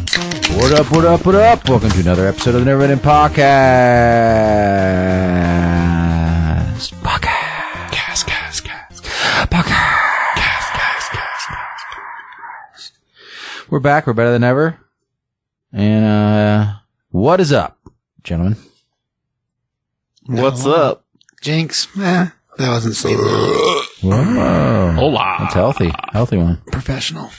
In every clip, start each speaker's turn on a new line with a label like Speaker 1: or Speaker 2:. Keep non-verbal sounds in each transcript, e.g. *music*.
Speaker 1: What up, what up, what up? Welcome to another episode of the Never Ending Podcast. Podcast. Cast, cast, cast. Podcast. Cast, cast, cast, cast. We're back. We're better than ever. And, uh, what is up, gentlemen?
Speaker 2: What's up? Jinx. Eh, that wasn't stable.
Speaker 1: Whoa.
Speaker 3: Hola.
Speaker 1: That's healthy. Healthy one.
Speaker 2: Professional.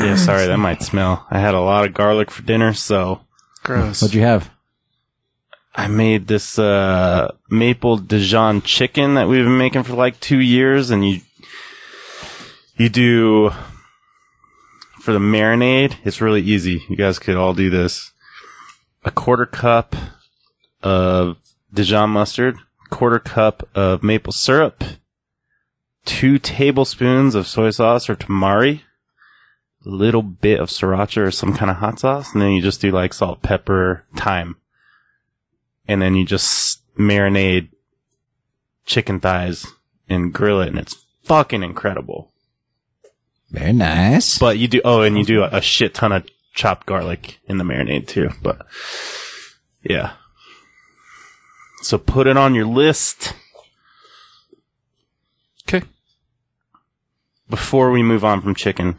Speaker 3: Yeah, sorry, that might smell. I had a lot of garlic for dinner, so
Speaker 2: Gross.
Speaker 1: What'd you have?
Speaker 3: I made this uh, maple Dijon chicken that we've been making for like two years, and you you do for the marinade. It's really easy. You guys could all do this: a quarter cup of Dijon mustard, quarter cup of maple syrup, two tablespoons of soy sauce or tamari, a little bit of sriracha or some kind of hot sauce, and then you just do like salt, pepper, thyme and then you just marinate chicken thighs and grill it, and it's fucking incredible.
Speaker 1: Very nice.
Speaker 3: But you do oh, and you do a shit ton of chopped garlic in the marinade too. But yeah, so put it on your list.
Speaker 2: Okay.
Speaker 3: Before we move on from chicken,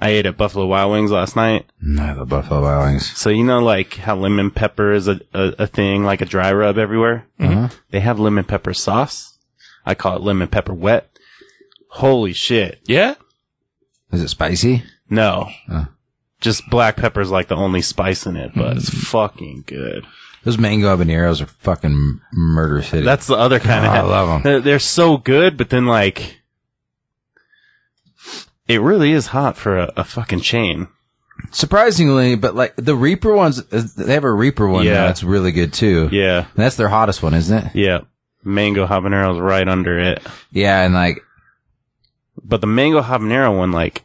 Speaker 3: I ate at Buffalo Wild Wings last night.
Speaker 1: I love Buffalo Wild Wings.
Speaker 3: So you know, like how lemon pepper is a, a, a thing, like a dry rub everywhere.
Speaker 1: Uh-huh.
Speaker 3: They have lemon pepper sauce. I call it lemon pepper wet. Holy shit!
Speaker 2: Yeah?
Speaker 1: Is it spicy?
Speaker 3: No,
Speaker 1: Huh.
Speaker 3: just black pepper is like the only spice in it, but
Speaker 1: Mm-hmm.
Speaker 3: it's fucking good.
Speaker 1: Those mango habaneros are fucking murder city.
Speaker 3: That's the other kind
Speaker 1: Oh,
Speaker 3: of.
Speaker 1: I love 'em.
Speaker 3: They're, they're so good, but then like, it really is hot for a, a fucking chain.
Speaker 1: surprisingly, but like the Reaper ones, uh, they have a Reaper one
Speaker 3: Yeah.
Speaker 1: now that's really good too.
Speaker 3: Yeah,
Speaker 1: And that's their hottest one, isn't it?
Speaker 3: yeah. Mango habanero's right under it.
Speaker 1: Yeah, and like
Speaker 3: But the mango habanero one, like,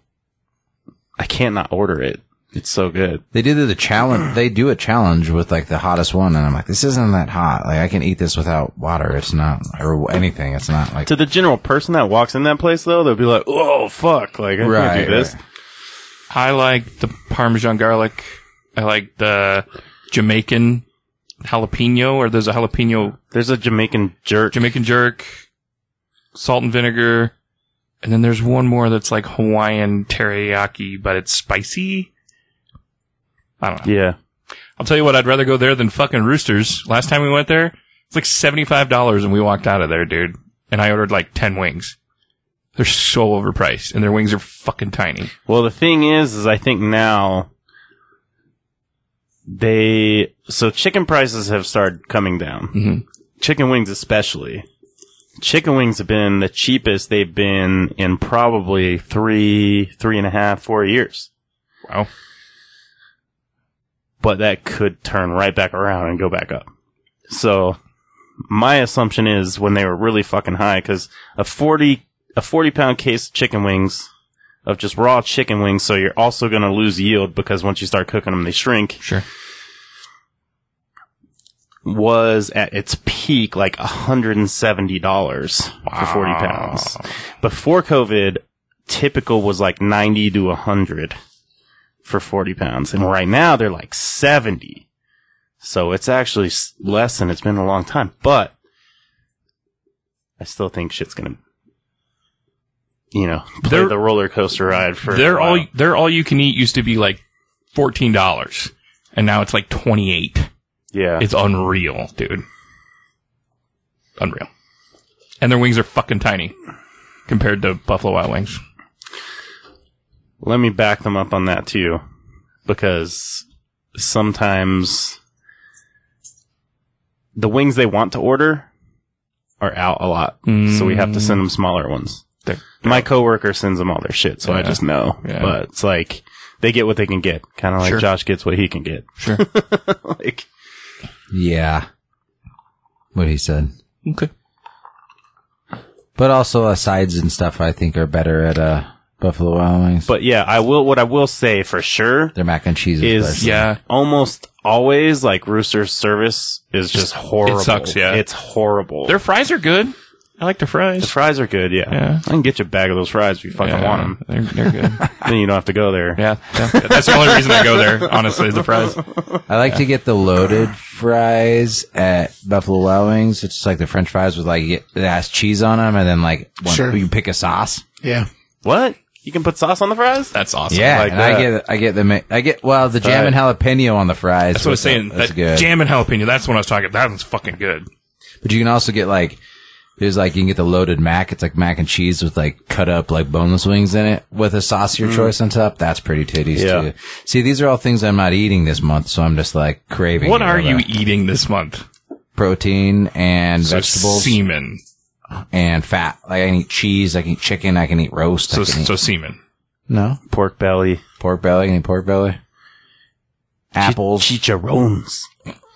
Speaker 3: I can't not order it. It's so good.
Speaker 1: they did the
Speaker 3: *clears throat*
Speaker 1: challenge. They do a challenge with like the hottest one, and I'm like, this isn't that hot. Like I can eat this without water. It's not or anything. It's not like
Speaker 3: To the general person that walks in that place, though, they'll be like, "Oh fuck!" Like, I
Speaker 1: Right,
Speaker 3: can't do this.
Speaker 1: right.
Speaker 4: I like the Parmesan garlic. I like the Jamaican jalapeno, or there's a jalapeno
Speaker 3: There's a Jamaican jerk.
Speaker 4: Jamaican jerk, salt and vinegar, and then there's one more that's like Hawaiian teriyaki, but it's spicy. I don't know.
Speaker 3: yeah,
Speaker 4: I'll tell you what, I'd rather go there than fucking Roosters. Last time we went there, it's like seventy-five dollars, and we walked out of there, dude. And I ordered like ten wings. They're so overpriced, and their wings are fucking tiny.
Speaker 3: Well, the thing is, is I think now they so chicken prices have started coming down.
Speaker 4: Mhm.
Speaker 3: Chicken wings, especially. Chicken wings have been the cheapest they've been in probably three, three and a half, four years.
Speaker 4: Wow.
Speaker 3: But that could turn right back around and go back up. So my assumption is when they were really fucking high, because a forty a forty pound case of chicken wings of just raw chicken wings, so you're also going to lose yield because once you start cooking them, they shrink.
Speaker 4: Sure.
Speaker 3: Was at its peak like hundred and seventy dollars for forty pounds. Before COVID, typical was like ninety to hundred for forty pounds, and right now they're like seventy. So it's actually s- less than it's been a long time, but I still think shit's gonna, you know, play
Speaker 4: They're-
Speaker 3: the roller coaster ride for. a
Speaker 4: they're
Speaker 3: while.
Speaker 4: all they're all you can eat used to be like fourteen dollars, and now it's like twenty eight.
Speaker 3: yeah.
Speaker 4: It's unreal, dude. Unreal. And their wings are fucking tiny compared to Buffalo Wild Wings.
Speaker 3: let me back them up on that too because sometimes the wings they want to order are out a lot so we have to send them smaller ones
Speaker 4: They're-
Speaker 3: my coworker sends them all their shit so i
Speaker 4: Yeah.
Speaker 3: just know
Speaker 4: Yeah.
Speaker 3: but it's like they get what they can get kind of like
Speaker 4: Sure.
Speaker 3: josh gets what he can get
Speaker 4: Sure.
Speaker 3: *laughs* like
Speaker 1: yeah, what he said.
Speaker 4: okay.
Speaker 1: But also uh, sides and stuff, I think are better at uh, Buffalo Wild Wings.
Speaker 3: but yeah i will what i will say for sure
Speaker 1: their mac and cheese
Speaker 3: Is-
Speaker 1: better.
Speaker 4: Yeah.
Speaker 3: almost always like rooster's service is just horrible
Speaker 4: sucks, yeah.
Speaker 3: it's horrible
Speaker 4: Their fries are good. I like the
Speaker 3: The
Speaker 4: fries.
Speaker 3: fries are good, yeah.
Speaker 4: Yeah.
Speaker 3: I can get you a bag of those fries if you fucking
Speaker 4: Yeah,
Speaker 3: want them.
Speaker 4: They're, they're good.
Speaker 3: Then you don't have to go there.
Speaker 4: yeah, yeah. That's the only reason I go there, honestly, is the fries.
Speaker 1: I like to get the loaded fries at Buffalo Wild Wings. It's just like the French fries with like it has cheese on them, and then like one,
Speaker 2: Sure.
Speaker 1: you can pick a sauce.
Speaker 2: Yeah.
Speaker 3: What? You can put sauce on the fries?
Speaker 4: That's awesome.
Speaker 1: yeah,
Speaker 3: like
Speaker 1: and
Speaker 3: that.
Speaker 1: I get I get the ma- I get well the jam and jalapeno on the fries.
Speaker 4: That's what I was
Speaker 1: with
Speaker 4: saying.
Speaker 1: the- That's
Speaker 4: that
Speaker 1: good.
Speaker 4: Jam and jalapeno. That's what I was talking about. That one's fucking good.
Speaker 1: but you can also get like there's like you can get the loaded mac. It's like mac and cheese with like cut up like boneless wings in it with a sauce of
Speaker 4: Mm.
Speaker 1: your choice on top. That's pretty titties
Speaker 3: Yeah.
Speaker 1: too. See, these are all things I'm not eating this month, so I'm just like craving.
Speaker 4: What
Speaker 1: it
Speaker 4: are
Speaker 1: all
Speaker 4: you
Speaker 1: that.
Speaker 4: eating this month?
Speaker 1: Protein and
Speaker 4: So
Speaker 1: vegetables.
Speaker 4: semen.
Speaker 1: and fat. Like I can eat cheese, I can eat chicken, I can eat roast.
Speaker 4: So
Speaker 1: I can eat,
Speaker 4: so semen.
Speaker 1: no
Speaker 3: Pork belly.
Speaker 1: pork belly, I can eat pork belly. Apples,
Speaker 3: Chicharrones.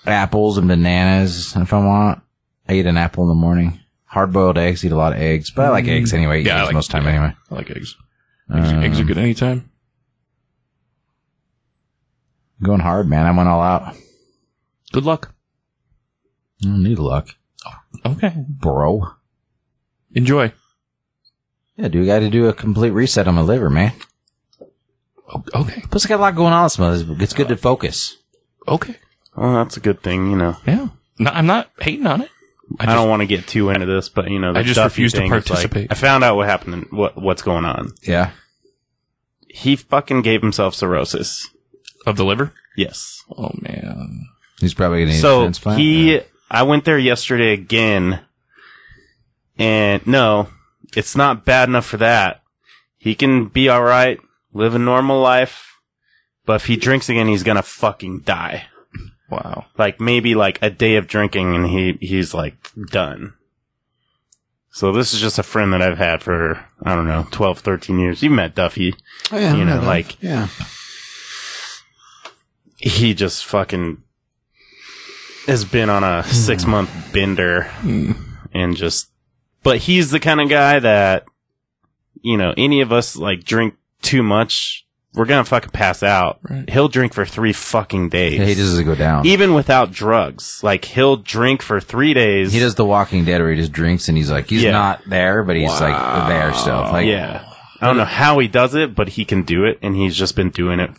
Speaker 1: apples and bananas if I want. I eat an apple in the morning. Hard boiled eggs, eat a lot of eggs, but I like eggs anyway. Eat
Speaker 4: Yeah, I
Speaker 1: eggs
Speaker 4: like-
Speaker 1: most time Um, anyway.
Speaker 4: I like eggs. Eggs, eggs are good anytime.
Speaker 1: I'm going hard, man. I went all out. I
Speaker 4: Good luck.
Speaker 1: don't need luck,
Speaker 4: Okay.
Speaker 1: bro.
Speaker 4: Enjoy.
Speaker 1: Yeah, dude, got to do a complete reset on my liver, man.
Speaker 4: O- Okay.
Speaker 1: Plus, I got a lot going on this month. It's good to focus.
Speaker 4: Okay.
Speaker 3: Well, that's a good thing, you know.
Speaker 4: Yeah. No, I'm not hating on it.
Speaker 3: I, don't want to get too into this, but you know, the
Speaker 4: I just
Speaker 3: Duffy
Speaker 4: refuse to
Speaker 3: thing is, like,
Speaker 4: participate.
Speaker 3: I found out what happened, and what what's going on.
Speaker 1: Yeah.
Speaker 3: He fucking gave himself cirrhosis.
Speaker 4: Of the liver?
Speaker 3: Yes.
Speaker 4: Oh, man.
Speaker 1: He's probably going to need a
Speaker 3: so
Speaker 1: transplant.
Speaker 3: he, I went there yesterday again, and no, it's not bad enough for that. He can be all right, live a normal life, but if he drinks again, he's gonna fucking die.
Speaker 4: Wow.
Speaker 3: like maybe like a day of drinking and he he's like done. So this is just a friend that I've had for I don't know 12 13 years. You met Duffy.
Speaker 2: Oh, yeah.
Speaker 3: You
Speaker 2: I
Speaker 3: know,
Speaker 2: that.
Speaker 3: like-
Speaker 2: Yeah.
Speaker 3: He just fucking has been on
Speaker 1: Hmm.
Speaker 3: a 6 month bender and just but he's the kind of guy that you know, any of us like drink too much, we're going to fucking pass out.
Speaker 4: Right.
Speaker 3: He'll drink for 3 fucking days.
Speaker 1: Yeah, he just doesn't go down.
Speaker 3: even without drugs. Like he'll drink for 3 days.
Speaker 1: He does The Walking Dead where he just drinks and he's like, he's
Speaker 3: Yeah.
Speaker 1: not there, but he's like there still. Like,
Speaker 3: yeah. I don't know how he does it, but he can do it, and he's just been doing it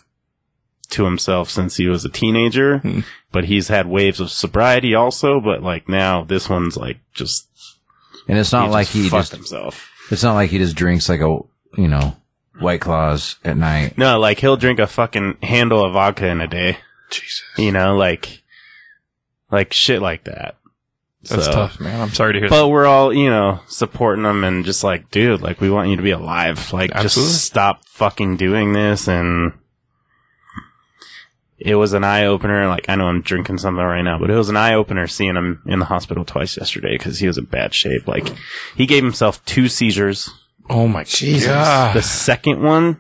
Speaker 3: to himself since he was a teenager.
Speaker 4: Hmm.
Speaker 3: But he's had waves of sobriety also, but like now this one's like just
Speaker 1: and it's
Speaker 3: he
Speaker 1: not
Speaker 3: just
Speaker 1: like he
Speaker 3: fucked
Speaker 1: just,
Speaker 3: himself.
Speaker 1: it's not like he just drinks like a, you know, White Claws at night.
Speaker 3: No, like he'll drink a fucking handle of vodka in a day.
Speaker 4: Jesus.
Speaker 3: You know, like like shit like that.
Speaker 4: That's
Speaker 3: So-
Speaker 4: tough, man. I'm sorry to hear that.
Speaker 3: But we're all, you know, supporting him and just like, dude, like we want you to be alive. Like
Speaker 4: Absolutely.
Speaker 3: just stop fucking doing this and it was an eye opener. Like I know I'm drinking something right now, but it was an eye opener seeing him in the hospital twice yesterday because he was in bad shape. Like he gave himself two seizures.
Speaker 4: Oh, my
Speaker 2: Jesus.
Speaker 4: God.
Speaker 3: The second one,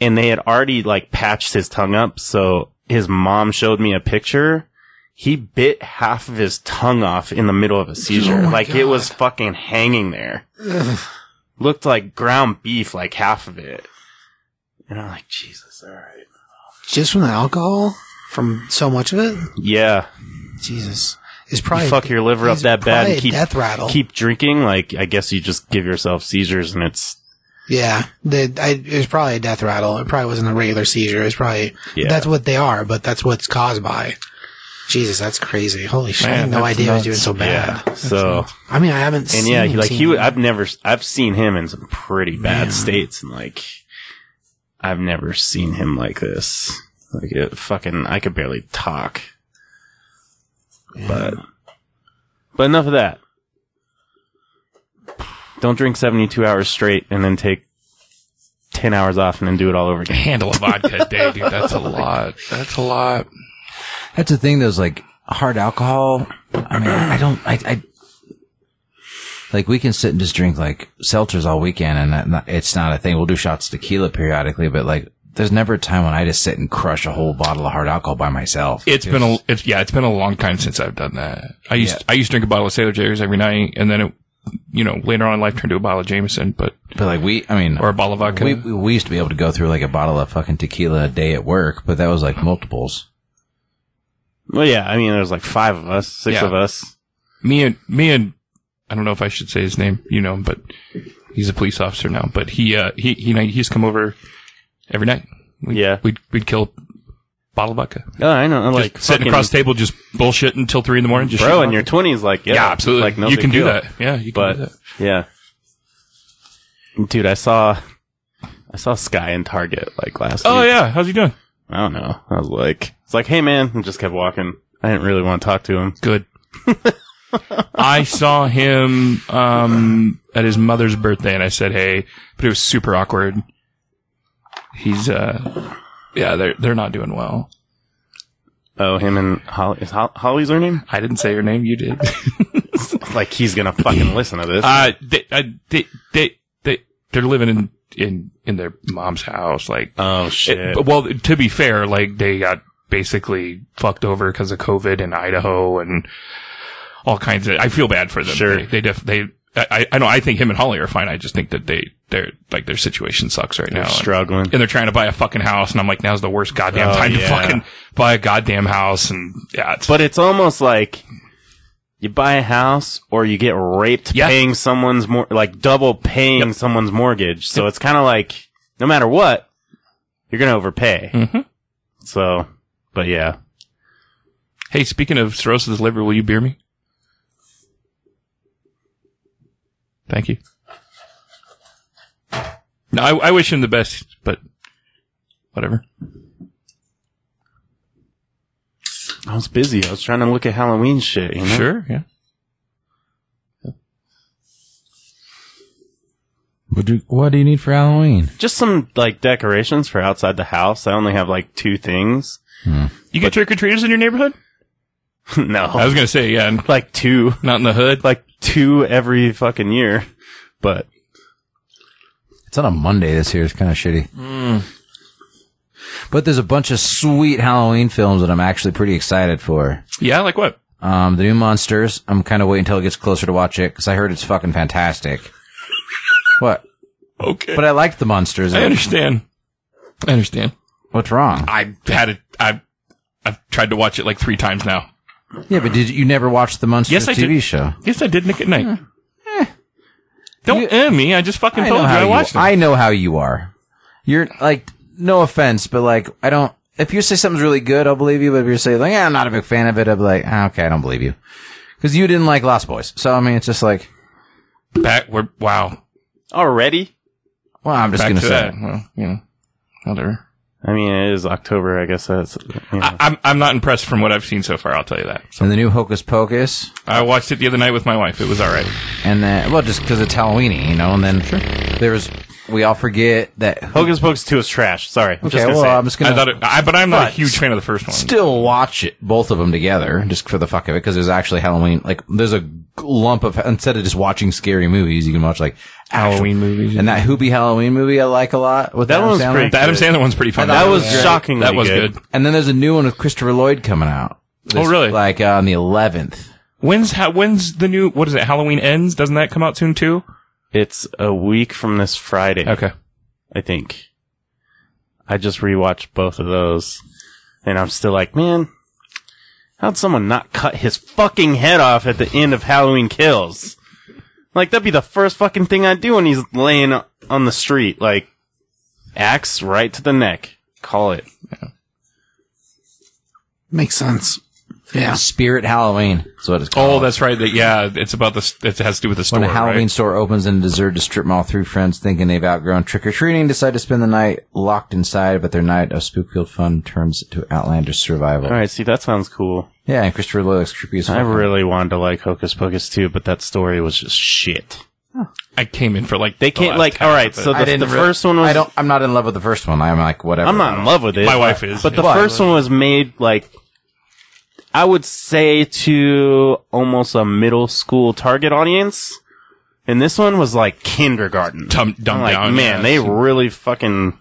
Speaker 3: and they had already like patched his tongue up. So his mom showed me a picture. He bit half of his tongue off in the middle of a seizure.
Speaker 2: Oh my
Speaker 3: like it
Speaker 2: God.
Speaker 3: was fucking hanging there. Looked like ground beef, like half of it. And I'm like, Jesus, all right.
Speaker 2: Just from the alcohol? From so much of it?
Speaker 3: Yeah,
Speaker 2: Jesus. It's
Speaker 3: you
Speaker 2: probably.
Speaker 3: fuck your liver up
Speaker 2: it's
Speaker 3: that bad
Speaker 2: probably
Speaker 3: and
Speaker 2: a
Speaker 3: keep
Speaker 2: death rattle.
Speaker 3: keep drinking. Like I guess you just give yourself seizures, and it's
Speaker 2: Yeah, the, I, it was probably a death rattle. It probably wasn't a regular seizure. It was probably
Speaker 3: Yeah.
Speaker 2: that's what they are, but that's what's caused by. Jesus, that's crazy. Holy shit! I had
Speaker 4: Man,
Speaker 2: no
Speaker 4: that's
Speaker 2: idea I was
Speaker 4: nuts.
Speaker 2: doing so bad.
Speaker 3: yeah. So.
Speaker 2: I mean, I haven't.
Speaker 3: and
Speaker 2: seen
Speaker 3: yeah,
Speaker 2: him,
Speaker 3: he, like
Speaker 2: seen
Speaker 3: he, would,
Speaker 2: him.
Speaker 3: I've never, I've seen him in some pretty bad states, and like, I've never seen him like this. Like, it fucking, I could barely talk. But, but enough of that. Don't drink seventy-two hours straight and then take ten hours off and then do it all over again.
Speaker 4: Handle of vodka a day, dude. That's a lot. That's a lot.
Speaker 1: That's the thing those like hard alcohol. I mean, I don't, I, I, like we can sit and just drink like seltzers all weekend and that, not- it's not a thing. We'll do shots of tequila periodically, but like there's never a time when I just sit and crush a whole bottle of hard alcohol by myself.
Speaker 4: It's been a it's yeah, it's been a long time since I've done that. I used I used to drink a bottle of Sailor Jerry's every night, and then it, you know, later on in life turned to a bottle of Jameson, but
Speaker 1: but like we, I mean,
Speaker 4: or a bottle of vodka.
Speaker 1: We, we we used to be able to go through like a bottle of fucking tequila a day at work, but that was like multiples.
Speaker 3: Well, yeah, I mean, there's like five of us, six
Speaker 4: Yeah.
Speaker 3: of us.
Speaker 4: me and me and I don't know if I should say his name, you know, him, but he's a police officer now. But he uh, he he he's come over every night. We'd,
Speaker 3: Yeah.
Speaker 4: we'd we'd kill a bottle of vodka,
Speaker 3: Oh, I know. I'm
Speaker 4: like
Speaker 3: like
Speaker 4: sitting
Speaker 3: fucking
Speaker 4: across the table, just bullshitting until three in the morning. Just
Speaker 3: bro
Speaker 4: shooting
Speaker 3: in your
Speaker 4: vodka.
Speaker 3: twenties. Like yeah,
Speaker 4: yeah, absolutely.
Speaker 3: Like no,
Speaker 4: you
Speaker 3: big
Speaker 4: can do
Speaker 3: deal.
Speaker 4: that. Yeah, you can
Speaker 3: But-
Speaker 4: do that.
Speaker 3: Yeah, dude, I saw I saw Sky in Target like last.
Speaker 4: Oh
Speaker 3: week.
Speaker 4: yeah, how's he doing?
Speaker 3: I don't know. I was like, it's like, hey man, and just kept walking. I didn't really want to talk to him. *laughs*
Speaker 4: Good. I saw him um, at his mother's birthday, and I said, "Hey," but it was super awkward. He's, uh, yeah, they're they're not doing well.
Speaker 3: Oh, him and Holly. Is Hol- Holly's her name? *laughs*
Speaker 4: I didn't say your name; you did.
Speaker 3: like he's gonna fucking listen to this.
Speaker 4: *laughs* uh, they, uh, they they they they're living in in in their mom's house, like.
Speaker 3: oh shit.
Speaker 4: It- but, well, to be fair, like they got basically fucked over because of COVID in Idaho and all kinds of. I feel bad for them.
Speaker 3: Sure.
Speaker 4: They, they def they. I- I I know. I think him and Holly are fine. I just think that they they're like their situation sucks right
Speaker 3: They're
Speaker 4: now. And-
Speaker 3: struggling.
Speaker 4: And they're trying to buy a fucking house, and I'm like, now's the worst goddamn
Speaker 3: Oh,
Speaker 4: time to
Speaker 3: yeah.
Speaker 4: fucking buy a goddamn house. And yeah, it's,
Speaker 3: But it's almost like you buy a house or you get raped
Speaker 4: Yeah.
Speaker 3: paying someone's more like double paying someone's mortgage. So it's kind of like no matter what, you're gonna overpay.
Speaker 4: Mhm.
Speaker 3: So, but yeah,
Speaker 4: hey, speaking of cirrhosis liver, will you beer me? Thank you. No, I, I wish him the best, but whatever.
Speaker 3: I was busy. I was trying to look at Halloween shit. You know?
Speaker 4: Sure, yeah.
Speaker 1: What do What do you need for Halloween?
Speaker 3: Just some like decorations for outside the house. I only have like two things. *laughs*
Speaker 4: You get trick or treaters in your neighborhood?
Speaker 3: no,
Speaker 4: I was gonna say, yeah, n-
Speaker 3: like two,
Speaker 4: not in the hood.
Speaker 3: like two every fucking year. But
Speaker 1: It's on a Monday this year. It's kind of shitty. But there's a bunch of sweet Halloween films that I'm actually pretty excited for.
Speaker 4: Yeah, like what?
Speaker 1: Um, the new Monsters. I'm kind of waiting until it gets closer to watch it because I heard it's fucking fantastic. What?
Speaker 4: Okay,
Speaker 1: But I liked the Monsters.
Speaker 4: I understand. I understand.
Speaker 1: What's wrong?
Speaker 4: I had it. I've I've tried to watch it like three times now.
Speaker 1: Yeah, but did you, you never watch the Monsters
Speaker 4: Yes, I
Speaker 1: TV
Speaker 4: did.
Speaker 1: show?
Speaker 4: Yes, I did Nick at Night. Don't eh me. I just fucking
Speaker 1: I
Speaker 4: told
Speaker 1: know
Speaker 4: you
Speaker 1: how
Speaker 4: Eh. I
Speaker 1: you-
Speaker 4: watched it.
Speaker 1: I know how you are. You're like, no offense, but like, I don't. If you say something's really good, I'll believe you. But if you say like, yeah, I'm not a big fan of it, I'll be like, ah, okay, I don't believe you, because you didn't like Lost Boys. So I mean, it's just like,
Speaker 4: Back. We're, wow.
Speaker 3: already,
Speaker 1: well, I'm just
Speaker 4: Back
Speaker 1: gonna
Speaker 4: to
Speaker 1: say,
Speaker 4: that.
Speaker 1: it.
Speaker 4: Well, you know, whatever.
Speaker 3: I mean, it is October. I guess that's. You know.
Speaker 4: I, I'm I'm not impressed from what I've seen so far. I'll tell you that. So
Speaker 1: and the new Hocus Pocus,
Speaker 4: I watched it the other night with my wife. It was all right.
Speaker 1: and then well, just because it's Halloweeny, you know, and then there was we all forget that.
Speaker 3: Hocus Pocus 2 is trash. Sorry. I'm
Speaker 1: okay,
Speaker 3: just gonna
Speaker 1: well,
Speaker 3: say it.
Speaker 1: I'm just gonna.
Speaker 4: I thought it. I, but I'm not a
Speaker 1: But-
Speaker 4: huge fan of the first one.
Speaker 1: still watch it, both of them together, just for the fuck of it, because there's actually Halloween. Like, there's a lump of instead of just watching scary movies, you can watch like actual-
Speaker 4: Halloween movies.
Speaker 1: And that Hoobie Halloween movie I like a lot. With
Speaker 3: That
Speaker 1: Adam
Speaker 3: one's
Speaker 1: Sandler.
Speaker 3: pretty
Speaker 4: The Adam Sandler one's pretty fun.
Speaker 3: That was shockingly
Speaker 4: That was
Speaker 3: good.
Speaker 4: good.
Speaker 1: And then there's a new one with Christopher Lloyd coming out.
Speaker 3: Oh,
Speaker 1: This-
Speaker 4: really?
Speaker 1: Like uh, on the 11th.
Speaker 4: When's ha- when's the new what is it? Halloween ends. Doesn't that come out soon too?
Speaker 3: It's a week from this Friday,
Speaker 4: Okay.
Speaker 3: I think. I just rewatched both of those. And I'm still like, man, how'd someone not cut his fucking head off at the end of Halloween Kills? Like, that'd be the first fucking thing I'd do when he's laying on the street. Like, axe right to the neck. Call it.
Speaker 2: Makes sense. Yeah.
Speaker 1: Spirit Halloween is what it's
Speaker 4: Oh,
Speaker 1: called.
Speaker 4: that's right. That yeah, it's about this. It has to do with
Speaker 3: Oh,
Speaker 4: the store.
Speaker 1: when a Halloween
Speaker 4: right?
Speaker 1: store opens in a deserted strip mall, three friends thinking they've outgrown trick or treating decide to spend the night locked inside, but their night of spook-filled fun turns to outlandish survival.
Speaker 3: Alright, see, that sounds cool.
Speaker 1: Yeah, and Christopher Lloyd looks creepy as fuck.
Speaker 3: I really wanted to like Hocus Pocus too, but that story was just shit.
Speaker 4: I came in for like
Speaker 3: They
Speaker 4: the
Speaker 3: can't
Speaker 4: last
Speaker 3: like.
Speaker 4: half
Speaker 3: All right,
Speaker 4: of it.
Speaker 3: so the, the
Speaker 1: re-
Speaker 3: first one was.
Speaker 1: I don't. I'm not in love with the first one. I'm like whatever.
Speaker 3: I'm not in love with it.
Speaker 4: My wife is,
Speaker 3: But
Speaker 4: yeah.
Speaker 3: the first one was made like. I would say to almost a middle school target audience, and this one was like kindergarten.
Speaker 4: Tum- dumbed
Speaker 3: I'm like,
Speaker 4: down,
Speaker 3: man,
Speaker 4: yeah.
Speaker 3: they really fucking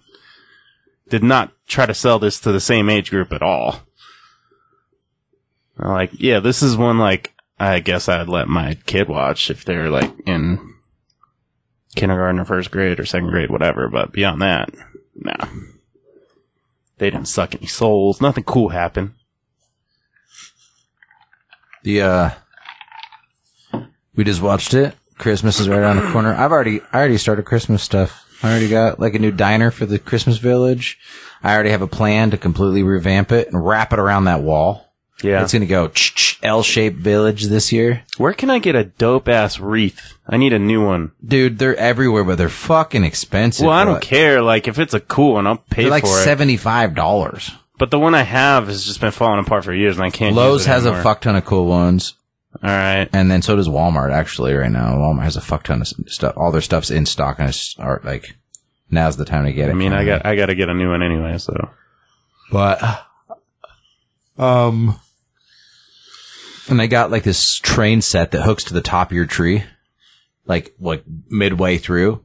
Speaker 3: did not try to sell this to the same age group at all. I'm like, yeah, this is one like I guess I'd let my kid watch if they're like in kindergarten or first grade or second grade, whatever. But beyond that, nah. They didn't suck any souls. Nothing cool happened.
Speaker 1: the uh, We just watched it. Christmas is right around the corner. I've already, I already started Christmas stuff. I already got like a new diner for the Christmas village. I already have a plan to completely revamp it and wrap it around that wall.
Speaker 3: Yeah.
Speaker 1: It's going to go L-shaped village this year.
Speaker 3: Where can I get a dope ass wreath? I need a new one.
Speaker 1: Dude, they're everywhere, but they're fucking expensive.
Speaker 3: Well, I don't
Speaker 1: Like-
Speaker 3: care. Like, if it's a cool one, I'll pay
Speaker 1: They're like
Speaker 3: for
Speaker 1: $75.
Speaker 3: it. But the one I have has just been falling apart for years, and I can't.
Speaker 1: Lowe's
Speaker 3: use it
Speaker 1: has a
Speaker 3: anymore.
Speaker 1: fuck ton of cool ones.
Speaker 3: All right.
Speaker 1: And then so does Walmart actually right now. Walmart has a fuck ton of stuff. All their stuff's in stock and it's are like now's the time to get it.
Speaker 3: I mean, I got I got to get a new one anyway. So
Speaker 1: but um, and they got like this train set that hooks to the top of your tree, like like midway through.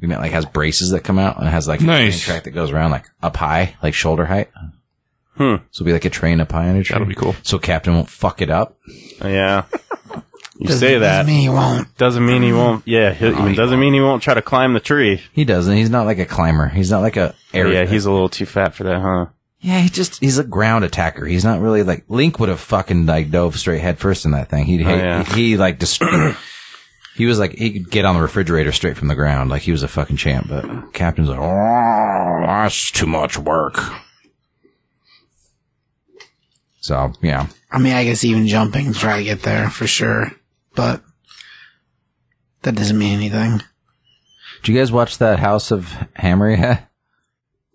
Speaker 1: You know, like has braces that come out and it has like a train
Speaker 4: Nice.
Speaker 1: track that goes around like up high, like shoulder height.
Speaker 3: Hmm.
Speaker 1: So it'll be like a train up high on your tree.
Speaker 4: That'll be cool.
Speaker 1: So Captain won't fuck it up.
Speaker 3: yeah, you say that
Speaker 2: Doesn't mean he won't.
Speaker 3: doesn't mean he won't. Yeah, he,
Speaker 1: Oh, he
Speaker 3: doesn't mean he won't try to climb the tree.
Speaker 1: He doesn't. He's not like a climber. He's not like a area.
Speaker 3: Yeah, he's a little too fat for that, huh?
Speaker 1: Yeah, he just he's a ground attacker. He's not really like Link would have fucking like dove straight head first in that thing. He'd,
Speaker 3: Oh, yeah.
Speaker 1: he, he like just *clears throat* he was like he could get on the refrigerator straight from the ground. Like he was a fucking champ. But Captain's like, oh, that's too much work. So yeah,
Speaker 2: I mean, I guess even jumping and try to get there for sure, but that doesn't mean anything.
Speaker 1: do you guys watch that House of Hammer yet? *laughs*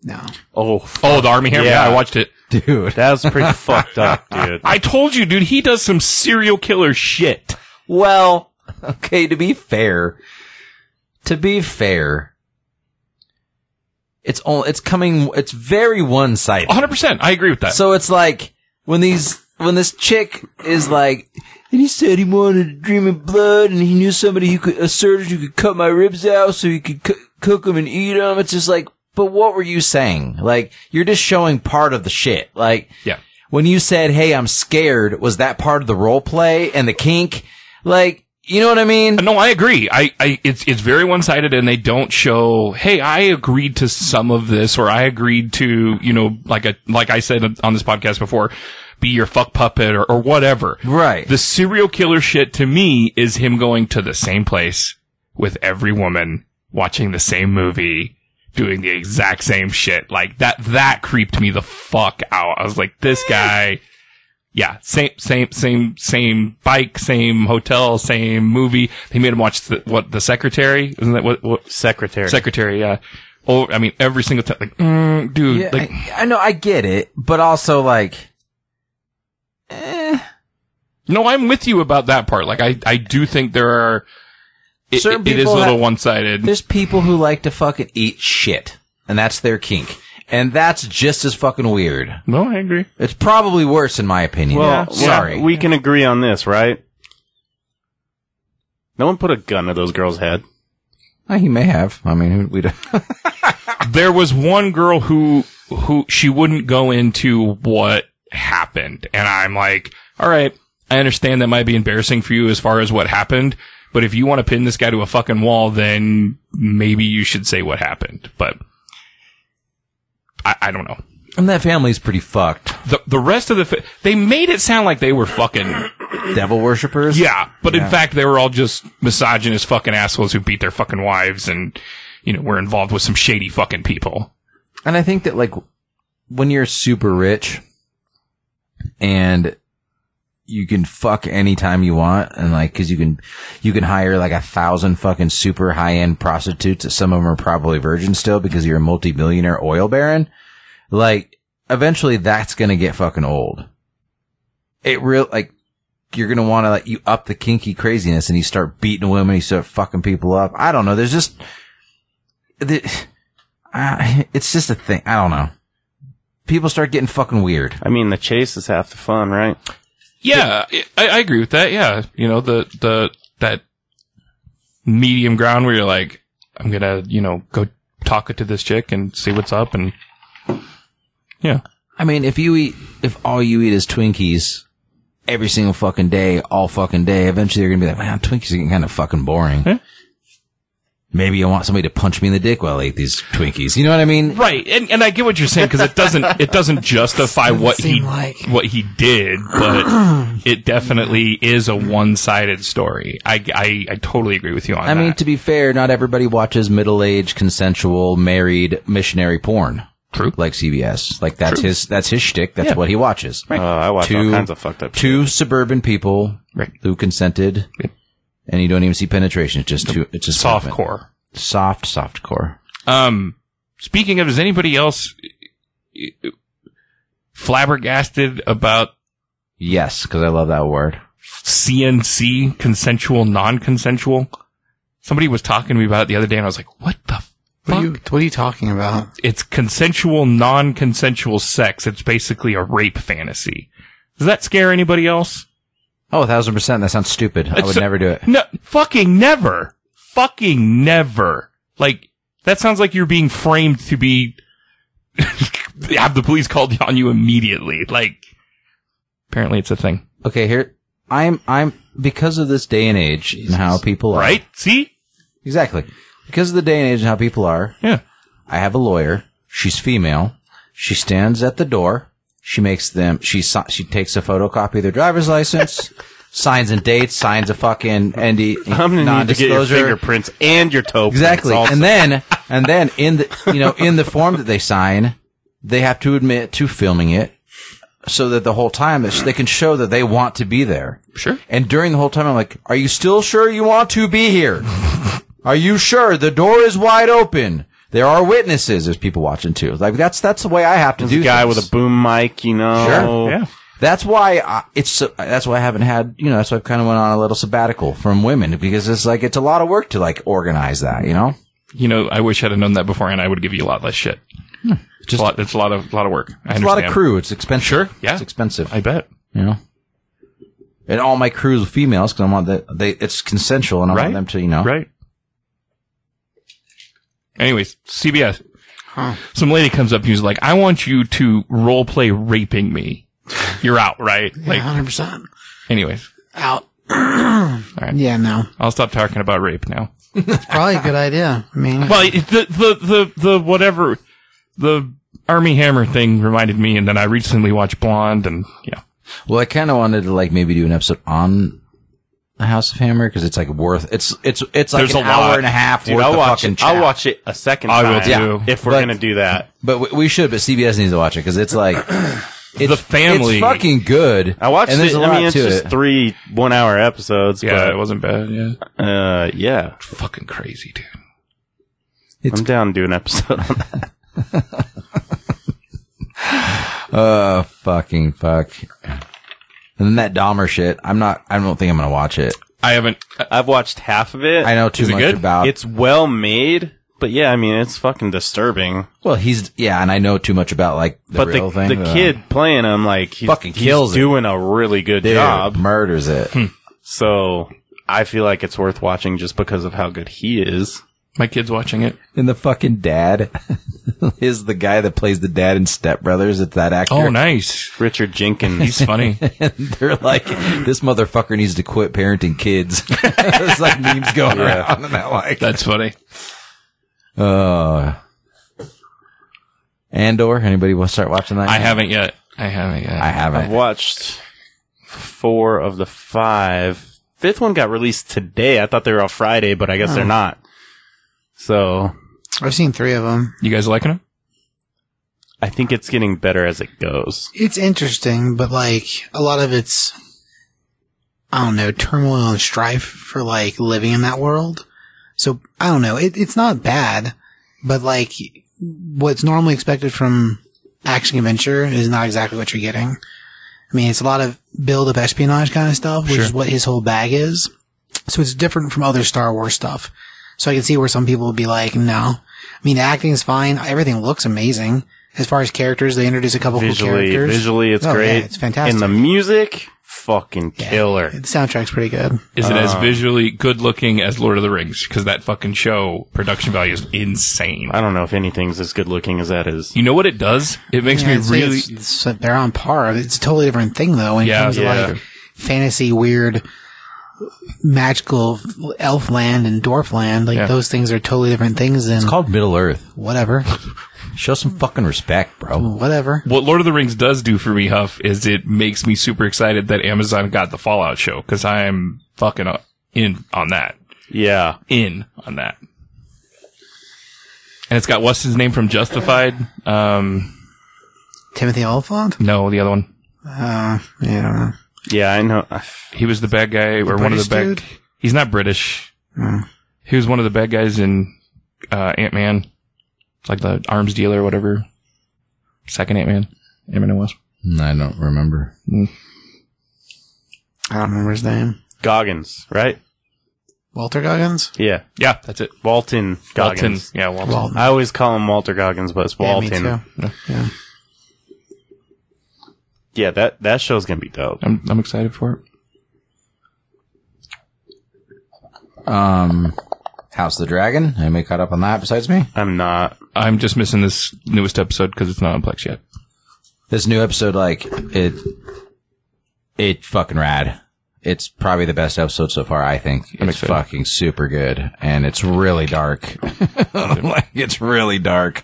Speaker 2: No.
Speaker 3: Oh,
Speaker 4: Oh, the Army Hammer.
Speaker 3: Yeah.
Speaker 4: yeah I watched it.
Speaker 1: Dude,
Speaker 3: that was
Speaker 1: *laughs*
Speaker 3: pretty fucked up, dude.
Speaker 4: I told you, dude, he does some serial killer shit.
Speaker 1: Well, *laughs* okay, to be fair, to be fair, it's all it's coming it's very one-sided.
Speaker 4: 100%. I agree with that.
Speaker 1: So it's like when these when this chick is like and he said he wanted to dream of blood and he knew somebody who could a surgeon who could cut my ribs out so he could cu- cook them and eat them. It's just like but what were you saying? Like you're just showing part of the shit. Like
Speaker 4: yeah.
Speaker 1: when you said, "Hey, I'm scared," was that part of the role play and the kink? Like, you know what I mean?
Speaker 4: No, I agree. I, I it's it's very one sided, and they don't show. Hey, I agreed to some of this, or I agreed to you know like a like I said on this podcast before, be your fuck puppet or or whatever.
Speaker 1: Right.
Speaker 4: The serial killer shit to me is him going to the same place with every woman, watching the same movie, doing the exact same shit. Like that that creeped me the fuck out. I was like, this guy yeah, same, same, same, same bike, same hotel, same movie. They made him watch the, what the secretary isn't that what, what
Speaker 3: Secretary.
Speaker 4: secretary? Yeah. Oh, I mean, every single time, like, mm, dude,
Speaker 1: Yeah,
Speaker 4: like,
Speaker 1: I, I know, I get it, but also like, eh,
Speaker 4: no, I'm with you about that part. Like, I, I do think there are. It,
Speaker 1: Certain
Speaker 4: it- it is a
Speaker 1: people
Speaker 4: little
Speaker 1: have-
Speaker 4: one-sided.
Speaker 1: there's people who like to fucking eat shit, and that's their kink, and that's just as fucking weird.
Speaker 4: No, I agree.
Speaker 1: It's probably worse, in my opinion.
Speaker 3: Well,
Speaker 1: sorry.
Speaker 3: we can agree on this, right? No one put a gun to those girls' head.
Speaker 1: Uh, he may have. I mean, who- we don't.
Speaker 4: There was one girl who, who she wouldn't go into what happened, and I'm like, all right, I understand that might be embarrassing for you as far as what happened. But if you want to pin this guy to a fucking wall, then maybe you should say what happened. But I, I don't know.
Speaker 1: and that family's pretty fucked.
Speaker 4: The the rest of the fa- they made it sound like they were fucking
Speaker 1: Devil worshippers.
Speaker 4: yeah, but in fact they were all just misogynist fucking assholes who beat their fucking wives and you know were involved with some shady fucking people.
Speaker 1: And I think that like when you're super rich and you can fuck anytime you want and like cause you can, you can hire like a thousand fucking super high end prostitutes. Some of them are probably virgins still because you're a multi-billionaire oil baron. Like eventually that's going to get fucking old. It real like you're going to want to like you up the kinky craziness and you start beating women. You start fucking people up. I don't know. There's just, the, uh, *laughs* it's just a thing. I don't know. People start getting fucking weird.
Speaker 3: I mean, the chase is half the fun, right?
Speaker 4: Yeah, I, I agree with that. Yeah, you know the the that medium ground where you're like, I'm gonna you know go talk to this chick and see what's up, and yeah,
Speaker 1: I mean, if you eat, if all you eat is Twinkies every single fucking day, all fucking day, eventually you're gonna be like, man, Twinkies are getting kind of fucking boring.
Speaker 4: Yeah.
Speaker 1: Maybe I want somebody to punch me in the dick while I eat these Twinkies. You know what I mean?
Speaker 4: Right, and and I get what you're saying because it *laughs* doesn't it doesn't justify
Speaker 2: Doesn't
Speaker 4: what he
Speaker 2: seem like.
Speaker 4: what he did, but
Speaker 2: *clears throat*
Speaker 4: it definitely is a one sided story. I, I I totally agree with you on
Speaker 1: I
Speaker 4: that.
Speaker 1: mean, to be fair, not everybody watches middle-aged, consensual, married missionary porn.
Speaker 4: True.
Speaker 1: Like CBS. Like that's his that's his shtick. That's
Speaker 4: Yeah.
Speaker 1: what he watches.
Speaker 3: Uh, I watch all kinds of fucked up. shit.
Speaker 1: Two suburban people
Speaker 4: Right.
Speaker 1: who consented,
Speaker 4: Yeah.
Speaker 1: and you don't even see penetration. It's just two. It's just
Speaker 4: soft
Speaker 1: movement.
Speaker 4: core.
Speaker 1: Soft, soft core.
Speaker 4: Um, speaking of, is anybody else uh, flabbergasted about
Speaker 1: Yes, because I love that word.
Speaker 4: CNC, consensual, non-consensual? Somebody was talking to me about it the other day, and I was like, "What the
Speaker 2: What
Speaker 4: fuck?
Speaker 2: are you, what are you talking about?
Speaker 4: It's consensual, non-consensual sex. It's basically a rape fantasy." Does that scare anybody else?
Speaker 1: Oh, a thousand percent. That sounds stupid. I
Speaker 4: It's *laughs*
Speaker 1: would
Speaker 4: so-
Speaker 1: never do it.
Speaker 4: No, fucking never. Fucking never. Like, that sounds like you're being framed to be, *laughs* have the police called on you immediately. Like, apparently it's a thing.
Speaker 1: Okay, here I'm. I'm because of this day and age and how people are.
Speaker 4: Right? See?
Speaker 1: Exactly. Because of the day and age and how people are.
Speaker 4: Yeah.
Speaker 1: I have a lawyer. She's female. She stands at the door. She makes them. She si- she takes a photocopy of their driver's license, *laughs* signs and dates, signs a fucking ND
Speaker 3: I'm gonna need to get your
Speaker 1: non-disclosure.
Speaker 3: fingerprints and your toe. prints
Speaker 1: exactly,
Speaker 3: also.
Speaker 1: and then
Speaker 3: *laughs*
Speaker 1: and then in the you know in the form that they sign, they have to admit to filming it, so that the whole time that they can show that they want to be there.
Speaker 4: Sure.
Speaker 1: And during the whole time, I'm like, "Are you still sure you want to be here? Are you sure the door is wide open? There are witnesses. There's people watching too. Like that's that's the way I have to
Speaker 3: There's
Speaker 1: do.
Speaker 3: a guy
Speaker 1: things.
Speaker 3: with a boom mic, you know.
Speaker 1: Sure,
Speaker 4: Yeah.
Speaker 1: That's why I, it's. so- That's why I haven't had. You know. That's why I've kind of went on a little sabbatical from women because it's like it's a lot of work to like organize that. You know.
Speaker 4: You know, I wish I'd have known that beforehand. I would give you a lot less shit. It's a lot, it's a lot of, a lot of work. I
Speaker 1: Hmm. It's a lot of
Speaker 4: understand.
Speaker 1: crew. It's expensive.
Speaker 4: Sure, yeah.
Speaker 1: It's expensive.
Speaker 4: I bet.
Speaker 1: you know. And all my crews are females because I want that they. It's consensual and I
Speaker 4: Right.
Speaker 1: want them to. You know.
Speaker 4: Right. Anyways, CBS.
Speaker 2: Huh.
Speaker 4: Some lady comes up and she's like, I want you to role play raping me. You're out, right?
Speaker 2: Yeah,
Speaker 4: Like,
Speaker 2: 100%.
Speaker 4: anyways,
Speaker 2: Out. *clears throat*
Speaker 4: right.
Speaker 2: Yeah, no.
Speaker 4: I'll stop talking about rape now.
Speaker 2: It's probably a good idea. I mean,
Speaker 4: Well, it, the, the, the, the, whatever, the Army Hammer thing reminded me, and then I recently watched Blonde, and yeah.
Speaker 1: Well, I kind of wanted to like maybe do an episode on the House of Hammer because it's like worth it's it's it's like
Speaker 4: There's
Speaker 1: an
Speaker 4: a
Speaker 1: hour
Speaker 4: lot.
Speaker 1: and a half
Speaker 3: Dude,
Speaker 1: worth
Speaker 3: I'll
Speaker 1: of
Speaker 3: watch
Speaker 1: fucking
Speaker 3: it. I'll
Speaker 1: chat.
Speaker 3: watch it a second
Speaker 4: I
Speaker 3: time.
Speaker 4: will too.
Speaker 3: If we're
Speaker 1: But-
Speaker 3: gonna do that,
Speaker 1: But we, we should. But CBS needs to watch it because it's
Speaker 4: *clears throat*
Speaker 1: like it's,
Speaker 4: The family.
Speaker 1: It's fucking good.
Speaker 3: I watched
Speaker 1: and there's
Speaker 3: it.
Speaker 1: a lot
Speaker 3: I mean, it's
Speaker 1: to
Speaker 3: just
Speaker 1: it.
Speaker 3: three one-hour episodes.
Speaker 4: Yeah, it wasn't bad. Yeah.
Speaker 3: But, uh, yeah,
Speaker 4: Fucking crazy, dude.
Speaker 3: I'm down to do an episode on that.
Speaker 1: Oh fucking fuck. And then that Dahmer shit. I'm not. I don't think I'm gonna watch it.
Speaker 4: I haven't, uh,
Speaker 3: I've watched half of it.
Speaker 1: I know too
Speaker 4: Is it
Speaker 1: much
Speaker 4: good?
Speaker 1: about.
Speaker 3: It's well made, but yeah, I mean, it's fucking disturbing.
Speaker 1: well, he's yeah, and I know too much about like the
Speaker 3: but
Speaker 1: real
Speaker 3: the
Speaker 1: thing.
Speaker 3: the
Speaker 1: uh,
Speaker 3: kid playing him, like, he's,
Speaker 1: Fucking
Speaker 3: he's
Speaker 1: kills it.
Speaker 3: doing a really good
Speaker 1: dude,
Speaker 3: job.
Speaker 1: murders it.
Speaker 3: So I feel like it's worth watching just because of how good he is.
Speaker 4: my kid's watching it.
Speaker 1: And the fucking dad *laughs* is the guy that plays the dad in Step Brothers. It's that actor.
Speaker 4: Oh, nice.
Speaker 3: Richard Jenkins.
Speaker 4: He's funny.
Speaker 1: *laughs* and they're like, "This motherfucker needs to quit parenting kids." *laughs* There's like memes going around, and I like,
Speaker 4: That's funny.
Speaker 1: uh, Andor. Anybody want to start watching that?
Speaker 4: *laughs* I haven't yet. I haven't yet.
Speaker 1: I
Speaker 3: I've
Speaker 1: haven't.
Speaker 3: watched four of the five. Fifth one got released today. I thought they were all Friday, but I guess
Speaker 2: Oh.
Speaker 3: they're not. So
Speaker 2: I've seen three of them.
Speaker 4: you guys liking him?
Speaker 3: I think it's getting better as it goes.
Speaker 2: It's interesting, but like a lot of it's, I don't know, turmoil and strife for like living in that world. So I don't know. It, it's not bad, but like what's normally expected from action adventure is not exactly what you're getting. I mean, it's a lot of build up espionage kind of stuff, which
Speaker 4: Sure.
Speaker 2: is what his whole bag is. So it's different from other Star Wars stuff. So I can see where some people would be like, no. I mean, the acting's fine. Everything looks amazing. As far as characters, they introduce a couple cool
Speaker 3: Visually,
Speaker 2: characters.
Speaker 3: visually, it's
Speaker 2: Oh, yeah,
Speaker 3: great.
Speaker 2: it's fantastic.
Speaker 3: And the music, fucking killer.
Speaker 2: The soundtrack's pretty good.
Speaker 4: Is it as visually good looking as Lord of the Rings? Because that fucking show production value is insane.
Speaker 3: I don't know if anything's as good looking as that is.
Speaker 4: You know what it does? It makes
Speaker 2: Yeah,
Speaker 4: me
Speaker 2: I'd say
Speaker 4: really.
Speaker 2: it's- it's- they're on par. It's a totally different thing though when
Speaker 4: Yeah,
Speaker 2: it comes
Speaker 4: yeah.
Speaker 2: to like fantasy, weird, magical elf land and dwarf land. Like
Speaker 4: Yeah.
Speaker 2: those things are totally different things and
Speaker 1: It's called Middle Earth.
Speaker 2: whatever,
Speaker 1: Show some fucking respect, bro.
Speaker 2: whatever.
Speaker 4: What Lord of the Rings does do for me, Huff, is it makes me super excited that Amazon got the Fallout show because I'm fucking uh, in on that.
Speaker 3: Yeah.
Speaker 4: In on that. And it's got what's his name from Justified? Um,
Speaker 2: Timothy Oliphant.
Speaker 4: no, the other one.
Speaker 2: Uh, yeah, I don't know.
Speaker 3: Yeah, I know.
Speaker 4: He was the bad guy or one of the bad.
Speaker 2: British dude?
Speaker 4: He's not British.
Speaker 2: Hmm.
Speaker 4: He was one of the bad guys in uh, Ant Man, like the arms dealer or whatever. Second Ant Man, Ant Man was.
Speaker 1: I don't remember.
Speaker 2: I don't remember his name.
Speaker 3: Goggins, right?
Speaker 2: Walter Goggins.
Speaker 3: Yeah.
Speaker 4: Yeah, that's it.
Speaker 3: Walton
Speaker 4: Walton.
Speaker 3: Goggins.
Speaker 4: Yeah, Walton.
Speaker 2: Walton.
Speaker 3: I always call him Walter Goggins, but it's
Speaker 2: Yeah, me
Speaker 3: Walton. Yeah,
Speaker 2: too. Yeah.
Speaker 3: that, that show's going to be dope.
Speaker 4: I'm I'm excited for it.
Speaker 1: Um, House of the Dragon. Anybody caught up on that besides me?
Speaker 3: I'm not.
Speaker 4: I'm just missing this newest episode because it's not on Plex yet.
Speaker 1: This new episode, like it, it fucking rad. It's probably the best episode so far. I think
Speaker 4: I'm
Speaker 1: it's
Speaker 4: excited.
Speaker 1: fucking super good, and it's really dark. *laughs* like it's really dark,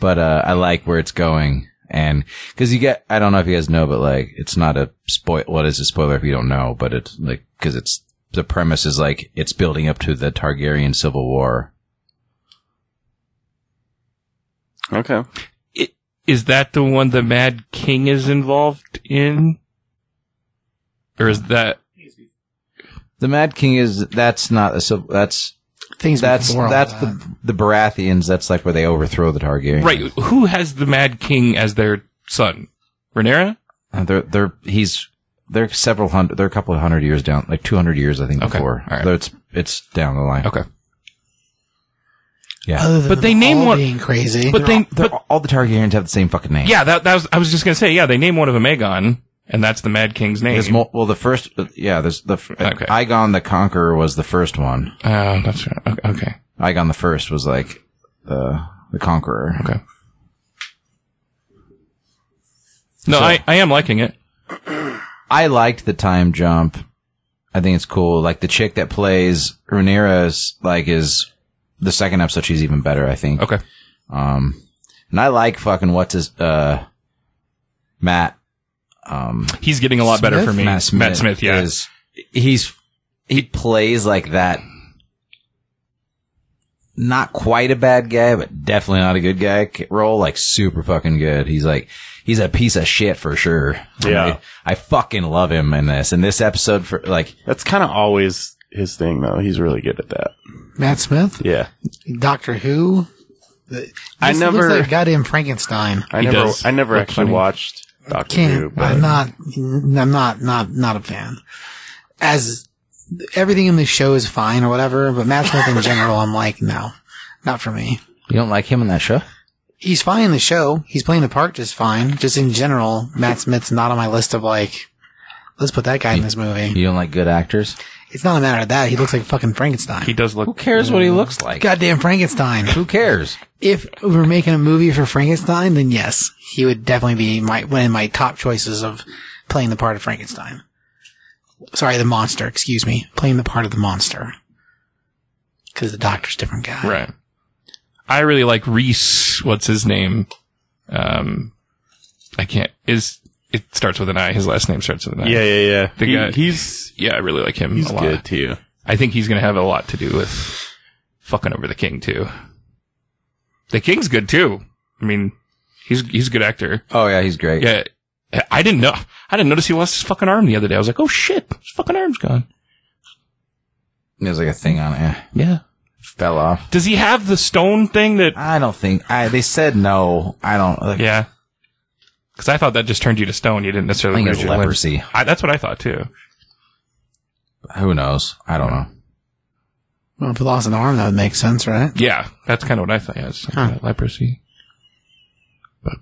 Speaker 1: but uh, I like where it's going. And because you get, I don't know if you guys know, but like it's not a spoil. What is a spoiler if you don't know? But it's like because it's the premise is like it's building up to the Targaryen civil war.
Speaker 3: Okay.
Speaker 4: Is that the one the Mad King is involved in, or is that
Speaker 1: The Mad King is that's not a civil. That's
Speaker 2: Things
Speaker 1: that's
Speaker 2: before all
Speaker 1: that's
Speaker 2: that.
Speaker 1: the the Baratheons. That's like where they overthrow the Targaryen.
Speaker 4: right? Who has the Mad King as their son? Renera?
Speaker 1: Uh, They're they're he's they're several hundred. They're a couple of hundred years down, like two hundred years, I think.
Speaker 4: Okay,
Speaker 1: Before
Speaker 4: all right.
Speaker 1: So it's it's down the line.
Speaker 4: Okay,
Speaker 1: Yeah.
Speaker 2: Other than
Speaker 4: But they
Speaker 2: them
Speaker 4: name
Speaker 2: all
Speaker 4: one-
Speaker 2: being crazy.
Speaker 4: but they
Speaker 1: They're-
Speaker 4: but
Speaker 1: all the Targaryens have the same fucking name.
Speaker 4: yeah, that, that was I was just gonna say yeah. They name one of them Aegon, and that's the Mad King's name.
Speaker 1: There's mul- well, the first, uh, yeah, there's the f-
Speaker 4: Okay.
Speaker 1: Igon the Conqueror was the first one.
Speaker 4: oh, that's right. Okay, okay,
Speaker 1: Igon the first was like the the Conqueror.
Speaker 4: okay. No, I, I am liking it.
Speaker 1: I liked the time jump. I think it's cool. Like the chick that plays Rhaenyra is like is the second episode. She's even better, I think.
Speaker 4: Okay,
Speaker 1: Um, and I like fucking what's his uh, Matt. Um,
Speaker 4: he's getting a lot better for me.
Speaker 1: Matt Smith.
Speaker 4: Matt Smith yeah.
Speaker 1: is- he's he plays like that. Not quite a bad guy, but definitely not a good guy c- role. Like super fucking good. He's like he's a piece of shit for sure.
Speaker 3: Yeah.
Speaker 1: I, I fucking love him in this. In this episode, for like
Speaker 3: That's kind of always his thing, though. He's really good at that.
Speaker 2: Matt Smith,
Speaker 3: Yeah.
Speaker 2: Doctor Who. The-
Speaker 3: I
Speaker 2: this
Speaker 3: never-
Speaker 2: looks like goddamn Frankenstein.
Speaker 3: I
Speaker 4: He
Speaker 3: never,
Speaker 4: does
Speaker 3: I never
Speaker 4: look
Speaker 3: actually
Speaker 4: funny.
Speaker 3: watched Doctor Who,
Speaker 2: Can't.
Speaker 3: but
Speaker 2: I'm not. I'm not. Not. Not a fan. As everything in the show is fine or whatever, but Matt Smith in general, I'm like, no, not for me.
Speaker 1: you don't like him in that show.
Speaker 2: He's fine in the show. He's playing the part just fine. Just in general, Matt Smith's not on my list of like, let's put that guy in this movie.
Speaker 1: You don't like good actors.
Speaker 2: It's not a matter of that. He looks like fucking Frankenstein.
Speaker 4: he does
Speaker 1: Who
Speaker 4: look. Mm.
Speaker 1: cares what he looks like?
Speaker 2: goddamn Frankenstein.
Speaker 1: Who cares?
Speaker 2: if we were making a movie for Frankenstein, then yes, he would definitely be my one of my top choices of playing the part of Frankenstein. Sorry, the monster. Excuse me, playing the part of the monster because the doctor's a different guy.
Speaker 4: Right. I really like Reese. What's his name? Um, I can't. Is it starts with an I? His last name starts with an I.
Speaker 3: yeah, yeah, yeah.
Speaker 4: The
Speaker 3: He-
Speaker 4: guy-
Speaker 3: he's,
Speaker 4: yeah. I really like him
Speaker 3: he's
Speaker 4: a lot.
Speaker 3: good too.
Speaker 4: I think he's gonna have a lot to do with fucking over the king too. The king's good too. I mean, he's he's a good actor.
Speaker 1: Oh yeah, he's great.
Speaker 4: Yeah. I didn't know. I didn't notice he lost his fucking arm the other day. I was like, oh shit, his fucking arm's gone.
Speaker 1: There's like a thing on it. Yeah.
Speaker 4: Yeah.
Speaker 1: Fell off.
Speaker 4: Does he have the stone thing that?
Speaker 1: I don't think. I they said no. I don't. Like,
Speaker 4: Yeah. Because I thought that just turned you to stone. You didn't
Speaker 1: I
Speaker 4: necessarily
Speaker 1: think
Speaker 4: lose
Speaker 1: it's
Speaker 4: your limbs.
Speaker 1: leprosy.
Speaker 4: I, that's what I thought too.
Speaker 1: Who knows? I don't know.
Speaker 2: Well, if he lost an arm, that would make sense, right?
Speaker 4: Yeah, that's kind of what I thought. Yeah, it's like,
Speaker 2: Huh.
Speaker 4: uh, leprosy. But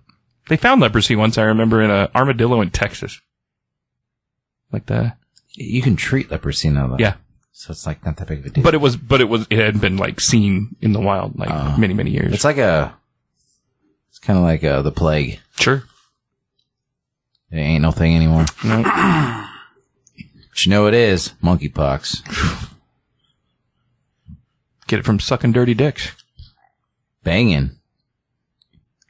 Speaker 4: they found leprosy once. I remember in an armadillo in Texas. Like that.
Speaker 1: You can treat leprosy now, though.
Speaker 4: Yeah,
Speaker 1: So it's like not that big of a deal.
Speaker 4: but it was, but it was, it had been like seen in the wild like
Speaker 1: Oh.
Speaker 4: many, many years.
Speaker 1: it's like a. It's kind of like uh, the plague.
Speaker 4: sure.
Speaker 1: It ain't no thing anymore.
Speaker 4: No.
Speaker 1: But you know it is monkeypox.
Speaker 4: Get it from sucking dirty dicks.
Speaker 1: Banging.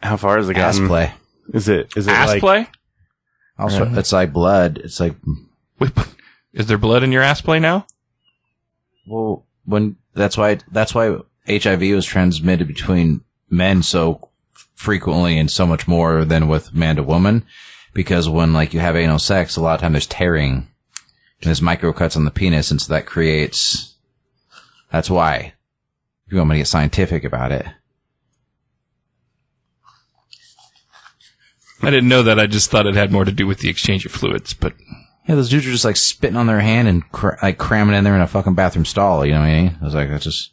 Speaker 3: How far has it
Speaker 1: Ass
Speaker 3: gotten?
Speaker 1: play.
Speaker 3: Is it is it
Speaker 4: Ass
Speaker 3: like
Speaker 4: play?
Speaker 1: Also,
Speaker 3: Yeah.
Speaker 1: it's like blood. It's like
Speaker 4: Wait, is there blood in your ass play now?
Speaker 1: well, when that's why that's why HIV was transmitted between men so frequently and so much more than with man to woman, because when like you have anal sex, a lot of time there's tearing, and there's micro cuts on the penis, and so that creates. That's why. If you want me to get scientific about it,
Speaker 4: I didn't know that. I just thought it had more to do with the exchange of fluids, but
Speaker 1: yeah, those dudes are just like spitting on their hand and cr- like cramming it in there in a fucking bathroom stall. You know what I mean? I was like, that's just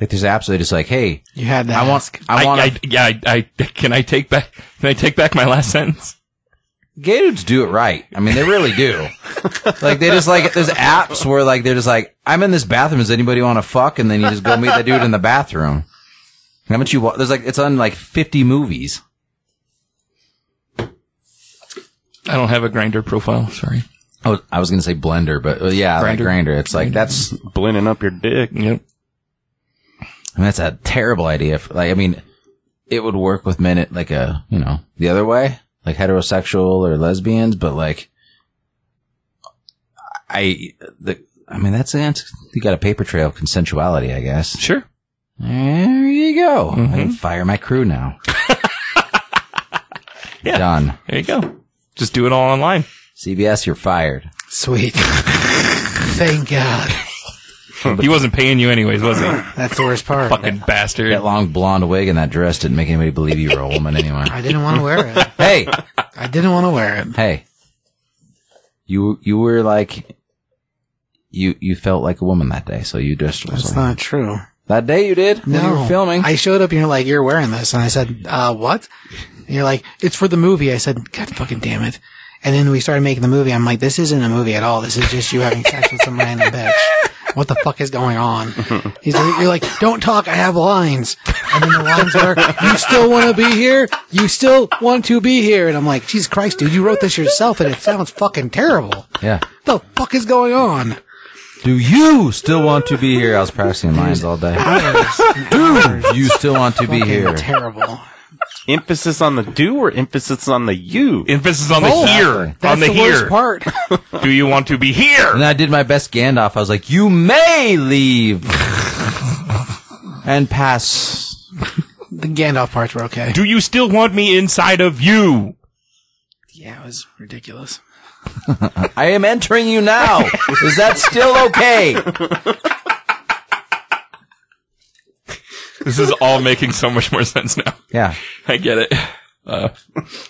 Speaker 1: like there's absolutely just like, hey,
Speaker 2: You had that.
Speaker 1: I want, I
Speaker 4: I,
Speaker 1: want,
Speaker 4: I, yeah, I, I can I take back can I take back my last sentence?
Speaker 1: gay dudes do it right. I mean, they really
Speaker 4: *laughs*
Speaker 1: do. like they just like there's apps where like they're just like, I'm in this bathroom. Does anybody want to fuck? And then you just go meet the dude in the bathroom. How much you? wa- There's like it's on like 50 movies.
Speaker 4: I don't have a grinder profile. Sorry.
Speaker 1: Oh, I was gonna say Blender, but uh, yeah, like
Speaker 4: Grindr.
Speaker 1: Grinder. It's like that's
Speaker 3: blending up your dick?
Speaker 4: Yep.
Speaker 1: I mean, that's a terrible idea. For, like I mean, it would work with men at like a you know the other way, like heterosexual or lesbians, but like I the. I mean, that's that's- you got a paper trail of consensuality, I guess.
Speaker 4: Sure.
Speaker 1: There you go. I can
Speaker 4: Mhm.
Speaker 1: fire my crew now.
Speaker 4: Yeah.
Speaker 1: Done.
Speaker 4: There you go. Just do it all online.
Speaker 1: CBS, you're fired.
Speaker 2: Sweet. *laughs* Thank God.
Speaker 4: He wasn't paying you anyways,
Speaker 2: *laughs*
Speaker 4: was he?
Speaker 2: That's the worst part.
Speaker 4: Fucking bastard.
Speaker 1: That long blonde wig and that dress didn't make anybody believe you were a woman anyway.
Speaker 2: I didn't want to wear it.
Speaker 1: hey,
Speaker 2: I didn't want to wear it.
Speaker 1: hey. You you were like you you felt like a woman that day, so you just was
Speaker 2: That's
Speaker 1: like,
Speaker 2: not true.
Speaker 1: that day you did when you
Speaker 2: No.
Speaker 1: were filming.
Speaker 2: I showed up and you're like, you're wearing this. And I said, uh, what? And you're like, it's for the movie. I said, God fucking damn it. And then we started making the movie. I'm like, this isn't a movie at all. This is just you having sex with some random bitch. What the fuck is going on? He's like, you're like, don't talk. I have lines. And then the lines are, you still want to be here? You still want to be here? And I'm like, Jesus Christ, dude, you wrote this yourself and it sounds fucking terrible.
Speaker 1: yeah.
Speaker 2: What the fuck is going on?
Speaker 1: Do you still want to be here? I was practicing lines all day. *laughs* Do you still want to be
Speaker 2: Fucking
Speaker 1: here?
Speaker 2: terrible.
Speaker 3: Emphasis on the do or emphasis on the you?
Speaker 4: Emphasis on the
Speaker 1: Both.
Speaker 4: here.
Speaker 2: Oh, That's
Speaker 4: on the,
Speaker 2: the worst
Speaker 4: here.
Speaker 2: part.
Speaker 4: Do you want to be here?
Speaker 1: And I did my best Gandalf. I was like, "You may
Speaker 2: *laughs*
Speaker 1: leave and pass."
Speaker 2: The Gandalf parts were okay.
Speaker 4: Do you still want me inside of you?
Speaker 2: Yeah, it was ridiculous.
Speaker 1: I am entering you now. Is that still
Speaker 2: *laughs*
Speaker 1: okay?
Speaker 4: This is all making so much more sense now.
Speaker 1: Yeah,
Speaker 4: I get it. Uh,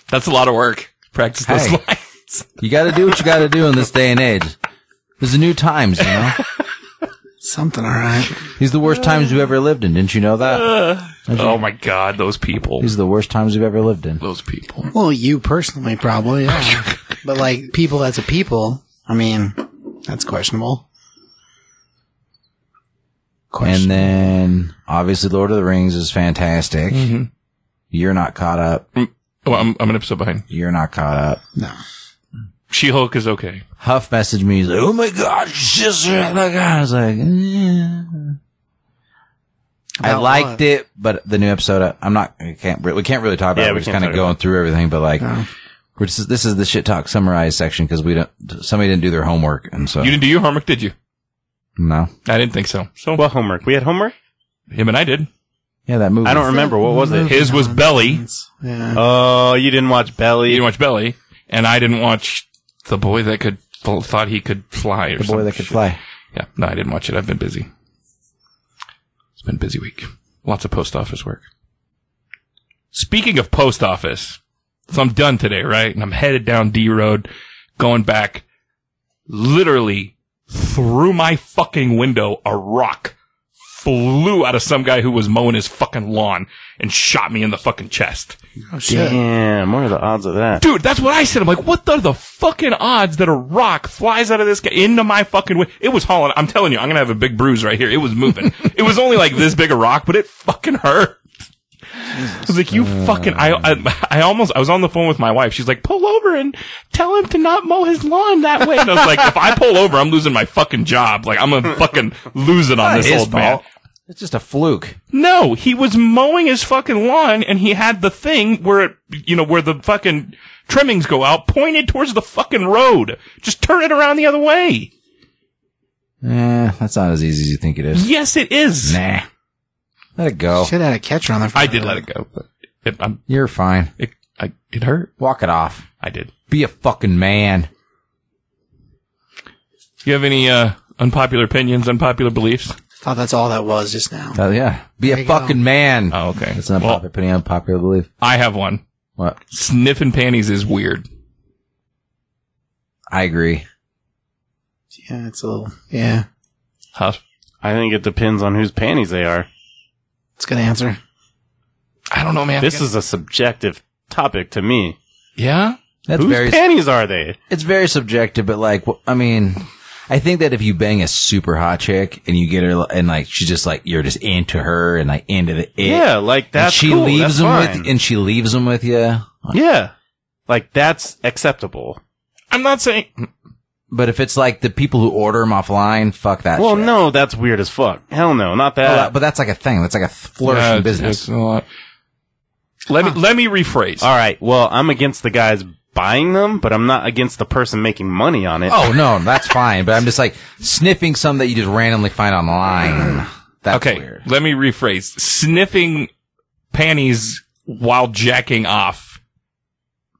Speaker 4: that's a lot of work. Practice those
Speaker 1: Hey.
Speaker 4: lines.
Speaker 1: you got to do what you got to do in this day and age. This is new times, you know.
Speaker 2: Something alright.
Speaker 1: These are the worst times
Speaker 3: Uh.
Speaker 1: you've ever lived in. Didn't you know that?
Speaker 4: Oh my god, those people.
Speaker 1: These are the worst times you've ever lived in.
Speaker 4: Those people.
Speaker 2: Well, you personally probably,
Speaker 4: *laughs*
Speaker 2: yeah. but like people as a people, I mean, that's questionable.
Speaker 1: And then, obviously, Lord of the Rings is fantastic.
Speaker 3: Mm-hmm.
Speaker 1: You're not caught up.
Speaker 4: Well, Oh, I'm, I'm an episode behind.
Speaker 1: You're not caught up.
Speaker 2: No.
Speaker 4: She Hulk is okay.
Speaker 1: Huff messaged me. He's like, "Oh my god, your sister!" oh my God." I was like, "Yeah." I
Speaker 2: About
Speaker 1: liked
Speaker 2: what?
Speaker 1: it, but the new episode, uh, I'm not. We can't. re- We can't really talk about.
Speaker 3: Yeah,
Speaker 1: it.
Speaker 3: we
Speaker 1: We're just
Speaker 3: can't
Speaker 1: kind of
Speaker 3: talk about
Speaker 1: going through everything, but like,
Speaker 2: No.
Speaker 1: we're just, this is the shit talk summarized section because we don't. Somebody didn't do their homework, and so
Speaker 2: Uh.
Speaker 4: You didn't do your homework, did you?
Speaker 1: no.
Speaker 4: I didn't think so. So
Speaker 3: What homework? We had homework?
Speaker 4: him and I did.
Speaker 1: Yeah, that movie.
Speaker 3: I don't remember. What was it?
Speaker 4: His was Belly.
Speaker 2: Yeah.
Speaker 3: Oh, you didn't watch
Speaker 4: You
Speaker 3: Belly.
Speaker 4: didn't watch Belly, and I didn't watch the boy that could thought he could fly. Or
Speaker 1: the boy that could fly.
Speaker 4: Yeah, no, I didn't watch it. I've been busy. It's been a busy week. Lots of post office work. Speaking of post office, so I'm done today, right? And I'm headed down D Road, going back literally through my fucking window. A rock flew out of some guy who was mowing his fucking lawn and shot me in the fucking chest.
Speaker 2: Oh shit.
Speaker 3: Damn, what are the odds of that?
Speaker 4: Dude, that's what I said. I'm like, what are the fucking odds that a rock flies out of this guy into my fucking way? It was hauling. I'm telling you, I'm
Speaker 1: *laughs*
Speaker 4: gonna have a big bruise right here. It was moving. it was only like this big a rock, but it fucking hurt. I was like, you fucking. I, I I almost. I was on the phone with my wife. She's like, pull over and tell him to not mow his lawn that way. And I was like, if I pull over, I'm losing my fucking job. Like I'm gonna fucking lose it on this
Speaker 1: his
Speaker 4: old man.
Speaker 1: fault. It's just a fluke.
Speaker 4: No, he was mowing his fucking lawn and he had the thing where it, you know, where the fucking trimmings go out pointed towards the fucking road. Just turn it around the other way.
Speaker 1: Eh, that's not as easy as you think it is.
Speaker 4: Yes, it is.
Speaker 1: Nah. Let it go.
Speaker 2: Should have had a catcher on the front.
Speaker 4: I did let it go, but it, I'm,
Speaker 1: You're fine.
Speaker 4: it, I, it hurt.
Speaker 1: Walk it off.
Speaker 4: I did.
Speaker 1: Be a fucking man.
Speaker 4: You have any, uh, unpopular opinions, unpopular beliefs?
Speaker 2: Thought that's all that was just now.
Speaker 1: Oh, yeah. Be a
Speaker 2: you go.
Speaker 1: fucking man.
Speaker 4: Oh, okay.
Speaker 1: That's not
Speaker 4: Well,
Speaker 1: popular, pretty unpopular belief.
Speaker 4: I have one.
Speaker 1: What?
Speaker 4: Sniffing panties is weird.
Speaker 1: I agree.
Speaker 2: Yeah, it's a little. Yeah,
Speaker 4: Huh?
Speaker 3: I think it depends on whose panties they are.
Speaker 2: it's a good answer.
Speaker 4: I don't know, man.
Speaker 3: This is a subjective topic to me.
Speaker 4: yeah.
Speaker 1: That's
Speaker 3: Whose
Speaker 1: very,
Speaker 3: panties are they?
Speaker 1: it's very subjective, but like, wh- I mean, I think that if you bang a super hot chick and you get her, and like, she's just like, you're just into her and like into the it.
Speaker 3: yeah, like
Speaker 1: And
Speaker 3: that's
Speaker 1: she
Speaker 3: cool.
Speaker 1: leaves
Speaker 3: That's
Speaker 1: them
Speaker 3: fine.
Speaker 1: with, and she leaves them with you.
Speaker 3: yeah, like that's acceptable.
Speaker 4: I'm not saying,
Speaker 1: But if it's like the people who order them offline, fuck that.
Speaker 3: Well,
Speaker 1: shit.
Speaker 3: no, that's weird as fuck. Hell no, not
Speaker 1: Well,
Speaker 3: that.
Speaker 1: that- but that's like a thing. That's like a flourishing
Speaker 4: Yeah, it's-
Speaker 1: business.
Speaker 4: it's a lot. Let me, let me rephrase.
Speaker 3: All right. Well, I'm against the guys buying them, but I'm not against the person making money on it.
Speaker 1: oh no, that's fine. But I'm just like sniffing some that you just randomly find online. That's
Speaker 4: okay,
Speaker 1: weird.
Speaker 4: let me rephrase. Sniffing panties while jacking off.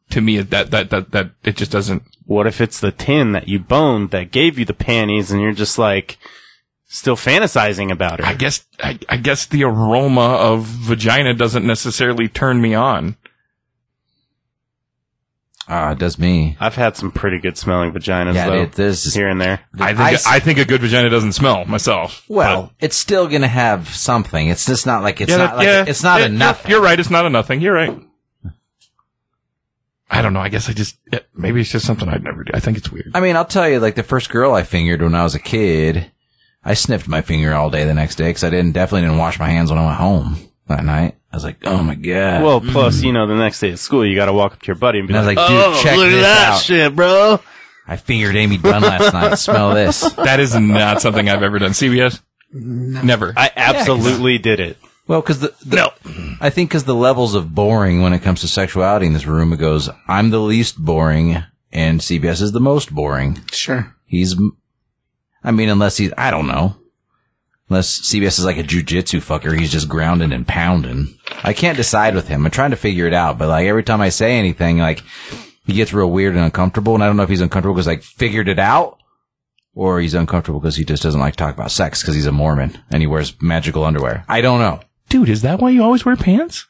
Speaker 4: To me, it- that that that that it just doesn't.
Speaker 3: What if it's the tin that you boned that gave you the panties, and you're just like still fantasizing about
Speaker 4: I
Speaker 3: her?
Speaker 4: guess I, I guess the aroma of vagina doesn't necessarily turn me on.
Speaker 1: Ah, it does me.
Speaker 3: I've had some pretty good smelling vaginas
Speaker 1: Yeah,
Speaker 3: though,
Speaker 1: dude, there's just-
Speaker 3: here and there.
Speaker 4: I think
Speaker 1: I
Speaker 4: I,
Speaker 1: s-
Speaker 4: think a good vagina doesn't smell myself.
Speaker 1: Well, it's still gonna have something. It's just not like it's
Speaker 4: Yeah,
Speaker 1: not like
Speaker 4: yeah,
Speaker 1: it's not
Speaker 4: yeah,
Speaker 1: enough. nothing.
Speaker 4: You're, you're right. It's not a nothing. You're right. I don't know. I guess I just yeah, maybe it's just something I'd never do. I think it's weird.
Speaker 1: I mean, I'll tell you, like the first girl I fingered when I was a kid, I sniffed my finger all day the next day because I didn't definitely didn't wash my hands when I went home that night. I was like, oh my god.
Speaker 3: Well, plus you know, the next day at school, you got to walk up to your buddy and be
Speaker 1: Mm. and I was
Speaker 3: like,
Speaker 1: like, dude, check
Speaker 3: "Look at
Speaker 1: this
Speaker 3: that
Speaker 1: out.
Speaker 3: shit, bro."
Speaker 1: I fingered Amy Dunn last night. Smell this.
Speaker 4: that is not something I've ever done. CBS, never.
Speaker 3: "Oh, I absolutely did it.
Speaker 1: *laughs* Well, because the, the I think because the levels of boring when it comes to sexuality in this room it goes, I'm the least boring, and CBS is the most boring.
Speaker 2: Sure.
Speaker 1: He's, m- I mean, unless he's, I don't know, unless CBS is like a jujitsu fucker, he's just grounding and pounding. I can't decide with him. I'm trying to figure it out, but like every time I say anything, like he gets real weird and uncomfortable, and I don't know if he's uncomfortable because like figured it out. Or he's uncomfortable because he just doesn't like to talk about sex because he's a Mormon and he wears magical underwear. I don't know. *laughs*
Speaker 4: Dude, is that why you always wear pants?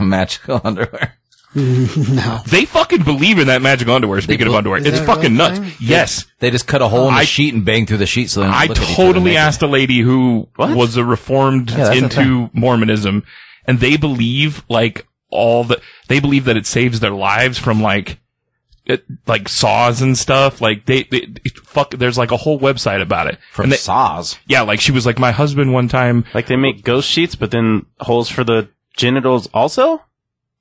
Speaker 1: magical underwear.
Speaker 2: No.
Speaker 4: They fucking believe in that magical underwear. Speaking of
Speaker 1: bel-
Speaker 4: underwear,
Speaker 2: is
Speaker 4: it's
Speaker 2: that a
Speaker 4: fucking
Speaker 2: real
Speaker 4: nuts.
Speaker 2: thing?
Speaker 4: Yes,
Speaker 1: They just cut a hole in the
Speaker 4: I-
Speaker 1: sheet and bang through the sheet. So they don't
Speaker 4: I
Speaker 1: look at each other
Speaker 4: totally
Speaker 1: naked.
Speaker 4: asked a lady who
Speaker 3: What?
Speaker 4: was a reformed
Speaker 1: that's a
Speaker 4: into Mormonism, and they believe like all the they believe that it saves their lives from like it, like saws and stuff. Like they, they it- fuck. There's like a whole website about it.
Speaker 1: from
Speaker 4: and they,
Speaker 1: saws.
Speaker 4: yeah, like she was like my husband one time.
Speaker 3: Like they make ghost sheets, but then holes for the genitals also.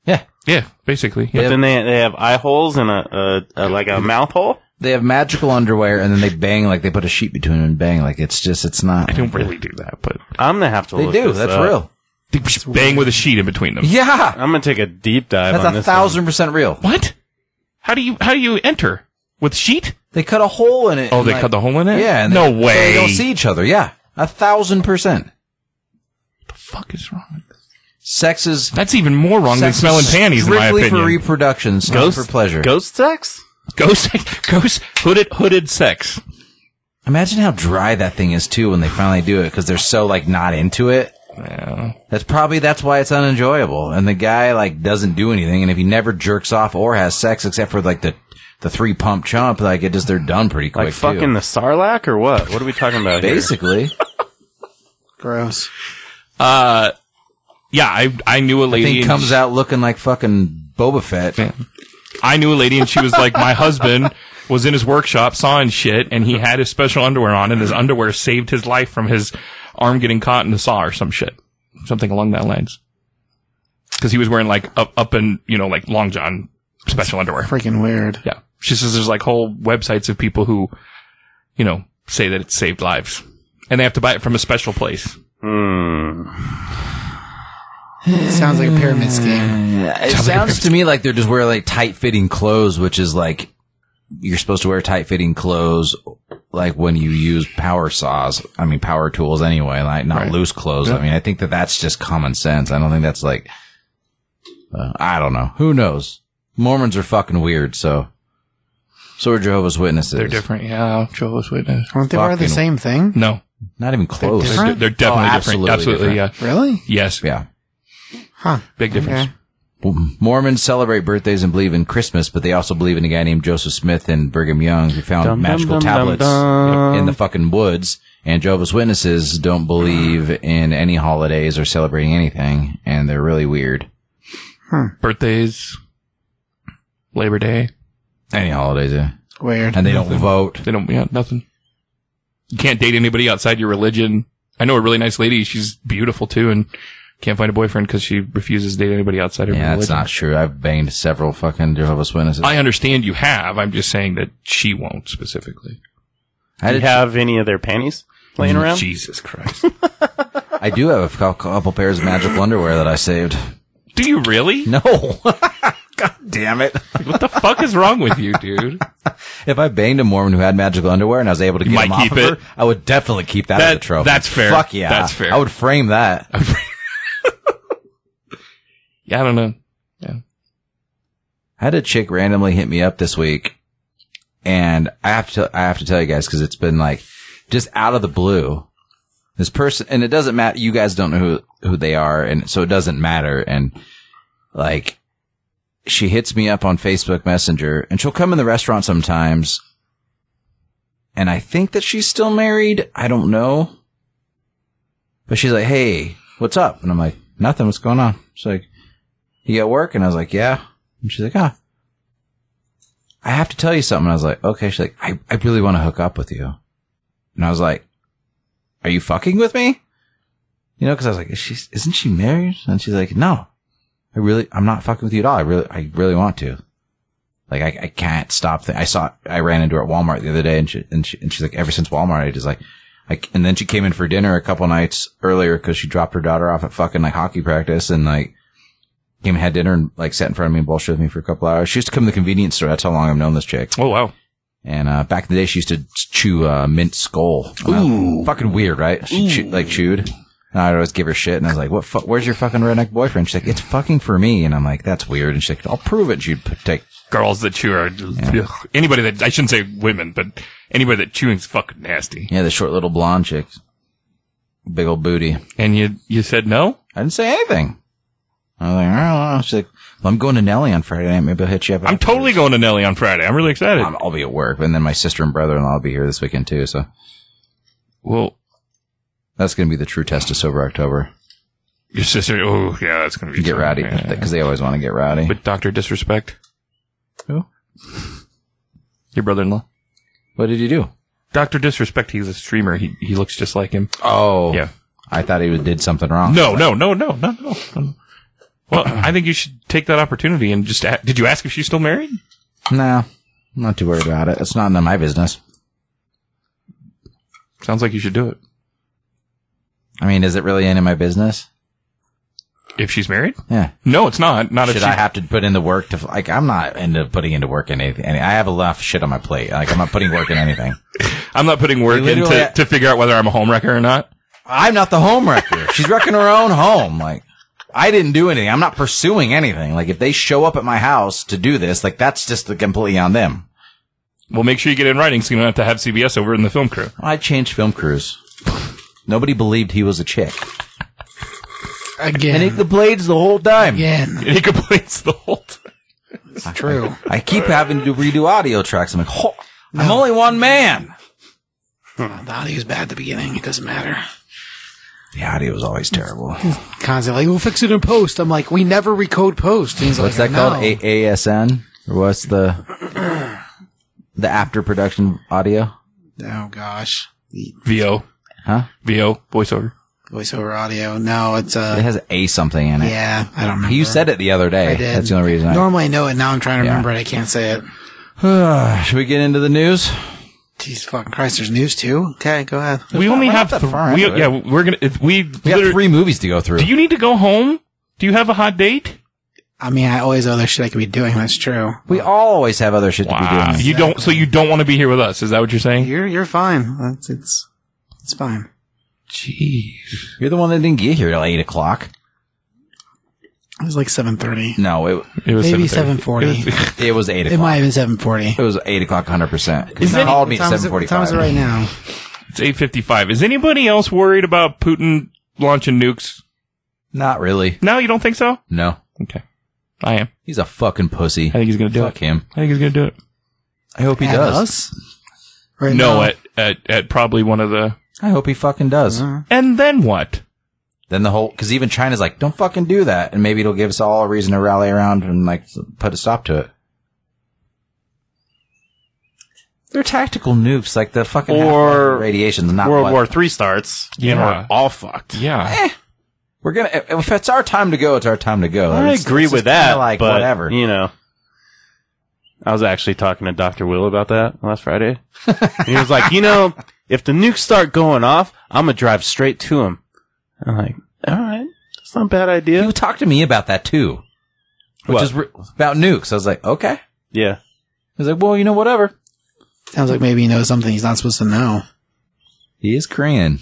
Speaker 1: Yeah,
Speaker 4: Yeah, basically.
Speaker 1: Yeah.
Speaker 4: Yeah.
Speaker 3: But then they they have eye holes and a, a, a like a mouth hole.
Speaker 1: they have magical underwear and then they bang like they put a sheet between them and bang like it's just it's not.
Speaker 4: I don't really do that, but
Speaker 3: I'm gonna have to.
Speaker 1: They
Speaker 3: look
Speaker 1: do.
Speaker 3: this
Speaker 1: That's
Speaker 3: up.
Speaker 1: real.
Speaker 4: they just bang with a sheet in between them.
Speaker 1: Yeah,
Speaker 3: I'm gonna take a deep dive. on
Speaker 1: that's a
Speaker 3: this
Speaker 1: thousand percent real.
Speaker 4: What? How do you how do you enter with sheet?
Speaker 1: They cut a hole in it.
Speaker 4: Oh,
Speaker 1: and,
Speaker 4: they
Speaker 1: like-
Speaker 4: cut the hole in it.
Speaker 1: Yeah, and
Speaker 4: no
Speaker 1: they, so
Speaker 4: way.
Speaker 1: They don't see each other. Yeah, a thousand percent.
Speaker 4: fuck is wrong with this?
Speaker 1: Sex is
Speaker 4: That's even more wrong than
Speaker 1: sex
Speaker 4: smelling
Speaker 1: is
Speaker 4: panties, in my
Speaker 1: strictly
Speaker 4: opinion.
Speaker 1: for reproduction,
Speaker 3: One.
Speaker 1: not for pleasure.
Speaker 3: Ghost sex.
Speaker 4: ghost, ghost, hooded, hooded sex.
Speaker 1: Imagine how dry that thing is too when they finally do it because they're so like not into it.
Speaker 4: Yeah.
Speaker 1: That's probably that's why it's unenjoyable. And the guy like doesn't do anything, and if he never jerks off or has sex except for like the the three pump chump, like it just they're done pretty quick.
Speaker 3: Like fucking
Speaker 1: too.
Speaker 3: the sarlacc or what? What are we talking about here? *laughs*
Speaker 1: basically.
Speaker 2: Gross.
Speaker 4: Uh, yeah, I I knew a lady.
Speaker 1: Thing
Speaker 4: and
Speaker 1: comes
Speaker 4: she-
Speaker 1: out looking like fucking Boba
Speaker 3: *laughs*
Speaker 1: Fett.
Speaker 4: I knew a lady, and she was like, my husband was in his workshop sawing shit, and he had his special underwear on, and his underwear saved his life from his arm getting caught in the saw or some shit, something along that lines. because he was wearing like up up and you know like long john special underwear.
Speaker 2: Freaking weird.
Speaker 4: Yeah, she says there's like whole websites of people who, you know, say that it saved lives, and they have to buy it from a special place.
Speaker 3: Hmm.
Speaker 2: Sounds like a pyramid scheme.
Speaker 1: It sounds to me like they're just wearing like tight fitting clothes, which is like you're supposed to wear tight fitting clothes like when you use power saws. I mean, power tools anyway, like not
Speaker 4: Right.
Speaker 1: loose clothes. I mean, I think that that's just common sense. I don't think that's like, uh, I don't know. Who knows? Mormons are fucking weird. So, so are Jehovah's Witnesses.
Speaker 4: They're different. Yeah, Jehovah's Witness.
Speaker 2: Aren't they wear the
Speaker 1: Fucking-
Speaker 2: same thing?
Speaker 4: No,
Speaker 1: Not even close.
Speaker 4: they're,
Speaker 2: different?
Speaker 4: they're definitely
Speaker 1: Oh,
Speaker 4: different.
Speaker 1: absolutely
Speaker 4: Absolutely,
Speaker 1: different.
Speaker 2: Really?
Speaker 4: yeah. Yes,
Speaker 1: Yeah.
Speaker 2: Huh.
Speaker 4: big difference.
Speaker 2: Okay.
Speaker 1: Mormons celebrate birthdays and believe in Christmas, but they also believe in a guy named Joseph Smith and Brigham Young who found
Speaker 3: Dum,
Speaker 1: magical
Speaker 3: dum, dum,
Speaker 1: tablets
Speaker 3: dum,
Speaker 4: Um,
Speaker 3: dum.
Speaker 1: in the fucking woods. And Jehovah's Witnesses don't believe in any holidays or celebrating anything, and they're really weird.
Speaker 4: Birthdays, Labor Day.
Speaker 1: Any holidays, yeah.
Speaker 2: Weird.
Speaker 1: and they don't vote.
Speaker 4: They don't. Yeah, nothing. You can't date anybody outside your religion. I know a really nice lady. She's beautiful too, and can't find a boyfriend because she refuses to date anybody outside her
Speaker 1: Yeah,
Speaker 4: religion.
Speaker 1: that's not true. I've banged several fucking Jehovah's Witnesses.
Speaker 4: I understand you have. I'm just saying that she won't specifically.
Speaker 1: I,
Speaker 3: Do you
Speaker 1: did,
Speaker 3: have any of their panties laying
Speaker 1: Mm,
Speaker 3: around?
Speaker 4: Jesus Christ. *laughs*
Speaker 1: I do have a cou- couple pairs of magical underwear that I saved.
Speaker 4: Do you really?
Speaker 1: No, *laughs* god damn it!
Speaker 4: What the fuck is wrong with you, dude?
Speaker 1: If I banged a Mormon who had magical underwear and I was able to get
Speaker 4: might
Speaker 1: him off
Speaker 4: keep
Speaker 1: of her,
Speaker 4: it.
Speaker 1: I would definitely keep that, as a
Speaker 4: That-
Speaker 1: trophy.
Speaker 4: that's fair.
Speaker 1: Fuck yeah,
Speaker 4: That's fair.
Speaker 1: I would frame that.
Speaker 4: Yeah, I don't know.
Speaker 1: I had a chick randomly hit me up this week, and I have to I have to tell you guys because it's been like just out of the blue. This person, and it doesn't matter. You guys don't know who who they are, and so it doesn't matter. And like, she hits me up on Facebook Messenger, and she'll come in the restaurant sometimes. And I think that she's still married. I don't know, but she's like, "Hey, what's up?" And I'm like, "Nothing. What's going on?" She's like, "You at work?" And I was like, "Yeah." And she's like, ah, I have to tell you something. I was like, okay. She's like, I, I really want to hook up with you. And I was like, are you fucking with me? You know, cause I was like, is she, isn't she married? And she's like, no, I really, I'm not fucking with you at all. I really, I really want to. Like, I, I can't stop. Th- I saw, I ran into her at Walmart the other day and she, and she, and she's like, ever since Walmart, I just like, like, and then she came in for dinner a couple nights earlier cause she dropped her daughter off at fucking like hockey practice and like, came and had dinner and like sat in front of me and bullshit with me for a couple hours. She used to come to the convenience store. That's how long I've known this chick.
Speaker 4: Oh wow.
Speaker 1: And uh, back in the day, she used to chew uh, mint skull. Ooh, fucking weird, right? She chew, like chewed. And I'd always give her shit, and I was like, "What? Fu- where's your fucking redneck boyfriend?" She's like, "It's fucking for me," and I'm like, "That's weird." And she's like, "I'll prove it." And she'd p- take
Speaker 4: Girls that chew are ugh. anybody that I shouldn't say women, but anybody that chewing's fucking nasty.
Speaker 1: yeah, the short little blonde chick, big old booty.
Speaker 4: And you you said no?
Speaker 1: I didn't say anything. I was like, "Oh," she's like, well, "I'm going to Nelly on Friday night. Maybe I'll hit you up."
Speaker 4: I'm totally going to Nelly on Friday. I'm really excited.
Speaker 1: I'm, I'll be at work, and then my sister and brother-in-law will be here this weekend too. So
Speaker 4: well,
Speaker 1: That's going to be the true test of sober October.
Speaker 4: your sister. Oh yeah, that's gonna be
Speaker 1: Get
Speaker 4: tough.
Speaker 1: rowdy
Speaker 4: Yeah.
Speaker 1: because they always want to get rowdy.
Speaker 4: With Doctor Disrespect. Who? Your brother-in-law.
Speaker 1: What did you do?
Speaker 4: Doctor Disrespect. He's a streamer. He he looks just like him.
Speaker 1: Oh,
Speaker 4: Yeah.
Speaker 1: I thought he was- did something wrong.
Speaker 4: No, no, no, no, no, no. no. Well, I think you should take that opportunity and just. A- Did you ask if she's still married?
Speaker 1: no, I'm not too worried about it. It's not none of my business.
Speaker 4: Sounds like you should do it.
Speaker 1: I mean, is it really any of my business?
Speaker 4: If she's married?
Speaker 1: Yeah.
Speaker 4: No, it's not. Not if
Speaker 1: Should
Speaker 4: she,
Speaker 1: I have to put in the work to like? I'm not into putting into work in anything. I have enough shit on my plate. Like I'm not putting work in anything.
Speaker 4: I'm not putting work
Speaker 1: You
Speaker 4: in
Speaker 1: literally-
Speaker 4: to, to figure out whether I'm a homewrecker or not.
Speaker 1: I'm not the home wrecker. She's wrecking her own home. Like I didn't do anything. I'm not pursuing anything. Like if they show up at my house to do this, like that's just completely on them.
Speaker 4: Well, make sure you get it in writing so you don't have to have CBS over in the film crew. *laughs*
Speaker 1: I changed film crews. Nobody believed he was a chick. And
Speaker 2: Again.
Speaker 1: he the blades the whole time.
Speaker 2: Again.
Speaker 4: And he complains the whole time.
Speaker 2: It's true.
Speaker 1: I keep having to redo audio tracks. I'm like, "Ho- I'm only one man.
Speaker 2: The audio's bad at the beginning. It doesn't matter.
Speaker 1: The audio was always terrible.
Speaker 2: Constantly, like, we'll fix it in post. I'm like, we never recode post. And he's
Speaker 1: What's
Speaker 2: like,
Speaker 1: that called?
Speaker 2: "No."
Speaker 1: A- ASN? Or what's the the after production audio?
Speaker 2: oh gosh.
Speaker 4: VO.
Speaker 1: Huh?
Speaker 4: VO. Voiceover.
Speaker 2: voiceover audio. No, it's
Speaker 1: It
Speaker 2: uh,
Speaker 1: has a something in it.
Speaker 2: yeah, I don't remember.
Speaker 1: You said it the other day.
Speaker 2: I did.
Speaker 1: That's the only reason.
Speaker 2: Normally I know it. Now I'm trying to
Speaker 1: Yeah.
Speaker 2: remember it. I can't say it.
Speaker 1: I... *sighs* Should we get into the news?
Speaker 2: Jeez, fucking Christ! There's news too. Okay, go ahead.
Speaker 4: we only
Speaker 1: we're not
Speaker 4: have
Speaker 1: that
Speaker 4: th-
Speaker 1: far
Speaker 4: we,
Speaker 1: into it.
Speaker 4: yeah. We're gonna if we,
Speaker 1: We got
Speaker 4: literally-
Speaker 1: three movies to go through.
Speaker 4: Do you need to go home? Do you have a hot date?
Speaker 2: I mean, I always other shit I could be doing. That's true.
Speaker 1: We always have other shit to be doing.
Speaker 4: You don't. So you don't want to be here with us? Is that what you're saying?
Speaker 2: You're you're fine. That's it's it's fine.
Speaker 4: Jeez.
Speaker 1: You're the one that didn't get here till eight o'clock.
Speaker 2: It was like seven thirty.
Speaker 1: No, it
Speaker 4: It was
Speaker 2: Maybe
Speaker 4: 7:30.
Speaker 2: 7:40.
Speaker 4: It was-
Speaker 1: it was eight
Speaker 2: It might
Speaker 1: o'clock.
Speaker 2: have been seven forty.
Speaker 1: It was eight o'clock, hundred percent. You
Speaker 4: Isn't it-
Speaker 1: called me at seven
Speaker 2: What time
Speaker 1: forty-five.
Speaker 2: is it right now?
Speaker 4: It's eight fifty-five. Is anybody else worried about Putin launching nukes?
Speaker 1: Not really.
Speaker 4: No, you don't think so?
Speaker 1: No,
Speaker 4: Okay, I am.
Speaker 1: he's a fucking pussy.
Speaker 4: I think he's gonna do
Speaker 1: Fuck
Speaker 4: it.
Speaker 1: him.
Speaker 4: I think he's gonna do it.
Speaker 1: I hope he
Speaker 2: At
Speaker 1: does.
Speaker 2: us? Right
Speaker 4: No,
Speaker 2: now?
Speaker 4: at, at at probably one of the.
Speaker 1: I hope he fucking does.
Speaker 2: Uh,
Speaker 4: And then what?
Speaker 1: Then the whole because even China's like, don't fucking do that, and maybe it'll give us all a reason to rally around and like put a stop to it. They're tactical nukes, like the fucking
Speaker 3: Or-
Speaker 1: radiation's not
Speaker 3: World
Speaker 1: what-
Speaker 3: War Three starts. And
Speaker 4: Yeah.
Speaker 3: we're all fucked.
Speaker 4: Yeah.
Speaker 1: We're gonna if it's our time to go, it's our time to go.
Speaker 3: I
Speaker 1: It's-
Speaker 3: agree
Speaker 1: it's
Speaker 3: with
Speaker 1: just kinda
Speaker 3: that.
Speaker 1: Like
Speaker 3: but,
Speaker 1: whatever.
Speaker 3: You know, I was actually talking to Doctor Will about that
Speaker 1: *laughs*
Speaker 3: last Friday. and he was like, you know, if the nukes start going off, I'm gonna drive straight to him. I'm like, all right, that's not a bad idea.
Speaker 1: You talked to me about that too, which
Speaker 3: What?
Speaker 1: is re- about nukes. I was like, okay. I
Speaker 3: Yeah,
Speaker 1: was like, well, you know, whatever.
Speaker 2: sounds like maybe he knows something he's not supposed to know.
Speaker 1: He is Korean.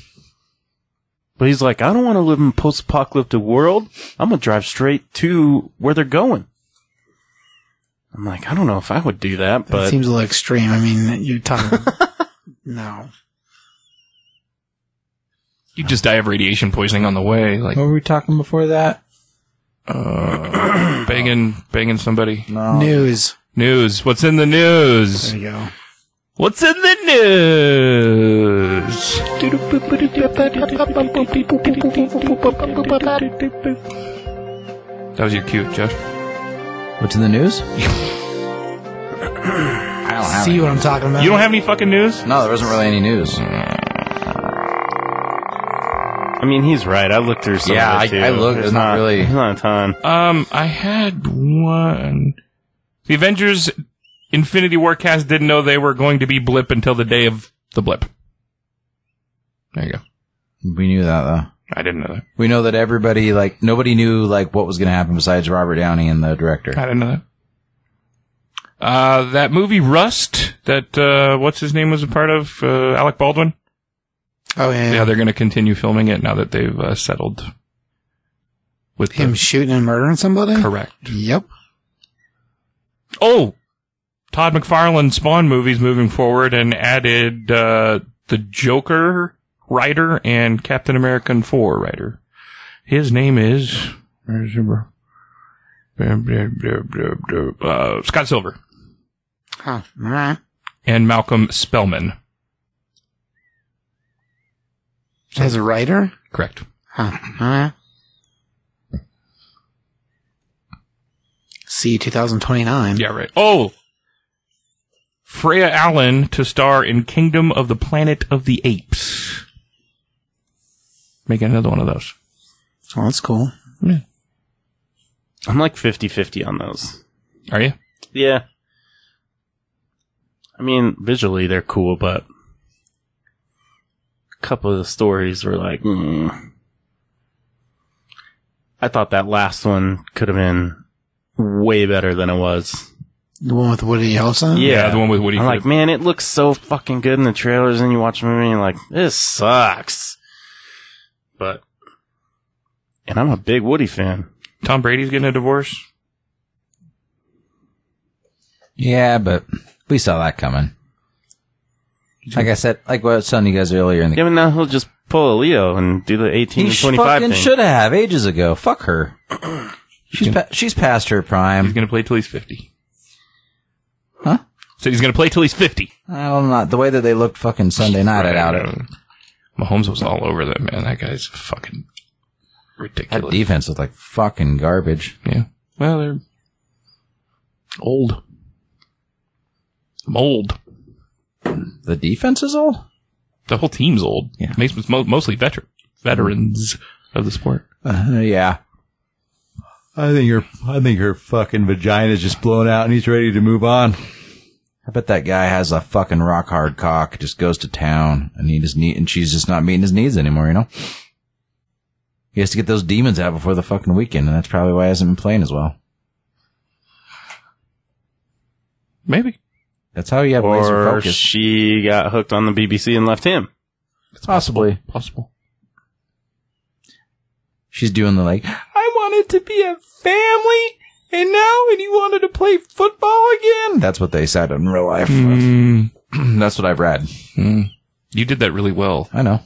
Speaker 3: but he's like, I don't want to live in a post-apocalyptic world. I'm gonna drive straight to where they're going. I'm like, I don't know if I would do that,
Speaker 2: That
Speaker 3: but
Speaker 2: seems a little extreme. I mean, you're talking. no.
Speaker 4: You just die of radiation poisoning on the way, like
Speaker 1: were we talking before that?
Speaker 4: uh, banging banging somebody.
Speaker 1: No.
Speaker 2: News.
Speaker 4: News. What's in the news?
Speaker 2: There you go.
Speaker 4: What's in the news? That was your cue, Josh.
Speaker 1: What's in the *clears throat* news? I don't have
Speaker 2: See
Speaker 1: any.
Speaker 2: what I'm talking about?
Speaker 4: You don't have any fucking news?
Speaker 1: No, there wasn't really any news.
Speaker 3: I mean, he's right. I looked through some.
Speaker 1: Yeah,
Speaker 3: of it,
Speaker 1: I-
Speaker 3: too.
Speaker 1: I looked. It's not really-
Speaker 3: There's not a ton.
Speaker 4: Um, I had one. The Avengers Infinity War cast didn't know they were going to be blip until the day of the blip. There you go.
Speaker 1: We knew that though.
Speaker 4: I didn't know that.
Speaker 1: We know that everybody like nobody knew like what was going to happen besides Robert Downey and the
Speaker 4: I
Speaker 1: director.
Speaker 4: didn't know that. Uh, that movie Rust that, uh, what's his name was a part of? Uh, Alec Baldwin?
Speaker 2: Oh yeah.
Speaker 4: Yeah, they're going to continue filming it now that they've uh, settled with
Speaker 2: Him
Speaker 4: the-
Speaker 2: shooting and murdering somebody.
Speaker 4: correct.
Speaker 2: Yep.
Speaker 4: Oh, Todd McFarlane Spawn movies moving forward and added uh, the Joker writer and Captain American Four writer. His name is where's he bro? Blah, blah, blah, blah, blah. uh, Scott Silver
Speaker 2: Huh. All right.
Speaker 4: and Malcolm Spellman.
Speaker 2: As a writer.
Speaker 4: Correct.
Speaker 2: Huh. All right. See 2029.
Speaker 4: Yeah, right. Oh, Freya Allen to star in Kingdom of the Planet of the Apes. Making another one of those.
Speaker 2: Well, that's cool.
Speaker 3: I'm like 50-50 on those.
Speaker 4: Are you?
Speaker 3: Yeah. I mean, visually they're cool, but a couple of the stories were like, hmm. I thought that last one could have been way better than it was.
Speaker 2: The one with Woody Harrelson.
Speaker 3: Yeah.
Speaker 4: the one with Woody.
Speaker 3: I'm like, man, it looks so fucking good in the trailers, and you watch the movie, and you're like, this sucks. But, and I'm a big Woody fan.
Speaker 4: Tom Brady's getting a divorce.
Speaker 1: Yeah, but we saw that coming. Like I said, like what I was telling you guys earlier in the
Speaker 3: Yeah, but now he'll just pull a Leo and do the 18
Speaker 1: he
Speaker 3: to
Speaker 1: sh-
Speaker 3: 25
Speaker 1: fucking
Speaker 3: thing.
Speaker 1: should have ages ago. Fuck *clears throat* her. She's pa- she's past her
Speaker 4: He's
Speaker 1: prime.
Speaker 4: going to play till he's 50.
Speaker 1: Huh?
Speaker 4: Said he's going to play till he's 50.
Speaker 1: I'm not the way that they looked fucking Sunday night. I doubt it.
Speaker 4: Mahomes was all over that, man. That guy's fucking
Speaker 1: That
Speaker 4: ridiculous.
Speaker 1: defense looked like fucking garbage.
Speaker 4: Yeah. Well, they're old. I'm old.
Speaker 1: The defense is old.
Speaker 4: The whole team's old.
Speaker 1: Yeah.
Speaker 4: Mason's mo- mostly veteran. veterans of the sport.
Speaker 1: Uh, *laughs* yeah. I think her, I think her fucking vagina's just blown out, and he's ready to move on. I bet that guy has a fucking rock hard cock, just goes to town, and he just need, and she's just not meeting his needs anymore. You know, he has to get those demons out before the fucking weekend, and that's probably why he hasn't been playing as well.
Speaker 4: Maybe.
Speaker 1: That's how he had laser
Speaker 3: Or
Speaker 1: focus.
Speaker 3: she got hooked on the BBC and left him.
Speaker 1: It's possibly.
Speaker 4: Possible.
Speaker 1: She's doing the like, I wanted to be a family, and now and he wanted to play football again. That's what they said in real life. Mm. *clears throat* That's what I've read.
Speaker 4: Mm. You did that really well.
Speaker 1: I know.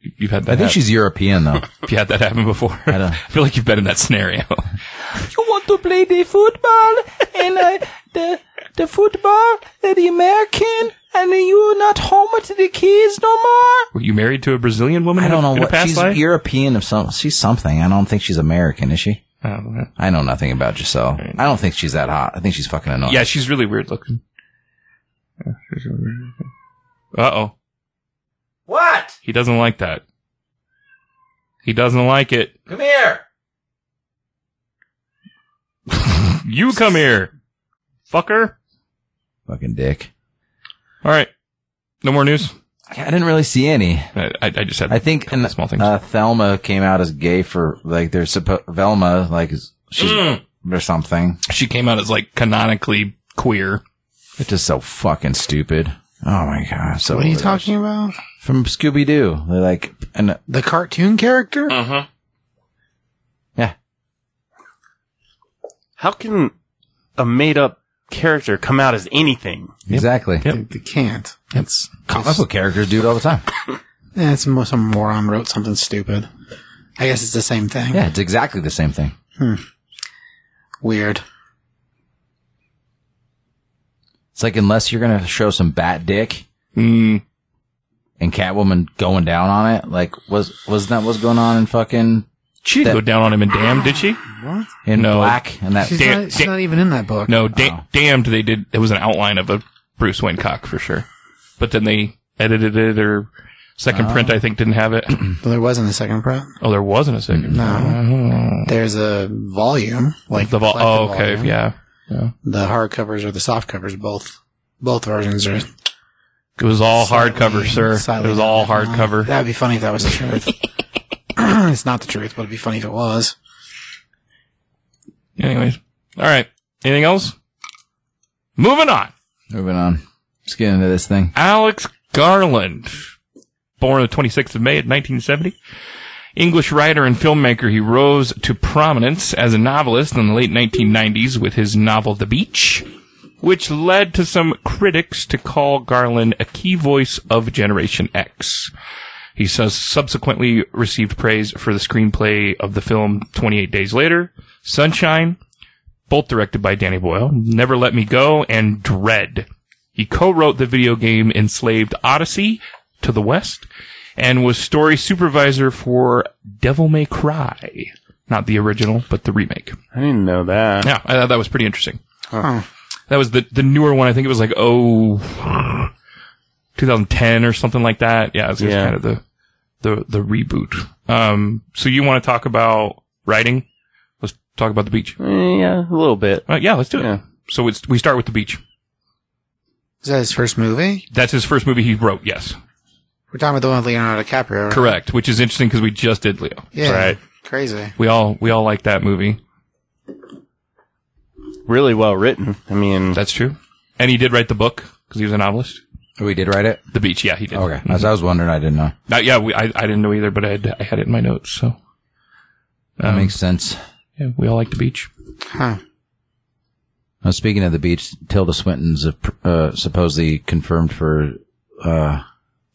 Speaker 4: You- You've had that.
Speaker 1: I think
Speaker 4: hap-
Speaker 1: she's European though.
Speaker 4: If you had that happen before,
Speaker 1: I know.
Speaker 4: *laughs* I feel like you've been in
Speaker 1: *laughs*
Speaker 4: that scenario.
Speaker 1: you want *laughs* to play the football and uh, the the football, uh, the American, and you're not home to the kids no more.
Speaker 4: Were you married to a Brazilian woman?
Speaker 1: I
Speaker 4: in a-
Speaker 1: don't know
Speaker 4: in a
Speaker 1: what
Speaker 4: past
Speaker 1: she's
Speaker 4: life?
Speaker 1: European of some. She's something. I don't think she's American, is she?
Speaker 4: I don't know.
Speaker 1: I know nothing about Giselle. I don't think she's that hot. I think she's fucking annoying.
Speaker 4: Yeah, she's really weird looking. Uh oh. What? He doesn't like that. He doesn't like it. Come here. you come here, fucker.
Speaker 1: Fucking dick.
Speaker 4: All right. No more news.
Speaker 1: I didn't really see any.
Speaker 4: I, I, I just had.
Speaker 1: I think and,
Speaker 4: small things.
Speaker 1: Uh, Thelma came out as gay for like they're supposed Velma like is she's
Speaker 4: Mm.
Speaker 1: or something.
Speaker 4: She came out as like canonically queer.
Speaker 1: It's just so fucking stupid. Oh my god! So
Speaker 2: What are you talking about?
Speaker 1: from Scooby Doo? They're like and uh,
Speaker 2: The cartoon character?
Speaker 4: Uh huh.
Speaker 3: How can a made up character come out as anything?
Speaker 1: exactly.
Speaker 2: They, they can't.
Speaker 4: It's
Speaker 1: That's what characters do it all the time.
Speaker 2: Yeah, it's mo- some moron wrote something stupid. I guess it's the same
Speaker 1: *laughs*
Speaker 2: thing.
Speaker 1: Yeah, it's exactly the same thing.
Speaker 2: Weird.
Speaker 1: It's like unless you're gonna show some bat dick
Speaker 4: mm,
Speaker 1: and Catwoman going down on it, like was wasn't that what's going on in fucking
Speaker 4: she didn't
Speaker 1: That-
Speaker 4: go down on him and damn, did she?
Speaker 2: What?
Speaker 1: in
Speaker 4: No.
Speaker 1: black and that *laughs*
Speaker 2: She's,
Speaker 4: Dan-
Speaker 2: not, she's
Speaker 4: Dan-
Speaker 2: not even in that book.
Speaker 4: No, da-
Speaker 1: Oh.
Speaker 4: damned. They did. It was an outline of a Bruce Wayne cock for sure, but then they edited it or second print. I think didn't have it. *clears throat*
Speaker 2: Well, there wasn't a second print.
Speaker 4: oh, there wasn't a second.
Speaker 2: No. There's a volume. Like
Speaker 4: The vol-
Speaker 2: collected
Speaker 4: oh, okay,
Speaker 2: volume.
Speaker 4: yeah.
Speaker 2: The hardcovers or the soft covers, both. Both versions are
Speaker 4: It was all
Speaker 2: Slightly-
Speaker 4: hardcover, sir. It
Speaker 2: slightly
Speaker 4: was all
Speaker 2: different.
Speaker 4: hardcover.
Speaker 2: That would be funny if that was the
Speaker 4: *laughs*
Speaker 2: truth. *clears throat* it's not the truth, but it'd be funny if it was.
Speaker 4: Anyways, all right. Anything else? Moving on.
Speaker 1: moving on. Let's get into this thing.
Speaker 4: Alex Garland, born on the 26th of May of 1970. English writer and filmmaker, he rose to prominence as a novelist in the late 1990s with his novel The Beach, which led to some critics to call Garland a key voice of Generation X. He sus- subsequently received praise for the screenplay of the film 28 Days Later, Sunshine, both directed by Danny Boyle, Never Let Me Go, and Dread. He co-wrote the video game Enslaved Odyssey to the West and was story supervisor for Devil May Cry. Not the original, but the remake.
Speaker 3: I didn't know that.
Speaker 4: Yeah, I thought that was pretty interesting.
Speaker 2: Huh.
Speaker 4: That was the, the newer one. I think it was like, oh, 2010 or something like that. Yeah, it was, it was
Speaker 3: Yeah.
Speaker 4: kind of the, the, the reboot. Um, so you want to talk about writing? Let's talk about the beach.
Speaker 3: Eh, yeah, a little bit.
Speaker 4: Uh, yeah, let's do it.
Speaker 3: Yeah.
Speaker 4: So it's, we start with the beach.
Speaker 2: Is that his first movie?
Speaker 4: That's his first movie he wrote. Yes.
Speaker 2: We're talking about the one with Leonardo DiCaprio. right?
Speaker 4: Correct, which is interesting because we just did Leo.
Speaker 2: Yeah.
Speaker 3: Right.
Speaker 2: Crazy.
Speaker 4: We all we all like that movie.
Speaker 3: Really well written. I mean,
Speaker 4: That's true. And he did write the book because he was a novelist.
Speaker 1: Oh, We did write it.
Speaker 4: The Beach, yeah, he did.
Speaker 1: Okay, As I was wondering. I didn't know.
Speaker 4: Uh, yeah, we, I I didn't know either, but I had, I had it in my notes. So Um,
Speaker 1: That makes sense.
Speaker 4: yeah, we all like the beach.
Speaker 2: Huh.
Speaker 1: Now, speaking of the beach, Tilda Swinton's uh, pr- uh, supposedly confirmed for uh,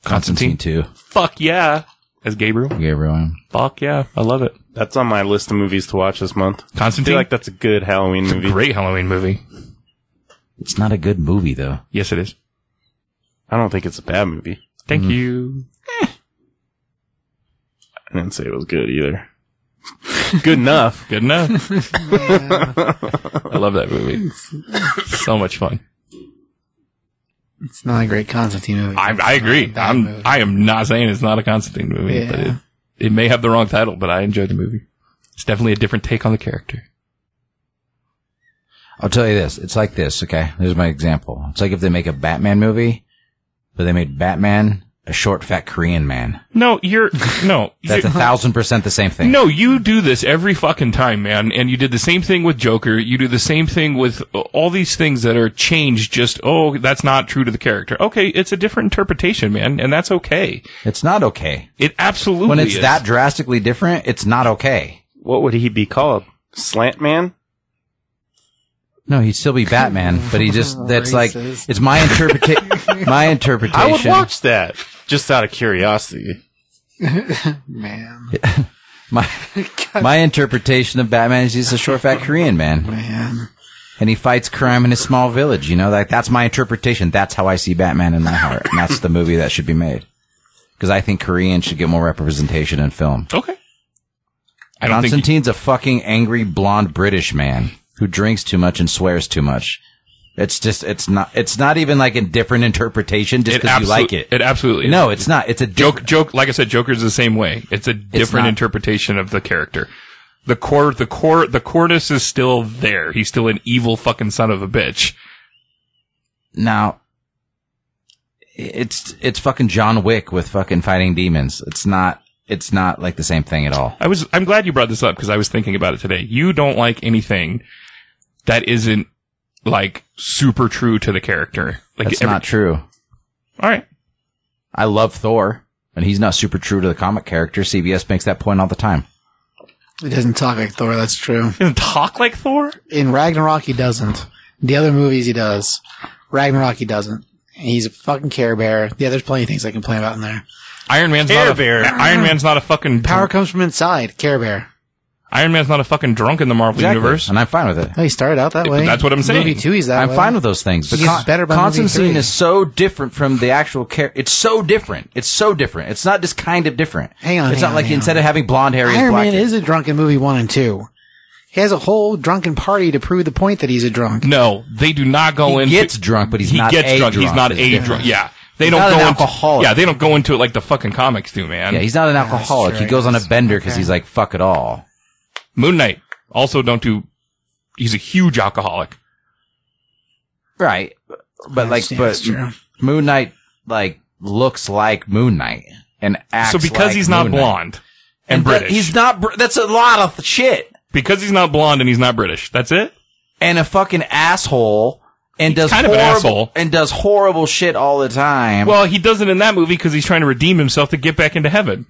Speaker 1: Constantine
Speaker 4: Constantine.
Speaker 1: two.
Speaker 4: Fuck yeah, as Gabriel.
Speaker 1: Gabriel,
Speaker 4: Fuck yeah, I love it.
Speaker 3: that's on my list of movies to watch this month. I
Speaker 4: Constantine,
Speaker 3: feel like that's a good Halloween
Speaker 4: it's a
Speaker 3: movie.
Speaker 4: great Halloween movie.
Speaker 1: it's not a good movie though.
Speaker 4: Yes, it is.
Speaker 3: I don't think it's a bad movie.
Speaker 4: Thank you.
Speaker 3: I didn't say it was good either. *laughs* good enough.
Speaker 4: Good enough. I love that movie. so much fun.
Speaker 2: It's not a great Constantine movie.
Speaker 4: I, I agree.
Speaker 2: Bad
Speaker 4: I'm
Speaker 2: movie.
Speaker 4: I am not saying it's not a Constantine movie, but it,
Speaker 2: Yeah.
Speaker 4: it may have the wrong title, but I enjoyed the movie. It's definitely a different take on the character.
Speaker 1: I'll tell you this. It's like this, okay? Here's my example. It's like if they make a Batman movie, but they made Batman a short, fat Korean man.
Speaker 4: No, *laughs* you're no.
Speaker 1: That's a
Speaker 3: *laughs*
Speaker 4: you're-
Speaker 1: thousand percent the same thing.
Speaker 4: No, you do this every fucking time, man. And you did the same thing with Joker. You do the same thing with uh, all these things that are changed. Just oh, that's not true to the character. Okay, it's a different interpretation, man, and that's okay.
Speaker 1: It's not okay.
Speaker 4: It absolutely
Speaker 1: When it's
Speaker 4: is.
Speaker 1: that drastically different, it's not okay.
Speaker 3: What would he be called? Slant man?
Speaker 1: No, he'd still be Batman, but he
Speaker 3: *laughs*
Speaker 1: just, that's like,
Speaker 2: Racist.
Speaker 1: it's my interpretation, my interpretation.
Speaker 3: I would watch that just out of curiosity.
Speaker 2: Man.
Speaker 1: my, my interpretation of Batman is he's a short, fat Korean man,
Speaker 2: Man.
Speaker 1: and he fights crime in his small village. You know, like that's my interpretation. That's how I see Batman in my heart, and that's the movie that should be made. Because I think Koreans should get more representation in film.
Speaker 4: okay. I don't think
Speaker 1: Constantine's a fucking angry blonde British man who drinks too much and swears too much. It's just, it's not, it's not even like a different interpretation just because you
Speaker 4: absolu-
Speaker 1: like it.
Speaker 4: It absolutely is.
Speaker 1: no, it's not. It's a
Speaker 4: Joke,
Speaker 1: joke.
Speaker 4: joke. Like I said, Joker's the same way. It's a different
Speaker 1: not.
Speaker 4: interpretation of the character. The core, the core, the coreness is still there. He's still an evil fucking son of a bitch.
Speaker 1: Now, it's it's fucking John Wick with fucking fighting demons. It's not, it's not like the same thing at all.
Speaker 4: I was. I'm glad you brought this up because I was thinking about it today. You don't like anything that isn't like super true to the character. Like
Speaker 1: That's
Speaker 4: every-
Speaker 1: not true.
Speaker 4: All right.
Speaker 1: I love Thor, and he's not super true to the comic character. CBS makes that point all the time.
Speaker 2: He doesn't talk like Thor, that's true.
Speaker 4: He doesn't talk like Thor.
Speaker 2: In Ragnarok, he doesn't. The other movies, he does. Ragnarok, he doesn't. He's a fucking Care Bear. Yeah, there's plenty of things I can complain about in there.
Speaker 4: Iron Man's
Speaker 3: Air
Speaker 4: not a
Speaker 3: Bear.
Speaker 4: Iron Man's not a fucking
Speaker 2: Power comes from inside. Care Bear.
Speaker 4: Iron Man's not a fucking drunk in the Marvel
Speaker 1: Exactly.
Speaker 4: universe.
Speaker 1: and I'm fine with it.
Speaker 2: No, Oh, he started out that
Speaker 4: Yeah,
Speaker 2: way.
Speaker 4: but that's what I'm saying.
Speaker 2: Movie two, he's that
Speaker 1: I'm
Speaker 2: way.
Speaker 1: fine with those things. But
Speaker 2: He gets better by movie
Speaker 1: Constantine
Speaker 2: three.
Speaker 1: is so different from the actual character. It's so different. It's so different. It's not just kind of different.
Speaker 2: Hang on,
Speaker 1: It's
Speaker 2: hang
Speaker 1: not
Speaker 2: on,
Speaker 1: like
Speaker 2: hang
Speaker 1: instead
Speaker 2: on.
Speaker 1: of having blonde hair, he has
Speaker 2: Iron
Speaker 1: black
Speaker 2: Man
Speaker 1: hair.
Speaker 2: is a drunk in movie one and two. He has a whole drunken party to prove the point that he's a
Speaker 4: *laughs*
Speaker 2: drunk.
Speaker 4: No, they do not go
Speaker 1: He
Speaker 4: into.
Speaker 1: gets drunk, but he's
Speaker 4: he
Speaker 1: not
Speaker 4: gets
Speaker 1: a
Speaker 4: drunk. He's
Speaker 1: drunk.
Speaker 4: not
Speaker 1: It's
Speaker 4: a
Speaker 1: different.
Speaker 4: drunk. Yeah, they
Speaker 1: He's
Speaker 4: don't
Speaker 1: not
Speaker 4: go
Speaker 1: an
Speaker 4: into.
Speaker 1: alcoholic.
Speaker 4: Yeah, they don't go into it like the fucking comics do, man.
Speaker 1: Yeah, he's not an alcoholic. he
Speaker 2: true,
Speaker 1: goes
Speaker 2: I
Speaker 1: on a
Speaker 2: guess.
Speaker 1: bender because he's like, fuck it all.
Speaker 4: Moon Knight also don't do. He's a huge alcoholic.
Speaker 1: Right. But like,
Speaker 2: understand,
Speaker 1: but
Speaker 2: that's true.
Speaker 1: Moon Knight, like, looks like Moon Knight and acts
Speaker 4: so because
Speaker 1: like
Speaker 4: he's not
Speaker 1: Moon Knight.
Speaker 4: blonde and,
Speaker 1: But
Speaker 4: British,
Speaker 1: He's not, Br- that's a lot of shit.
Speaker 4: because he's not blonde and he's not British. That's it.
Speaker 1: and a fucking asshole and does
Speaker 4: kind of an
Speaker 1: horrible,
Speaker 4: asshole.
Speaker 1: and does horrible shit all the time.
Speaker 4: Well, he does it in that movie because he's trying to redeem himself to get back into heaven.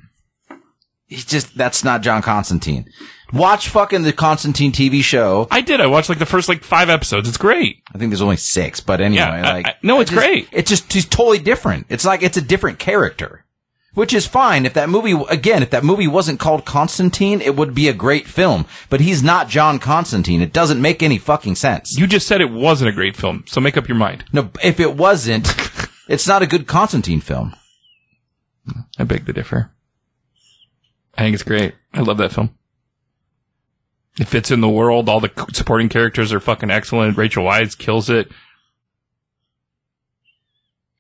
Speaker 1: he's just that's not John Constantine. Watch fucking the Constantine TV show.
Speaker 4: I did. I watched like the first like five episodes. It's great.
Speaker 1: I think there's only six, but anyway,
Speaker 4: Yeah. I-
Speaker 1: like
Speaker 4: I- no, it's
Speaker 1: I just-
Speaker 4: great.
Speaker 1: It's just he's totally different. It's like it's a different character, which is fine. If that movie again, if that movie wasn't called Constantine, it would be a great film. But he's not John Constantine. It doesn't make any fucking sense.
Speaker 4: You just said it wasn't a great film, so make up your mind.
Speaker 1: no, if it wasn't, it's not a good Constantine film.
Speaker 4: I beg to differ. I think it's great. I love that film. It fits in the world. All the c- supporting characters are fucking excellent. Rachel Weisz kills it.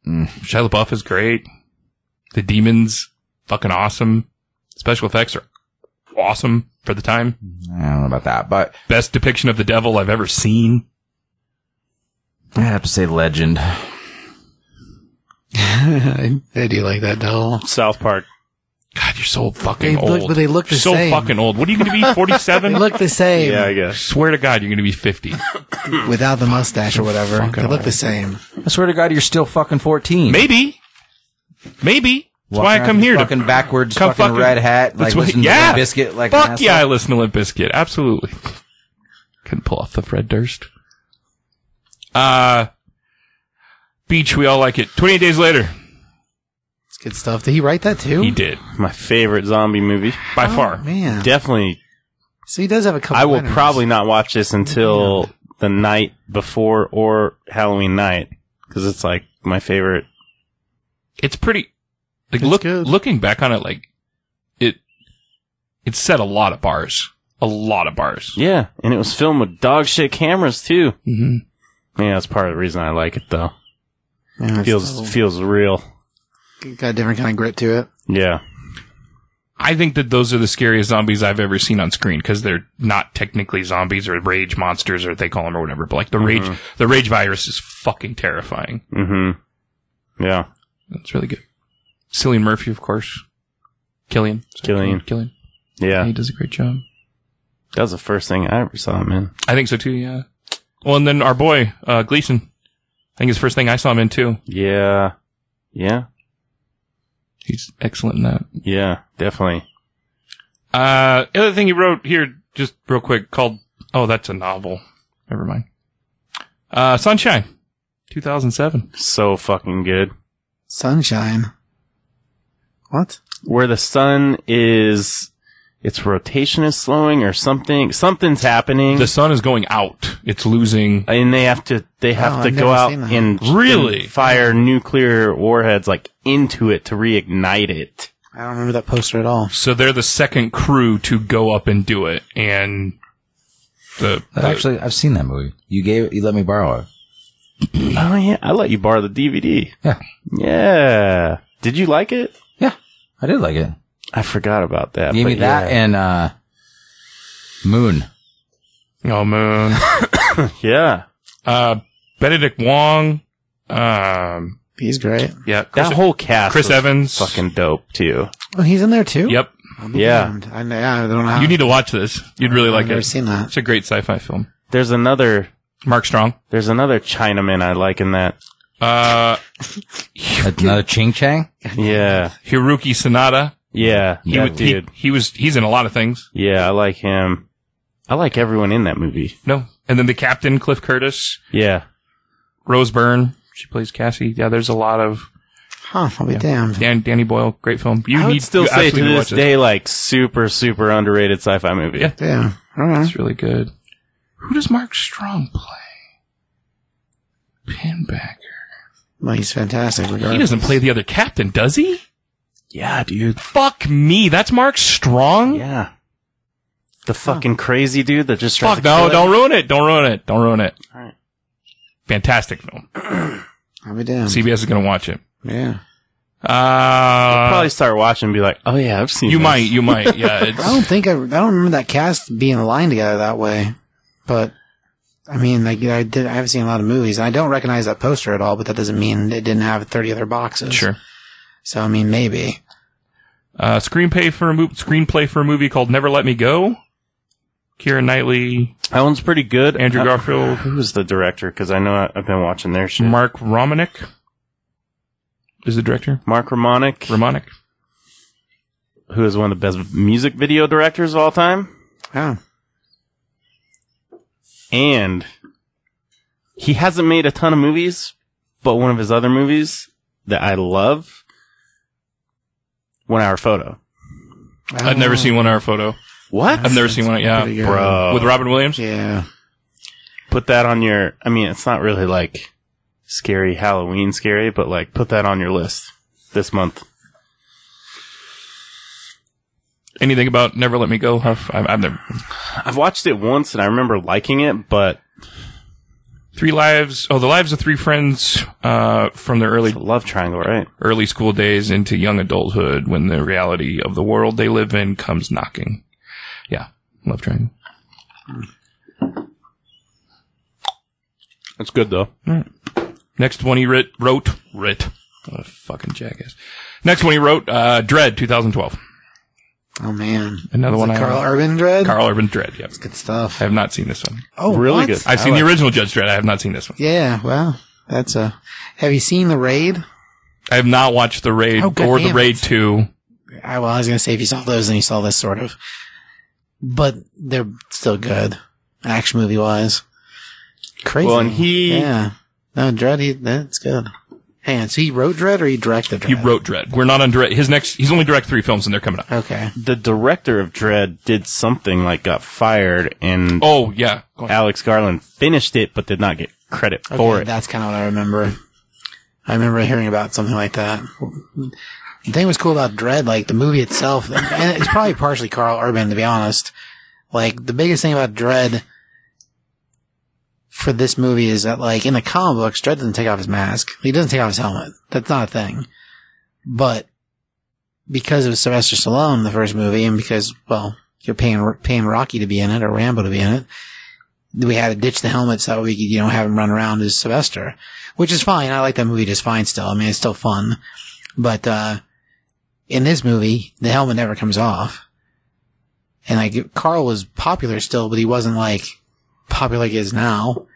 Speaker 4: Mm, Shia LaBeouf is great. The demons fucking awesome. Special effects are awesome for the time.
Speaker 1: I don't know about that, but
Speaker 4: Best depiction of the devil I've ever seen.
Speaker 1: I have to say legend.
Speaker 2: I do like that doll.
Speaker 3: South Park.
Speaker 4: God, you're so fucking
Speaker 2: They
Speaker 4: old.
Speaker 2: look, but they look the
Speaker 4: you're so
Speaker 2: same.
Speaker 4: fucking old. What are you going
Speaker 2: *laughs*
Speaker 4: to be?
Speaker 2: they
Speaker 4: 47?
Speaker 2: look the same
Speaker 3: Yeah, I guess.
Speaker 4: Swear to God, you're going to be 50.
Speaker 2: without the mustache or whatever.
Speaker 4: Fucking
Speaker 2: They look
Speaker 4: old.
Speaker 2: the same.
Speaker 1: I swear to God, you're still fucking 14.
Speaker 4: Maybe. Maybe. That's
Speaker 1: Walking
Speaker 4: why I
Speaker 1: around
Speaker 4: come
Speaker 1: with
Speaker 4: here to
Speaker 1: Fucking backwards,
Speaker 4: come
Speaker 1: fucking, red hat, like
Speaker 4: That's what-
Speaker 1: listen
Speaker 4: yeah.
Speaker 1: to Biscuit, like an
Speaker 4: Fuck
Speaker 1: asshole.
Speaker 4: yeah, I listen to Limp Bizkit. Absolutely. Couldn't pull off the Fred Durst. Uh, Beach, we all like it. 28 days later,
Speaker 2: It's good stuff. Did he write that too?
Speaker 4: he did.
Speaker 3: My favorite zombie movie.
Speaker 4: By
Speaker 2: Oh,
Speaker 4: far.
Speaker 2: man.
Speaker 3: Definitely.
Speaker 2: so he does have a couple.
Speaker 3: I will
Speaker 2: winners.
Speaker 3: probably not watch this until the night before or Halloween night because it's like my favorite.
Speaker 4: It's pretty, like,
Speaker 2: It's
Speaker 4: look,
Speaker 2: good.
Speaker 4: looking back on it, like, it, it set a lot of bars. A lot of bars.
Speaker 3: Yeah, and it was filmed with dog shit cameras too.
Speaker 4: Mm-hmm.
Speaker 3: Yeah, that's part of the reason I like it though.
Speaker 2: Yeah, it's
Speaker 3: Feels feels real.
Speaker 2: got a different kind of grit to it.
Speaker 3: Yeah.
Speaker 4: I think that those are the scariest zombies I've ever seen on screen because they're not technically zombies or rage monsters or they call them or whatever. But like the rage, the rage virus is fucking terrifying.
Speaker 3: Mm-hmm. Yeah.
Speaker 4: That's really good. Cillian Murphy, of course. Killian.
Speaker 3: Killian.
Speaker 4: Killian.
Speaker 3: Yeah.
Speaker 4: He does a great job.
Speaker 3: That was the first thing I ever saw, man.
Speaker 4: I think so too. Yeah. Well, and then our boy uh, Gleason. I think his first thing I saw him in too.
Speaker 3: Yeah. Yeah.
Speaker 4: He's excellent in that.
Speaker 3: Yeah. Definitely.
Speaker 4: Uh, the other thing he wrote here, just real quick, called oh, that's a novel. Never mind. Uh, Sunshine, 2007.
Speaker 3: So fucking good.
Speaker 2: Sunshine. What?
Speaker 3: Where the sun is, its rotation is slowing or something. Something's happening.
Speaker 4: The sun is going out. It's losing.
Speaker 3: and they have to they have
Speaker 2: Oh,
Speaker 3: to
Speaker 2: I've
Speaker 3: go
Speaker 2: never
Speaker 3: out
Speaker 2: seen that.
Speaker 3: and
Speaker 4: Really?
Speaker 3: and fire nuclear warheads like into it to reignite it.
Speaker 2: I don't remember that poster at all.
Speaker 4: So they're the second crew to go up and do it, and the,
Speaker 1: That
Speaker 4: the-
Speaker 1: actually, I've seen that movie. You gave, you let me borrow it.
Speaker 3: Oh yeah, I let you borrow the DVD.
Speaker 1: Yeah.
Speaker 3: Yeah. Did you like it?
Speaker 1: I did like it.
Speaker 3: I forgot about that.
Speaker 1: Gave
Speaker 3: but
Speaker 1: me that
Speaker 3: yeah.
Speaker 1: and uh, Moon.
Speaker 4: oh man,
Speaker 3: yeah.
Speaker 4: uh, Benedict Wong, um,
Speaker 2: He's great.
Speaker 4: yeah, Chris,
Speaker 3: That whole cast
Speaker 4: Chris
Speaker 3: was
Speaker 4: Evans,
Speaker 3: fucking dope too.
Speaker 2: Oh, he's in there too.
Speaker 4: yep.
Speaker 2: I'll be
Speaker 3: Yeah.
Speaker 2: damned. I, kn- I don't know. How.
Speaker 4: You need to watch this. You'd really
Speaker 2: I've
Speaker 4: like
Speaker 2: never
Speaker 4: it.
Speaker 2: seen that.
Speaker 4: It's a great sci-fi film.
Speaker 3: There's another
Speaker 4: Mark Strong.
Speaker 3: there's another Chinaman I like in that.
Speaker 4: Uh,
Speaker 1: That's another Ching Chang.
Speaker 3: Yeah.
Speaker 4: Hiroki Sanada.
Speaker 3: Yeah.
Speaker 4: He,
Speaker 3: that
Speaker 4: would- he-
Speaker 3: dude.
Speaker 4: he was he's in a lot of things.
Speaker 3: yeah, I like him. I like everyone in that movie.
Speaker 4: No, and then the captain Cliff Curtis,
Speaker 3: Yeah.
Speaker 4: Rose Byrne, she plays Cassie. Yeah, there's a lot of
Speaker 2: Huh? I'll be damned.
Speaker 4: Dan, Danny Boyle, great film. You
Speaker 3: I
Speaker 4: need
Speaker 3: would still
Speaker 4: you
Speaker 3: say to
Speaker 4: absolutely
Speaker 3: this
Speaker 4: watch it.
Speaker 3: day, like super, super underrated sci-fi movie.
Speaker 4: Yeah.
Speaker 2: Yeah. All right.
Speaker 4: it's really good. Who does Mark Strong play? Pinbacker.
Speaker 2: Well, he's fantastic.
Speaker 4: He
Speaker 2: Regardless.
Speaker 4: doesn't play the other captain, does he?
Speaker 3: Yeah, dude.
Speaker 4: Fuck me, that's Mark Strong.
Speaker 3: Yeah. The fucking crazy dude that just tries
Speaker 4: Fuck
Speaker 3: to
Speaker 4: no!
Speaker 3: kill
Speaker 4: Don't ruin it! Don't ruin it! Don't ruin it!
Speaker 3: All right.
Speaker 4: Fantastic film.
Speaker 3: Mm.
Speaker 2: I'll be damned.
Speaker 4: CBS is gonna watch it.
Speaker 2: yeah.
Speaker 3: I'll
Speaker 4: Uh,
Speaker 3: probably start watching and be like, oh yeah, I've seen.
Speaker 4: you
Speaker 3: this.
Speaker 4: might,
Speaker 3: *laughs*
Speaker 4: you might. Yeah, it's,
Speaker 2: I don't think I. I don't remember that cast being aligned together that way. But I mean, like I did. I've seen a lot of movies. And I don't recognize that poster at all. But that doesn't mean it didn't have thirty other boxes.
Speaker 4: sure.
Speaker 2: So I mean, maybe.
Speaker 4: Uh, screenplay for a mo- screenplay for a movie called Never Let Me Go. Kira Knightley,
Speaker 3: That one's pretty good.
Speaker 4: Andrew
Speaker 3: Uh,
Speaker 4: Garfield.
Speaker 3: Who's the director? Because I know I- I've been watching their shit.
Speaker 4: Mark Romanek is the director.
Speaker 3: Mark Romanick,
Speaker 4: Romanek.
Speaker 3: who is one of the best music video directors of all time,
Speaker 2: Oh,
Speaker 3: and he hasn't made a ton of movies, but one of his other movies that I love, One Hour Photo.
Speaker 4: I've
Speaker 2: Oh.
Speaker 4: never seen one hour photo.
Speaker 3: What?
Speaker 4: I've never seen one.
Speaker 2: pretty
Speaker 4: Yeah,
Speaker 2: good.
Speaker 3: Bro.
Speaker 4: with Robin Williams.
Speaker 2: Yeah.
Speaker 3: put that on your I mean it's not really like scary Halloween scary, but like put that on your list this month.
Speaker 4: Anything about Never Let Me Go? I've, I've, I've never.
Speaker 3: I've watched it once and I remember liking it, but
Speaker 4: Three lives. Oh, the lives of three friends uh, from their early
Speaker 3: it's a love triangle, right?
Speaker 4: early school days into young adulthood when the reality of the world they live in comes knocking. Yeah, love triangle.
Speaker 3: It's good though.
Speaker 4: Next one he writ, wrote, writ. What a fucking jackass. Next one he wrote, uh, Dread, 2012.
Speaker 2: Oh man.
Speaker 4: Another
Speaker 2: Is
Speaker 4: one
Speaker 2: it
Speaker 4: I
Speaker 2: Carl
Speaker 4: like.
Speaker 2: Urban Dread.
Speaker 4: Carl Urban Dread, yep.
Speaker 2: Good
Speaker 4: I
Speaker 2: stuff.
Speaker 4: have not seen this one.
Speaker 2: Oh,
Speaker 3: really
Speaker 2: what?
Speaker 3: good.
Speaker 4: I've seen the original Judge Dredd. I have not seen this one.
Speaker 2: Yeah. Well, that's a. Have you seen the raid?
Speaker 4: I have not watched The Raid
Speaker 2: Oh, God
Speaker 4: or The
Speaker 2: damn
Speaker 4: Raid
Speaker 2: it.
Speaker 4: 2.
Speaker 2: I, well, I was gonna say if you saw those, then you saw this sort of, but they're still good, action movie wise. Crazy.
Speaker 3: Well and he
Speaker 2: yeah, no Dread. He, that's good. Hang on, so he wrote Dread or he directed Dread?
Speaker 4: He wrote Dread. We're not on Dread. His next, he's only direct three films and they're coming up.
Speaker 2: Okay.
Speaker 3: the director of Dread did something like got fired and
Speaker 4: Oh, yeah. Go ahead.
Speaker 3: Alex Garland finished it but did not get credit
Speaker 2: okay
Speaker 3: for it.
Speaker 2: That's kind of what I remember. I remember hearing about something like that. The thing was cool about Dread, like the movie itself, and it's probably partially Carl Urban, to be honest. Like the biggest thing about Dread for this movie is that, like in the comic books, Dread doesn't take off his mask. He doesn't take off his helmet. That's not a thing. But because it was Sylvester Stallone, the first movie, and because, well, you're paying, paying Rocky to be in it or Rambo to be in it, we had to ditch the helmet so we could, you know, have him run around as Sylvester, which is fine. I like that movie just fine still. I mean, it's still fun. But, uh, in this movie, the helmet never comes off. And like, Carl was popular still, but he wasn't like popular like he is now.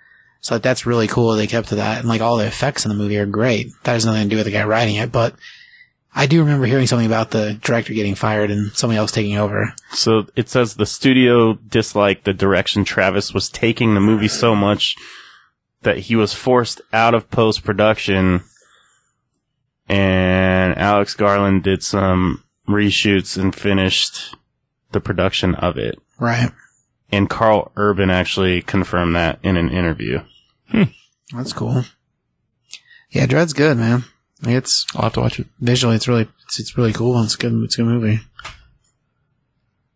Speaker 2: So like, that's really cool they kept to that. And like, all the effects in the movie are great. That has nothing to do with the guy writing it, but I do remember hearing something about the director getting fired and somebody else taking over.
Speaker 3: So it says the studio disliked the direction Travis was taking the movie so much that he was forced out of post production. And Alex Garland did some reshoots and finished the production of it.
Speaker 2: Right.
Speaker 3: And Carl Urban actually confirmed that in an interview.
Speaker 2: That's cool. Yeah, Dread's good, man. Like, It's
Speaker 4: I'll have to watch it.
Speaker 2: visually, it's really, it's, it's really cool. and It's good. It's a good movie.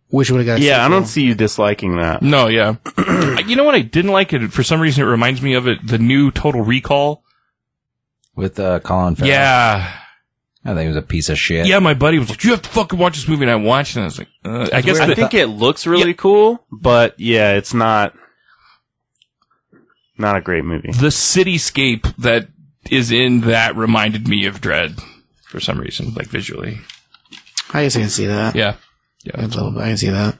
Speaker 2: Wish would have got. A
Speaker 3: yeah, I
Speaker 2: sequel.
Speaker 3: don't see you disliking that.
Speaker 4: No, yeah. *clears throat* you know what? I didn't like it. For some reason, it reminds me of it. The new Total Recall.
Speaker 1: with uh, Colin Farrell.
Speaker 4: Yeah,
Speaker 1: I think it was a piece of shit.
Speaker 4: yeah. My buddy was like, "You have to fucking watch this movie," and I watched it. and I was like, uh, "I guess."
Speaker 3: I
Speaker 4: The,
Speaker 3: think it looks really cool, but yeah, it's not not a great movie
Speaker 4: the cityscape that is in that reminded me of Dread for some reason, like visually.
Speaker 2: I guess I can see that.
Speaker 4: Yeah.
Speaker 2: I can tell- I can see that.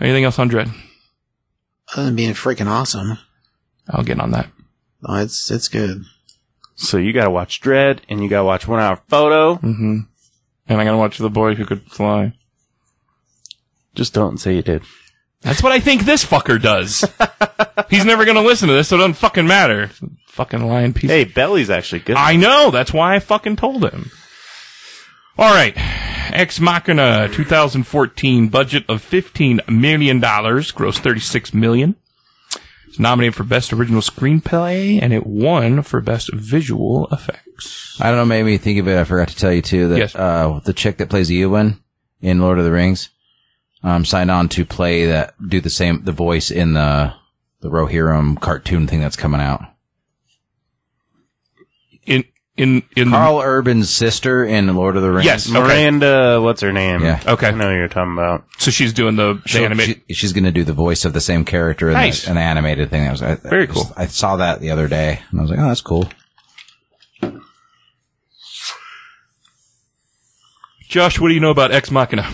Speaker 4: Anything else on Dread?
Speaker 2: Other than being freaking awesome,
Speaker 4: I'll get on that.
Speaker 2: oh, it's it's good.
Speaker 3: So you gotta watch Dread, and you gotta watch One Hour Photo.
Speaker 1: Mm.
Speaker 4: Mm-hmm. And I gotta watch The Boy Who Could Fly.
Speaker 3: Just don't say you did.
Speaker 4: That's what I think this fucker does. He's never gonna listen to this, so it doesn't fucking matter. Fucking lying piece.
Speaker 3: Hey, Belly's actually good.
Speaker 4: I know. That's why I fucking told him. All right. Ex Machina 2014 budget of 15 million dollars, gross 36 million. It's nominated for best original screenplay and it won for best visual effects.
Speaker 1: I don't know. Made me think of it. I forgot to tell you too that
Speaker 4: Yes.
Speaker 1: uh, the chick that plays Ewan in Lord of the Rings um, signed on to play that, do the same, the voice in the the Rohirrim cartoon thing that's coming out.
Speaker 4: In in in
Speaker 1: Carl Urban's sister in Lord of the Rings.
Speaker 4: Mm-hmm. Yes. Okay.
Speaker 3: Miranda, what's her name?
Speaker 1: Yeah.
Speaker 3: I
Speaker 4: Okay.
Speaker 3: know who you're talking about.
Speaker 4: So she's doing the, the
Speaker 1: She'll-
Speaker 4: animate.
Speaker 1: she- she's going to do the voice of the same character in,
Speaker 4: Nice.
Speaker 1: the, in the animated thing. That was I,
Speaker 4: Very
Speaker 1: I just-
Speaker 4: cool.
Speaker 1: I saw that the other day, and I was like, "Oh, that's cool."
Speaker 4: Josh, what do you know about Ex Machina?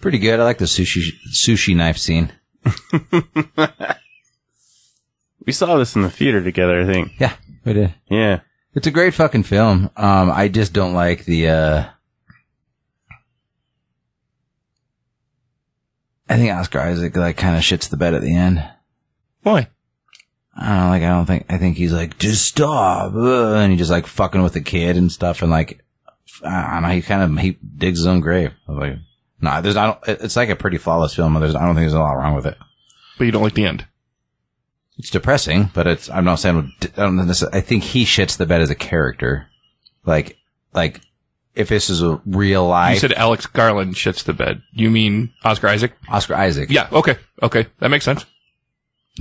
Speaker 1: Pretty good. I like the sushi sushi knife scene.
Speaker 3: We saw this in the theater together, I think.
Speaker 1: Yeah, we did.
Speaker 3: Yeah.
Speaker 1: It's a great fucking film. Um, I just don't like the. Uh, I think Oscar Isaac like kind of shits the bed at the end.
Speaker 4: Why?
Speaker 1: I don't know, Uh, like. I don't think. I think he's like just stop, uh, and he just like fucking with the kid and stuff, and like I don't know. He kind of he digs his own grave. I'm like, nah, there's. I don't. It's like a pretty flawless film. and There's. I don't think there's a lot wrong with it.
Speaker 4: But you don't like the end.
Speaker 1: It's depressing, but it's. I'm not saying. I don't. necess- I think he shits the bed as a character. Like, like if this is a real
Speaker 4: You
Speaker 1: life
Speaker 4: said Alex Garland shits the bed. You mean Oscar Isaac?
Speaker 1: Oscar Isaac.
Speaker 4: Yeah. Okay. Okay. That makes sense.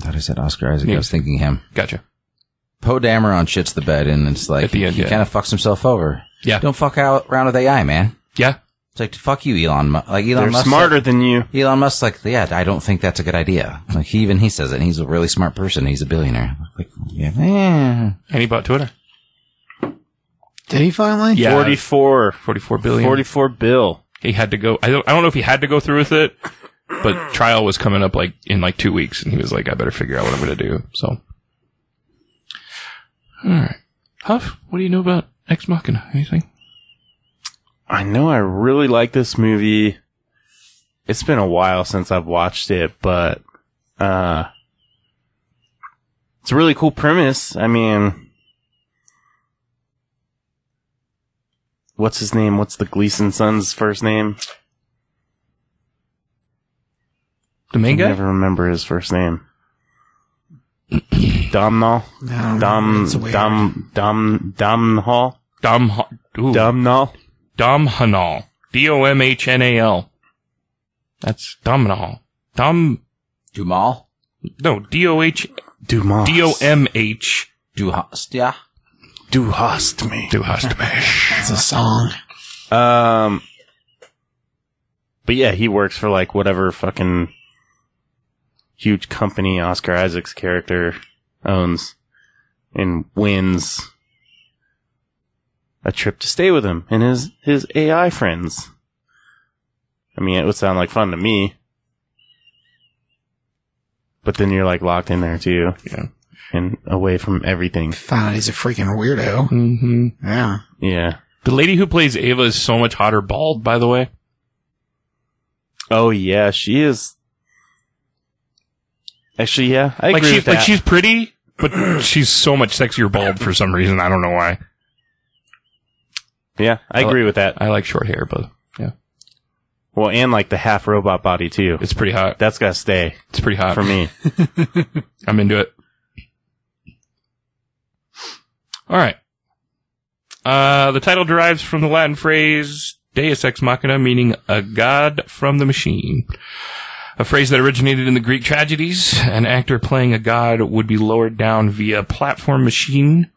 Speaker 1: I thought I said Oscar Isaac.
Speaker 4: Yeah.
Speaker 1: I was thinking him.
Speaker 4: Gotcha.
Speaker 1: Poe Dameron shits the bed, and it's like
Speaker 4: At the end,
Speaker 1: he
Speaker 4: yeah.
Speaker 1: kind of fucks himself over.
Speaker 4: Yeah.
Speaker 1: Don't fuck out around with AI, man.
Speaker 4: Yeah.
Speaker 1: It's like fuck you, Elon. Mu- Like Elon
Speaker 3: They're
Speaker 1: Musk.
Speaker 3: smarter than you.
Speaker 1: Elon Musk, like, yeah, I don't think that's a good idea. Like, he, even he says it. and He's a really smart person. He's a billionaire. Like, yeah, eh.
Speaker 4: And he bought Twitter.
Speaker 2: Did he finally?
Speaker 4: Yeah.
Speaker 3: 44.
Speaker 4: 44 billion.
Speaker 3: 44 bill.
Speaker 4: he had to go. I don't, I don't know if he had to go through with it, but trial was coming up like in like two weeks, and he was like, "I better figure out what I'm going to do." So, all right, Huff, what do you know about Ex Machina? Anything?
Speaker 3: I know I really like this movie. It's been a while since I've watched it, but uh it's a really cool premise. I mean What's his name? What's the Gleason son's first name?
Speaker 4: The main
Speaker 3: I
Speaker 4: guy?
Speaker 3: never remember his first name. *clears throat* Domnall?
Speaker 2: No,
Speaker 3: Dom
Speaker 2: it's Um, weird.
Speaker 3: Dom Dom Domnall?
Speaker 4: Dom Ho- ooh,
Speaker 3: Domnall?
Speaker 4: Dom Hanal. D O M H N A L. That's Domhnall. Dom
Speaker 1: Dumal?
Speaker 4: no D O H
Speaker 3: Dumas.
Speaker 4: D O M H.
Speaker 1: Duhast, yeah.
Speaker 3: Duhast me.
Speaker 4: Do Huff smash.
Speaker 2: It's a song.
Speaker 3: Um, but yeah, he works for like whatever fucking huge company Oscar Isaac's character owns and wins a trip to stay with him and his, his AI friends. I mean, it would sound like fun to me. But then you're like locked in there too.
Speaker 4: Yeah.
Speaker 3: And away from everything.
Speaker 2: Found out he's a freaking weirdo.
Speaker 4: Mm-hmm.
Speaker 2: Yeah.
Speaker 3: Yeah.
Speaker 4: The lady who plays Ava is so much hotter bald, by the way.
Speaker 3: Oh yeah, she is. Actually, yeah, I
Speaker 4: like
Speaker 3: agree
Speaker 4: she,
Speaker 3: with
Speaker 4: like
Speaker 3: that.
Speaker 4: she's pretty, *clears throat* but she's so much sexier bald for some reason. I don't know why.
Speaker 3: yeah, I
Speaker 4: Oh.
Speaker 3: agree with that.
Speaker 4: I like short hair, but yeah,
Speaker 3: Well, and like the half robot body too.
Speaker 4: it's pretty hot.
Speaker 3: That's gotta stay
Speaker 4: It's pretty hot
Speaker 3: for me.
Speaker 4: I'm into it. All right. Uh, the title derives from the Latin phrase "deus ex machina," meaning a god from the machine. A phrase that originated in the Greek tragedies. An actor playing a god would be lowered down via platform machine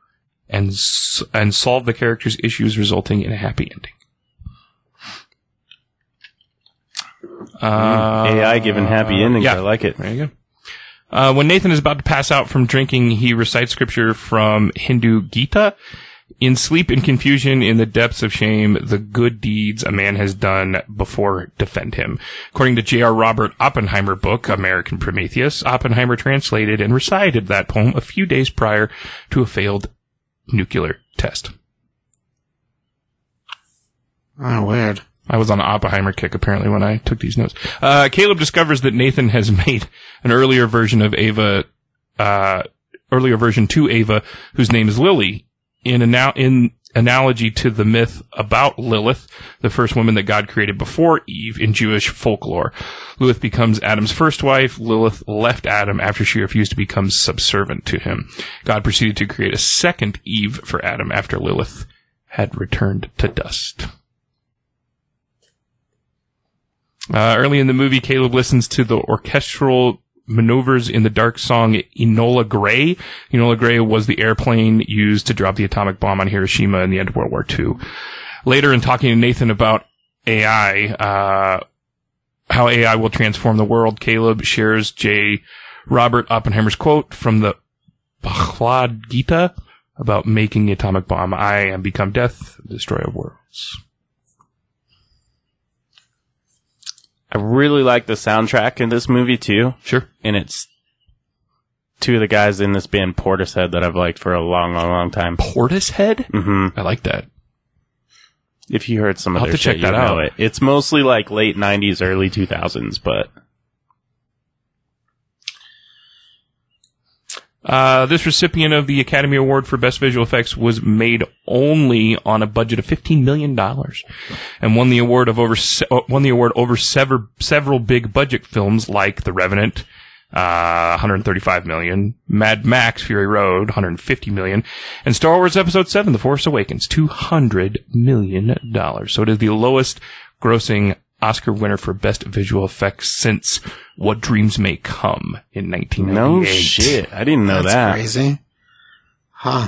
Speaker 4: and s- and solve the character's issues, resulting in a happy ending. Uh,
Speaker 3: AI given happy endings.
Speaker 4: yeah.
Speaker 3: I like it.
Speaker 4: there you go. Uh, when Nathan is about to pass out from drinking, he recites scripture from Hindu Gita. In sleep and confusion, in the depths of shame, the good deeds a man has done before defend him. According to J.R. Robert Oppenheimer book, American Prometheus, Oppenheimer translated and recited that poem a few days prior to a failed nuclear test.
Speaker 2: Oh, weird.
Speaker 4: I was on an Oppenheimer kick apparently when I took these notes. Uh, Caleb discovers that Nathan has *laughs* made an earlier version of Ava, uh, earlier version to Ava, whose name is Lily, in anal- in analogy to the myth about Lilith, the first woman that God created before Eve in Jewish folklore. Lilith becomes Adam's first wife. Lilith left Adam after she refused to become subservient to him. God proceeded to create a second Eve for Adam after Lilith had returned to dust. Uh, early in the movie, Caleb listens to the orchestral maneuvers in the dark song Enola Gray. Enola Gray was the airplane used to drop the atomic bomb on Hiroshima in the end of World War II. Later, in talking to Nathan about AI, uh, how AI will transform the world, Caleb shares J. Robert Oppenheimer's quote from the Bhagavad Gita about making the atomic bomb. I am become death, destroyer of worlds.
Speaker 3: I really like the soundtrack in this movie too,
Speaker 4: Sure.
Speaker 3: and it's two of the guys in this band Portishead that I've liked for a long, long, long time.
Speaker 4: Portishead?
Speaker 3: hmm
Speaker 4: I like that.
Speaker 3: If you heard some of
Speaker 4: I'll have
Speaker 3: their
Speaker 4: to check
Speaker 3: shit, you
Speaker 4: that
Speaker 3: know
Speaker 4: out.
Speaker 3: it. It's mostly like late '90s, early 2000s, but
Speaker 4: Uh, this recipient of the Academy Award for Best Visual Effects was made only on a budget of fifteen million dollars, and won the award of over se- uh, won the award over sever- several big budget films like The Revenant, uh, one hundred thirty five million, Mad Max: Fury Road, one hundred fifty million, and Star Wars Episode Seven: The Force Awakens, two hundred million dollars. So it is the lowest grossing Oscar winner for Best Visual Effects since What Dreams May Come in nineteen
Speaker 3: no
Speaker 4: ninety eight.
Speaker 3: shit. I didn't know
Speaker 2: That's
Speaker 3: that.
Speaker 2: crazy. Huh.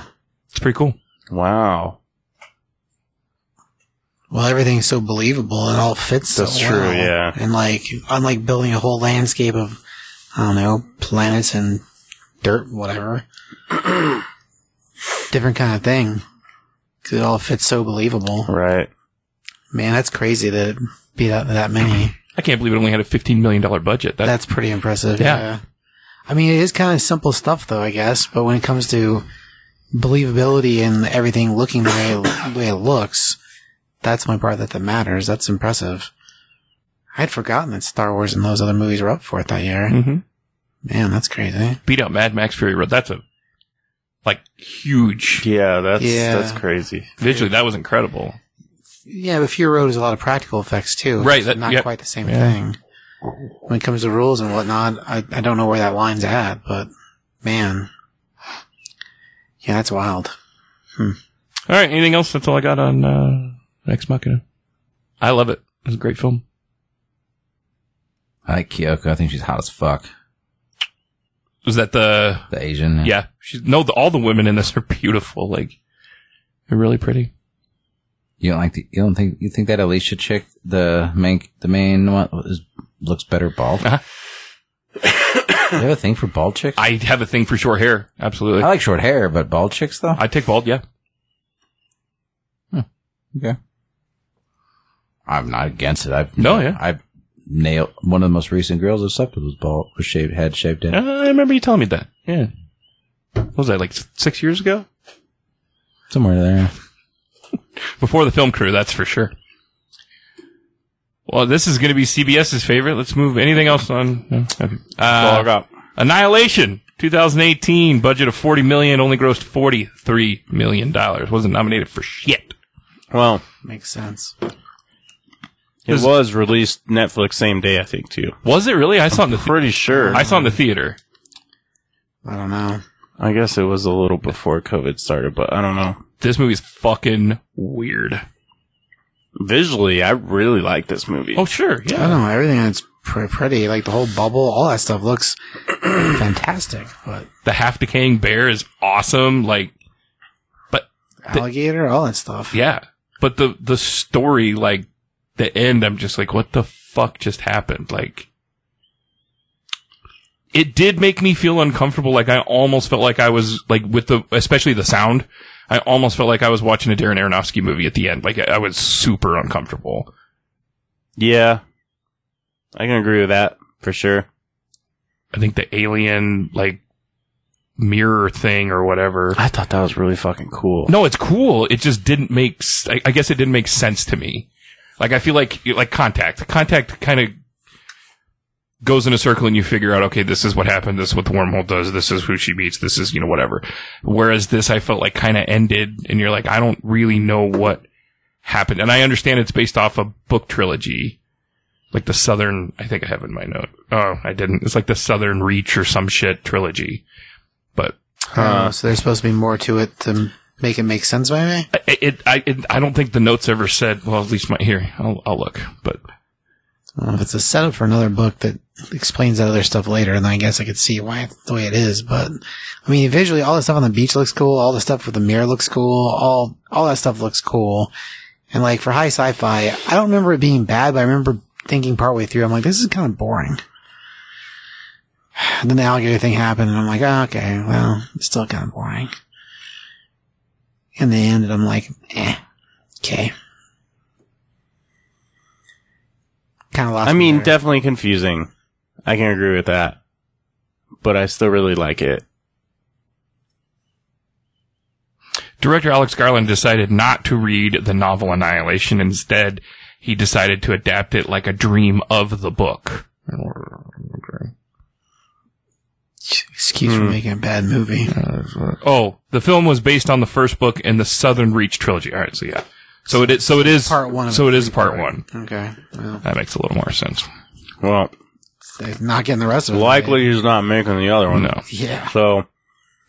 Speaker 4: It's pretty cool.
Speaker 3: Wow.
Speaker 2: Well, everything's so believable and all fits so
Speaker 3: That's true,
Speaker 2: well.
Speaker 3: yeah.
Speaker 2: And like, unlike building a whole landscape of, I don't know, planets and dirt,
Speaker 3: *clears throat*
Speaker 2: whatever. Different kind of thing. 'Cause it all fits so believable.
Speaker 3: Right.
Speaker 2: Man, that's crazy that it beat out that many.
Speaker 4: I can't believe it only had a fifteen million dollar budget. That,
Speaker 2: That's pretty impressive.
Speaker 4: Yeah.
Speaker 2: Yeah. I mean, it is kind of simple stuff, though, I guess. But when it comes to believability and everything looking the way it, the way it looks, that's my part that that matters. That's impressive. I'd forgotten that Star Wars and those other movies were up for it that year.
Speaker 4: Mhm.
Speaker 2: Man, that's crazy.
Speaker 4: beat out Mad Max Fury Road. That's a like huge
Speaker 3: Yeah, that's
Speaker 2: Yeah.
Speaker 3: that's crazy.
Speaker 4: visually. That was incredible.
Speaker 2: Yeah, but Fury Road is a lot of practical effects too.
Speaker 4: Right,
Speaker 2: It's
Speaker 4: that-
Speaker 2: not
Speaker 4: yeah.
Speaker 2: quite the same
Speaker 4: Yeah.
Speaker 2: thing. When it comes to rules and whatnot, I, I don't know where that line's at, but man, yeah, that's wild.
Speaker 4: All right, anything else? That's all I got on uh, Ex Machina. I love it. It's a great film.
Speaker 1: I like Kyoko. I think she's hot as fuck.
Speaker 4: Was that the?
Speaker 1: The Asian.
Speaker 4: Yeah, she's no. The, all the women in this are beautiful. Like, they're really pretty.
Speaker 1: You don't like the, you don't think you think that Alicia chick, the main the main one, is, looks better bald.
Speaker 4: Uh-huh.
Speaker 1: Do *coughs* you have a thing for bald chicks?
Speaker 4: I have a thing for short hair. Absolutely.
Speaker 1: I like short hair, but bald chicks though.
Speaker 4: I take bald. Yeah.
Speaker 1: okay. I'm not against it. I've
Speaker 4: No, yeah.
Speaker 1: I've nailed one of the most recent girls I've slept with was bald, was shaved, head shaved in.
Speaker 4: Uh, I remember you telling me that. Yeah. What was that like s- six years ago?
Speaker 1: somewhere there.
Speaker 4: Before the film crew, that's for sure. Well, this is going to be CBS's favorite. Let's move. Anything else on? No? Okay. Uh,
Speaker 3: Log up.
Speaker 4: Annihilation, 2018, budget of 40 million, only grossed 43 million dollars. Wasn't nominated for shit.
Speaker 3: Well,
Speaker 2: Makes sense.
Speaker 3: it was released Netflix same day, I think, too.
Speaker 4: Was it really? I saw it in the th-
Speaker 3: Pretty sure.
Speaker 4: I saw it in the theater.
Speaker 2: I don't know.
Speaker 3: I guess it was a little before COVID started, but I don't know.
Speaker 4: This movie's fucking weird.
Speaker 3: Visually, I really like this movie.
Speaker 4: Oh sure,
Speaker 2: I
Speaker 4: yeah.
Speaker 2: don't know. Everything that's pre- pretty, like the whole bubble, all that stuff looks *clears throat* fantastic. But
Speaker 4: The half decaying bear is awesome. Like,
Speaker 2: alligator, all that stuff.
Speaker 4: yeah. But the the story, like the end, I'm just like, what the fuck just happened? Like, it did make me feel uncomfortable. Like I almost felt like I was like with the, especially the sound. I almost felt like I was watching a Darren Aronofsky movie at the end. Like I, I was super uncomfortable.
Speaker 3: Yeah. I can agree with that for sure.
Speaker 4: I think the alien like mirror thing or whatever.
Speaker 3: I thought that was really fucking cool.
Speaker 4: No, it's cool. It just didn't make. s- I, I guess it didn't make sense to me. Like I feel like like contact. Contact kind of goes in a circle, and you figure out, okay, this is what happened. This is what the wormhole does. This is who she meets. This is you know whatever. Whereas this, I felt like kind of ended, and you're like, I don't really know what happened. And I understand it's based off a book trilogy, like the Southern. I think I have it in my note. Oh, I didn't. It's like the Southern Reach or some shit trilogy. But
Speaker 2: Uh, so there's supposed to be more to it to make it make sense, maybe.
Speaker 4: I- it, I, it, I don't think the notes ever said. Well, at least my here, I'll, I'll look. But
Speaker 2: Well, if it's a setup for another book that explains that other stuff later, then I guess I could see why it's the way it is. But I mean, visually, all the stuff on the beach looks cool. All the stuff with the mirror looks cool. All all that stuff looks cool. And like for high sci-fi, I don't remember it being bad, but I remember thinking partway through, I'm like, this is kind of boring. *sighs* Then the alligator thing happened, and I'm like, oh, okay, well, it's still kind of boring. In the end, I'm like, eh, okay. Kind of lost.
Speaker 3: I
Speaker 2: me
Speaker 3: mean,
Speaker 2: there.
Speaker 3: definitely confusing. I can agree with that. But I still really like it.
Speaker 4: director Alex Garland decided not to read the novel Annihilation. Instead, he decided to adapt it like a dream of the book.
Speaker 2: excuse
Speaker 4: Hmm.
Speaker 2: for making a bad movie.
Speaker 4: Oh, the film was based on the first book in the Southern Reach trilogy. All right, so yeah, so it is. So it is
Speaker 2: Part one of
Speaker 4: So
Speaker 2: the
Speaker 4: it is part one.
Speaker 2: Okay, well,
Speaker 4: That makes a little more sense.
Speaker 3: Well,
Speaker 2: they're not getting the rest of it.
Speaker 3: likely he's not making the other one.
Speaker 4: No.
Speaker 2: Yeah.
Speaker 3: So,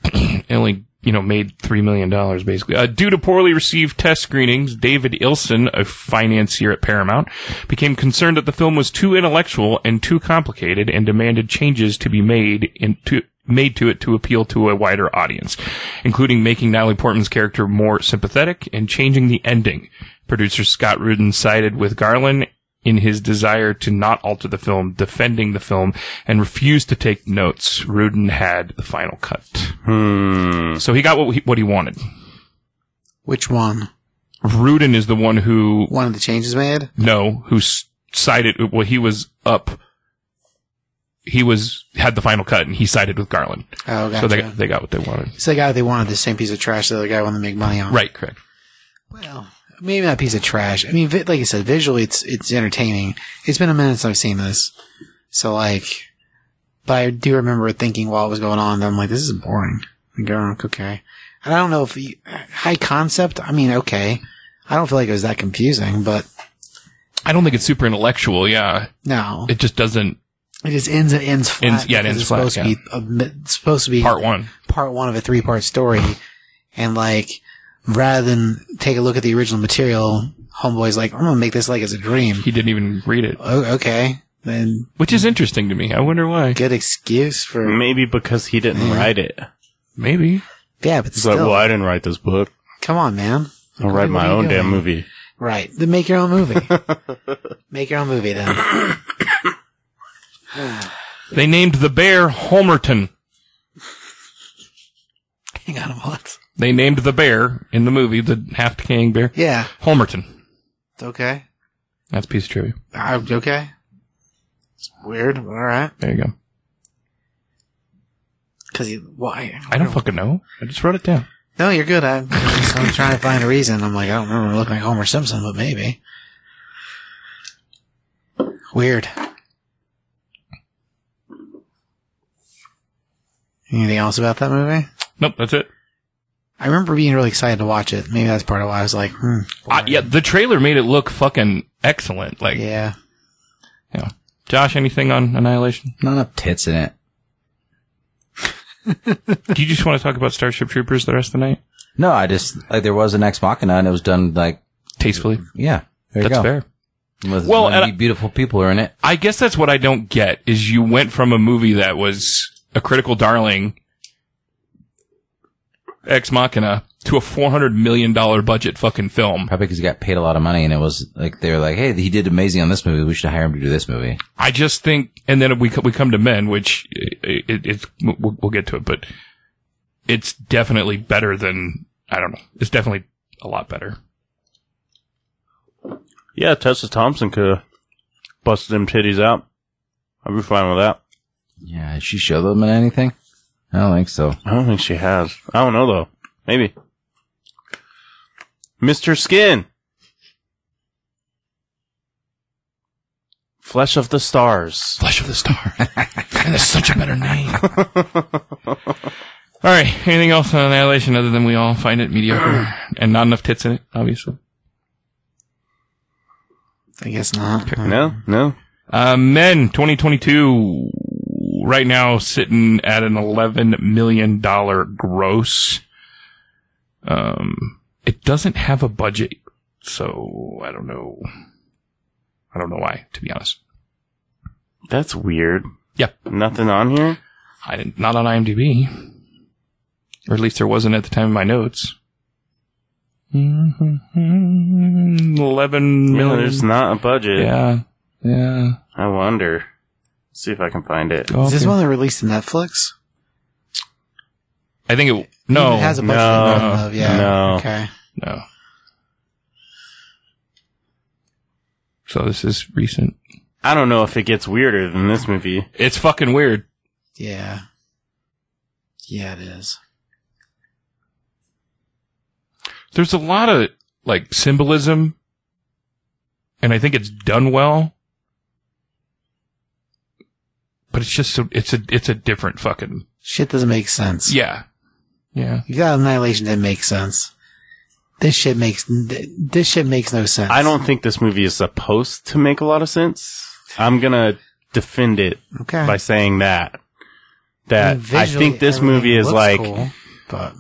Speaker 4: it only you know made three million dollars basically. Uh, due to poorly received test screenings, David Ilson, a financier at Paramount, became concerned that the film was too intellectual and too complicated, and demanded changes to be made in to made to it to appeal to a wider audience, including making Natalie Portman's character more sympathetic and changing the ending. Producer Scott Rudin sided with Garland in his desire to not alter the film, defending the film, and refused to take notes. Rudin had the final cut.
Speaker 3: hmm.
Speaker 4: So he got what he, what he wanted.
Speaker 2: Which one?
Speaker 4: Rudin is the one who
Speaker 2: One of the changes made?
Speaker 4: no who s- sided. Well, he was up. He was had the final cut, and he sided with Garland.
Speaker 2: Oh, gotcha.
Speaker 4: So they got, they got what they wanted.
Speaker 2: so the guy they wanted the same piece of trash the other guy wanted to make money on.
Speaker 4: Right, correct.
Speaker 2: Well, maybe not a piece of trash. I mean, vi- like I said, visually it's it's entertaining. It's been a minute since I've seen this, so like, but I do remember thinking while it was going on that I'm like, this is boring. Like, oh, okay. And I don't know if you, high concept. I mean, okay. I don't feel like it was that confusing, but
Speaker 4: I don't think it's super intellectual. Yeah,
Speaker 2: no, it,
Speaker 4: it just doesn't.
Speaker 2: just ends it ends flat.
Speaker 4: Ends- yeah, it
Speaker 2: because
Speaker 4: ends
Speaker 2: it's
Speaker 4: flat,
Speaker 2: Supposed to be a mi- it's supposed to be
Speaker 4: Part one.
Speaker 2: part one of a three part story. And like, rather than take a look at the original material, Homeboy's like, I'm gonna make this like it's a dream.
Speaker 4: He didn't even read it,
Speaker 2: Oh, okay. Then
Speaker 4: which is interesting to me. I wonder why.
Speaker 2: good excuse for,
Speaker 3: Maybe because he didn't write it.
Speaker 4: Maybe.
Speaker 2: yeah, but
Speaker 3: He's like,
Speaker 2: still,
Speaker 3: well, I didn't write this book.
Speaker 2: come on, man.
Speaker 3: I'll write
Speaker 2: what
Speaker 3: my
Speaker 2: are you
Speaker 3: own damn
Speaker 2: doing?
Speaker 3: movie.
Speaker 2: Right. Then make your own *laughs* movie. make your own movie then.
Speaker 4: They named the bear Homerton.
Speaker 2: Hang on, what?
Speaker 4: They named the bear in the movie, the half decaying bear,
Speaker 2: Yeah.
Speaker 4: Homerton.
Speaker 2: Okay.
Speaker 4: That's a piece of trivia.
Speaker 2: Uh, okay. It's weird. All right.
Speaker 4: There you go.
Speaker 2: Because he, why?
Speaker 4: I don't fucking know. I just wrote it down.
Speaker 2: No, you're good. I'm, *laughs* I'm trying to find a reason. I'm like, I don't remember looking like Homer Simpson, but maybe. Weird. Anything else about that movie?
Speaker 4: Nope, that's it.
Speaker 2: I remember being really excited to watch it. Maybe that's part of why I was like, hmm.
Speaker 4: I, yeah, the trailer made it look fucking excellent. Like,
Speaker 2: Yeah.
Speaker 4: Josh, anything on
Speaker 1: *laughs*
Speaker 4: Annihilation?
Speaker 1: Not enough tits in it.
Speaker 4: Do you just want to talk about Starship Troopers the rest of the night?
Speaker 1: No, I just like there was an ex machina and it was done like
Speaker 4: Tastefully.
Speaker 1: yeah. There
Speaker 4: That's
Speaker 1: you go.
Speaker 4: fair.
Speaker 1: With
Speaker 4: Well,
Speaker 1: well,
Speaker 4: and I-
Speaker 1: beautiful people are in it.
Speaker 4: I guess that's what I don't get is you went from a movie that was a critical darling, Ex Machina, to a four hundred million dollar budget fucking film.
Speaker 1: Probably because he got paid a lot of money and it was like they were like, hey, he did amazing on this movie. We should hire him to do this movie.
Speaker 4: I just think, and then we co- we come to men, which it, it, it's we'll, we'll get to it, but it's definitely better than I don't know. It's definitely a lot better.
Speaker 3: Yeah, Tessa Thompson could have busted them titties out. I'd be fine with that.
Speaker 1: Yeah, did she show them in anything? I don't think so.
Speaker 3: I don't think she has. I don't know though. Maybe. Mr. Skin. Flesh of the Stars.
Speaker 4: Flesh of the Star, and that's such a better name. *laughs* all right, anything else on Annihilation other than we all find it mediocre *clears throat* and not enough tits in it, obviously.
Speaker 2: I guess not. Hmm.
Speaker 3: No, no.
Speaker 4: Uh, men 2022 right now sitting at an 11 million dollar gross. Um, it doesn't have a budget, so I don't know. I don't know why, to be honest.
Speaker 3: That's weird.
Speaker 4: Yeah,
Speaker 3: Nothing on here?
Speaker 4: I didn't, not on IMDb, or at least there wasn't at the time of my notes. Mm-hmm. 11
Speaker 3: No,
Speaker 4: million.
Speaker 3: there's not a budget.
Speaker 4: yeah, yeah.
Speaker 3: I wonder. see if I can find it.
Speaker 4: Go
Speaker 2: Is this
Speaker 4: up here.
Speaker 2: one that released to Netflix?
Speaker 4: I think it no
Speaker 2: It has a bunch
Speaker 3: No.
Speaker 2: of them of, yeah.
Speaker 3: No.
Speaker 2: Okay.
Speaker 4: No. So this is recent.
Speaker 3: I don't know if it gets weirder than this movie.
Speaker 4: It's fucking weird.
Speaker 2: Yeah. Yeah, it is.
Speaker 4: There's a lot of like symbolism, and I think it's done well. But it's just so it's a it's a different fucking
Speaker 2: Shit doesn't make sense.
Speaker 4: yeah yeah.
Speaker 2: You got annihilation that makes sense. This shit makes this shit makes no sense.
Speaker 3: I don't think this movie is supposed to make a lot of sense. I'm gonna defend it
Speaker 2: Okay.
Speaker 3: by saying that.
Speaker 2: I mean,
Speaker 3: That I
Speaker 2: visually,
Speaker 3: think this
Speaker 2: everything
Speaker 3: movie is
Speaker 2: looks
Speaker 3: like
Speaker 2: cool, but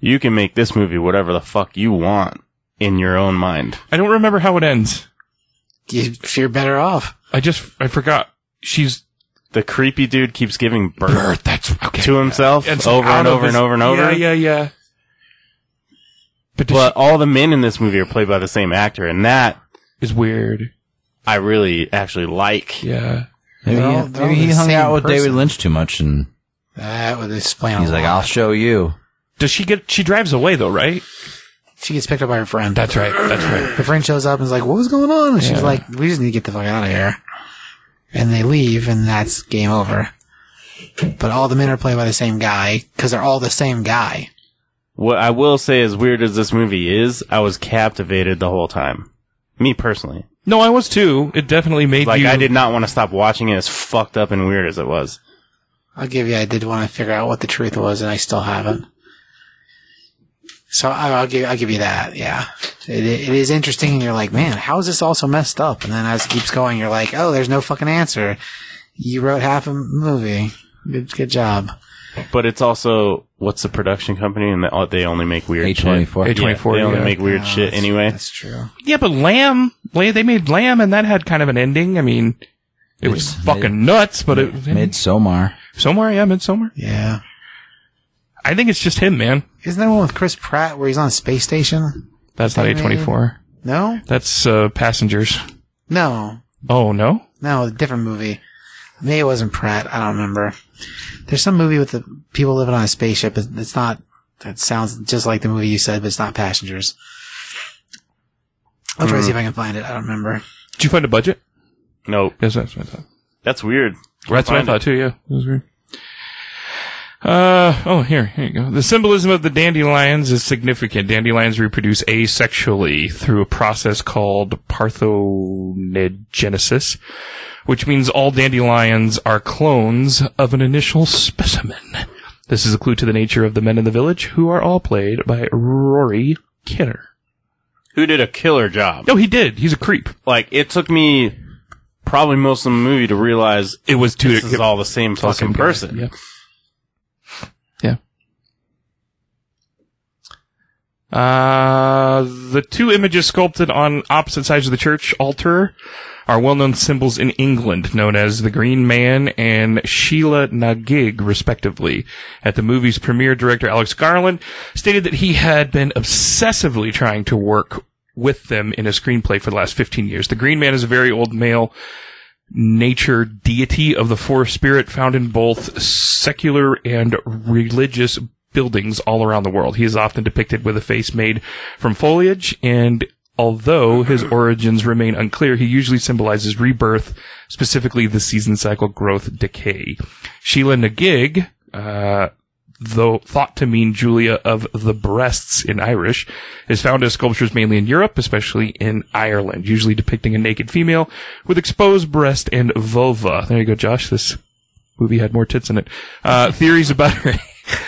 Speaker 3: you can make this movie whatever the fuck you want in your own mind.
Speaker 4: I don't remember how it ends.
Speaker 2: you, you're better off.
Speaker 4: I just I forgot. She's
Speaker 3: The creepy dude keeps giving birth
Speaker 4: Bert. That's okay.
Speaker 3: to himself
Speaker 4: It's
Speaker 3: over
Speaker 4: out
Speaker 3: and
Speaker 4: of
Speaker 3: over
Speaker 4: his-
Speaker 3: and over and over.
Speaker 4: Yeah yeah yeah. But, this
Speaker 3: But all the men in this movie are played by the same actor, and that
Speaker 4: is weird.
Speaker 3: I really actually like.
Speaker 4: Yeah.
Speaker 1: Maybe,
Speaker 2: They're all-
Speaker 1: he,
Speaker 2: they're all
Speaker 1: maybe he
Speaker 2: the
Speaker 1: hung
Speaker 2: same
Speaker 1: out with David
Speaker 2: person.
Speaker 1: Lynch too much and
Speaker 2: That would explain.
Speaker 1: he's
Speaker 2: a
Speaker 1: like,
Speaker 2: lot.
Speaker 1: I'll show you.
Speaker 4: Does she get? She drives away though, right?
Speaker 2: She gets picked up by her friend.
Speaker 4: That's right. That's right.
Speaker 2: her friend shows up and is like, "What was going on?" And
Speaker 4: Yeah.
Speaker 2: she's like, "We just need to get the fuck out of here." And they leave, and that's game over. But all the men are played by the same guy because they're all the same guy.
Speaker 3: What I will say, as weird as this movie is, I was captivated the whole time. Me personally.
Speaker 4: No, I was too. It definitely made
Speaker 3: Like,
Speaker 4: you.
Speaker 3: I did not want to stop watching it as fucked up and weird as it was.
Speaker 2: I'll give you. I did want to figure out what the truth was, and I still haven't. So I- I'll give. I'll give you that. Yeah, it, it is interesting, and you're like, man, how is this all so messed up? And then as it keeps going, you're like, oh, there's no fucking answer. You wrote half a movie. Good, good job.
Speaker 3: But it's also what's the production company, and they- they only make weird
Speaker 1: A
Speaker 3: shit.
Speaker 1: twenty four.
Speaker 4: Hey,
Speaker 3: Yeah,
Speaker 4: 24,
Speaker 3: they only
Speaker 4: yeah.
Speaker 3: make weird
Speaker 2: Uh,
Speaker 3: shit
Speaker 2: that's-
Speaker 3: anyway.
Speaker 2: That's true.
Speaker 4: Yeah, but Lamb, Lamb, they made Lamb, and that had kind of an ending. I mean, it was
Speaker 1: It's
Speaker 4: fucking nuts, but it
Speaker 1: Mid Somar.
Speaker 4: somewhere, yeah, mid somewhere.
Speaker 2: Yeah.
Speaker 4: I think it's just him, man.
Speaker 2: Isn't there one with Chris Pratt where he's on a space station?
Speaker 4: That's not
Speaker 2: Hey,
Speaker 4: A24.
Speaker 2: No?
Speaker 4: That's uh, Passengers.
Speaker 2: No.
Speaker 4: Oh, no?
Speaker 2: No, a different movie. Maybe it wasn't Pratt. I don't remember. There's some movie with the people living on a spaceship. It's it's not. That sounds just like the movie you said, but it's not Passengers. I'll try to see if I can find it. I don't remember.
Speaker 4: Did you find a budget?
Speaker 3: Nope.
Speaker 4: Yes, that's what I thought.
Speaker 3: That's weird.
Speaker 4: That's what I
Speaker 3: Find it.
Speaker 4: thought, too, yeah. That was weird. Uh, oh, here, here you go. The symbolism of the dandelions is significant. Dandelions reproduce asexually through a process called parthenogenesis, which means all dandelions are clones of an initial specimen. This is a clue to the nature of the men in the village, who are all played by Rory Kinner.
Speaker 3: Who did a killer job?
Speaker 4: No, he did. He's a creep.
Speaker 3: Like it took me probably most of the movie to realize
Speaker 4: It was two.
Speaker 3: this is all the same fucking
Speaker 4: guy.
Speaker 3: person.
Speaker 4: Yeah. Yeah. Uh, the two images sculpted on opposite sides of the church altar are well-known symbols in England, known as the Green Man and Sheila Nagig, respectively. At the movie's premiere, director Alex Garland stated that he had been obsessively trying to work with them in a screenplay for the last 15 years. The Green Man is a very old male nature deity of the forest spirit found in both secular and religious buildings all around the world. He is often depicted with a face made from foliage and although his origins remain unclear, he usually symbolizes rebirth, specifically the season cycle growth decay. Sheila Nagig, uh, though thought to mean Julia of the Breasts in Irish, is found as sculptures mainly in Europe, especially in Ireland, usually depicting a naked female with exposed breast and vulva. There you go, Josh. This movie had more tits in it. Uh, theories about her. *laughs*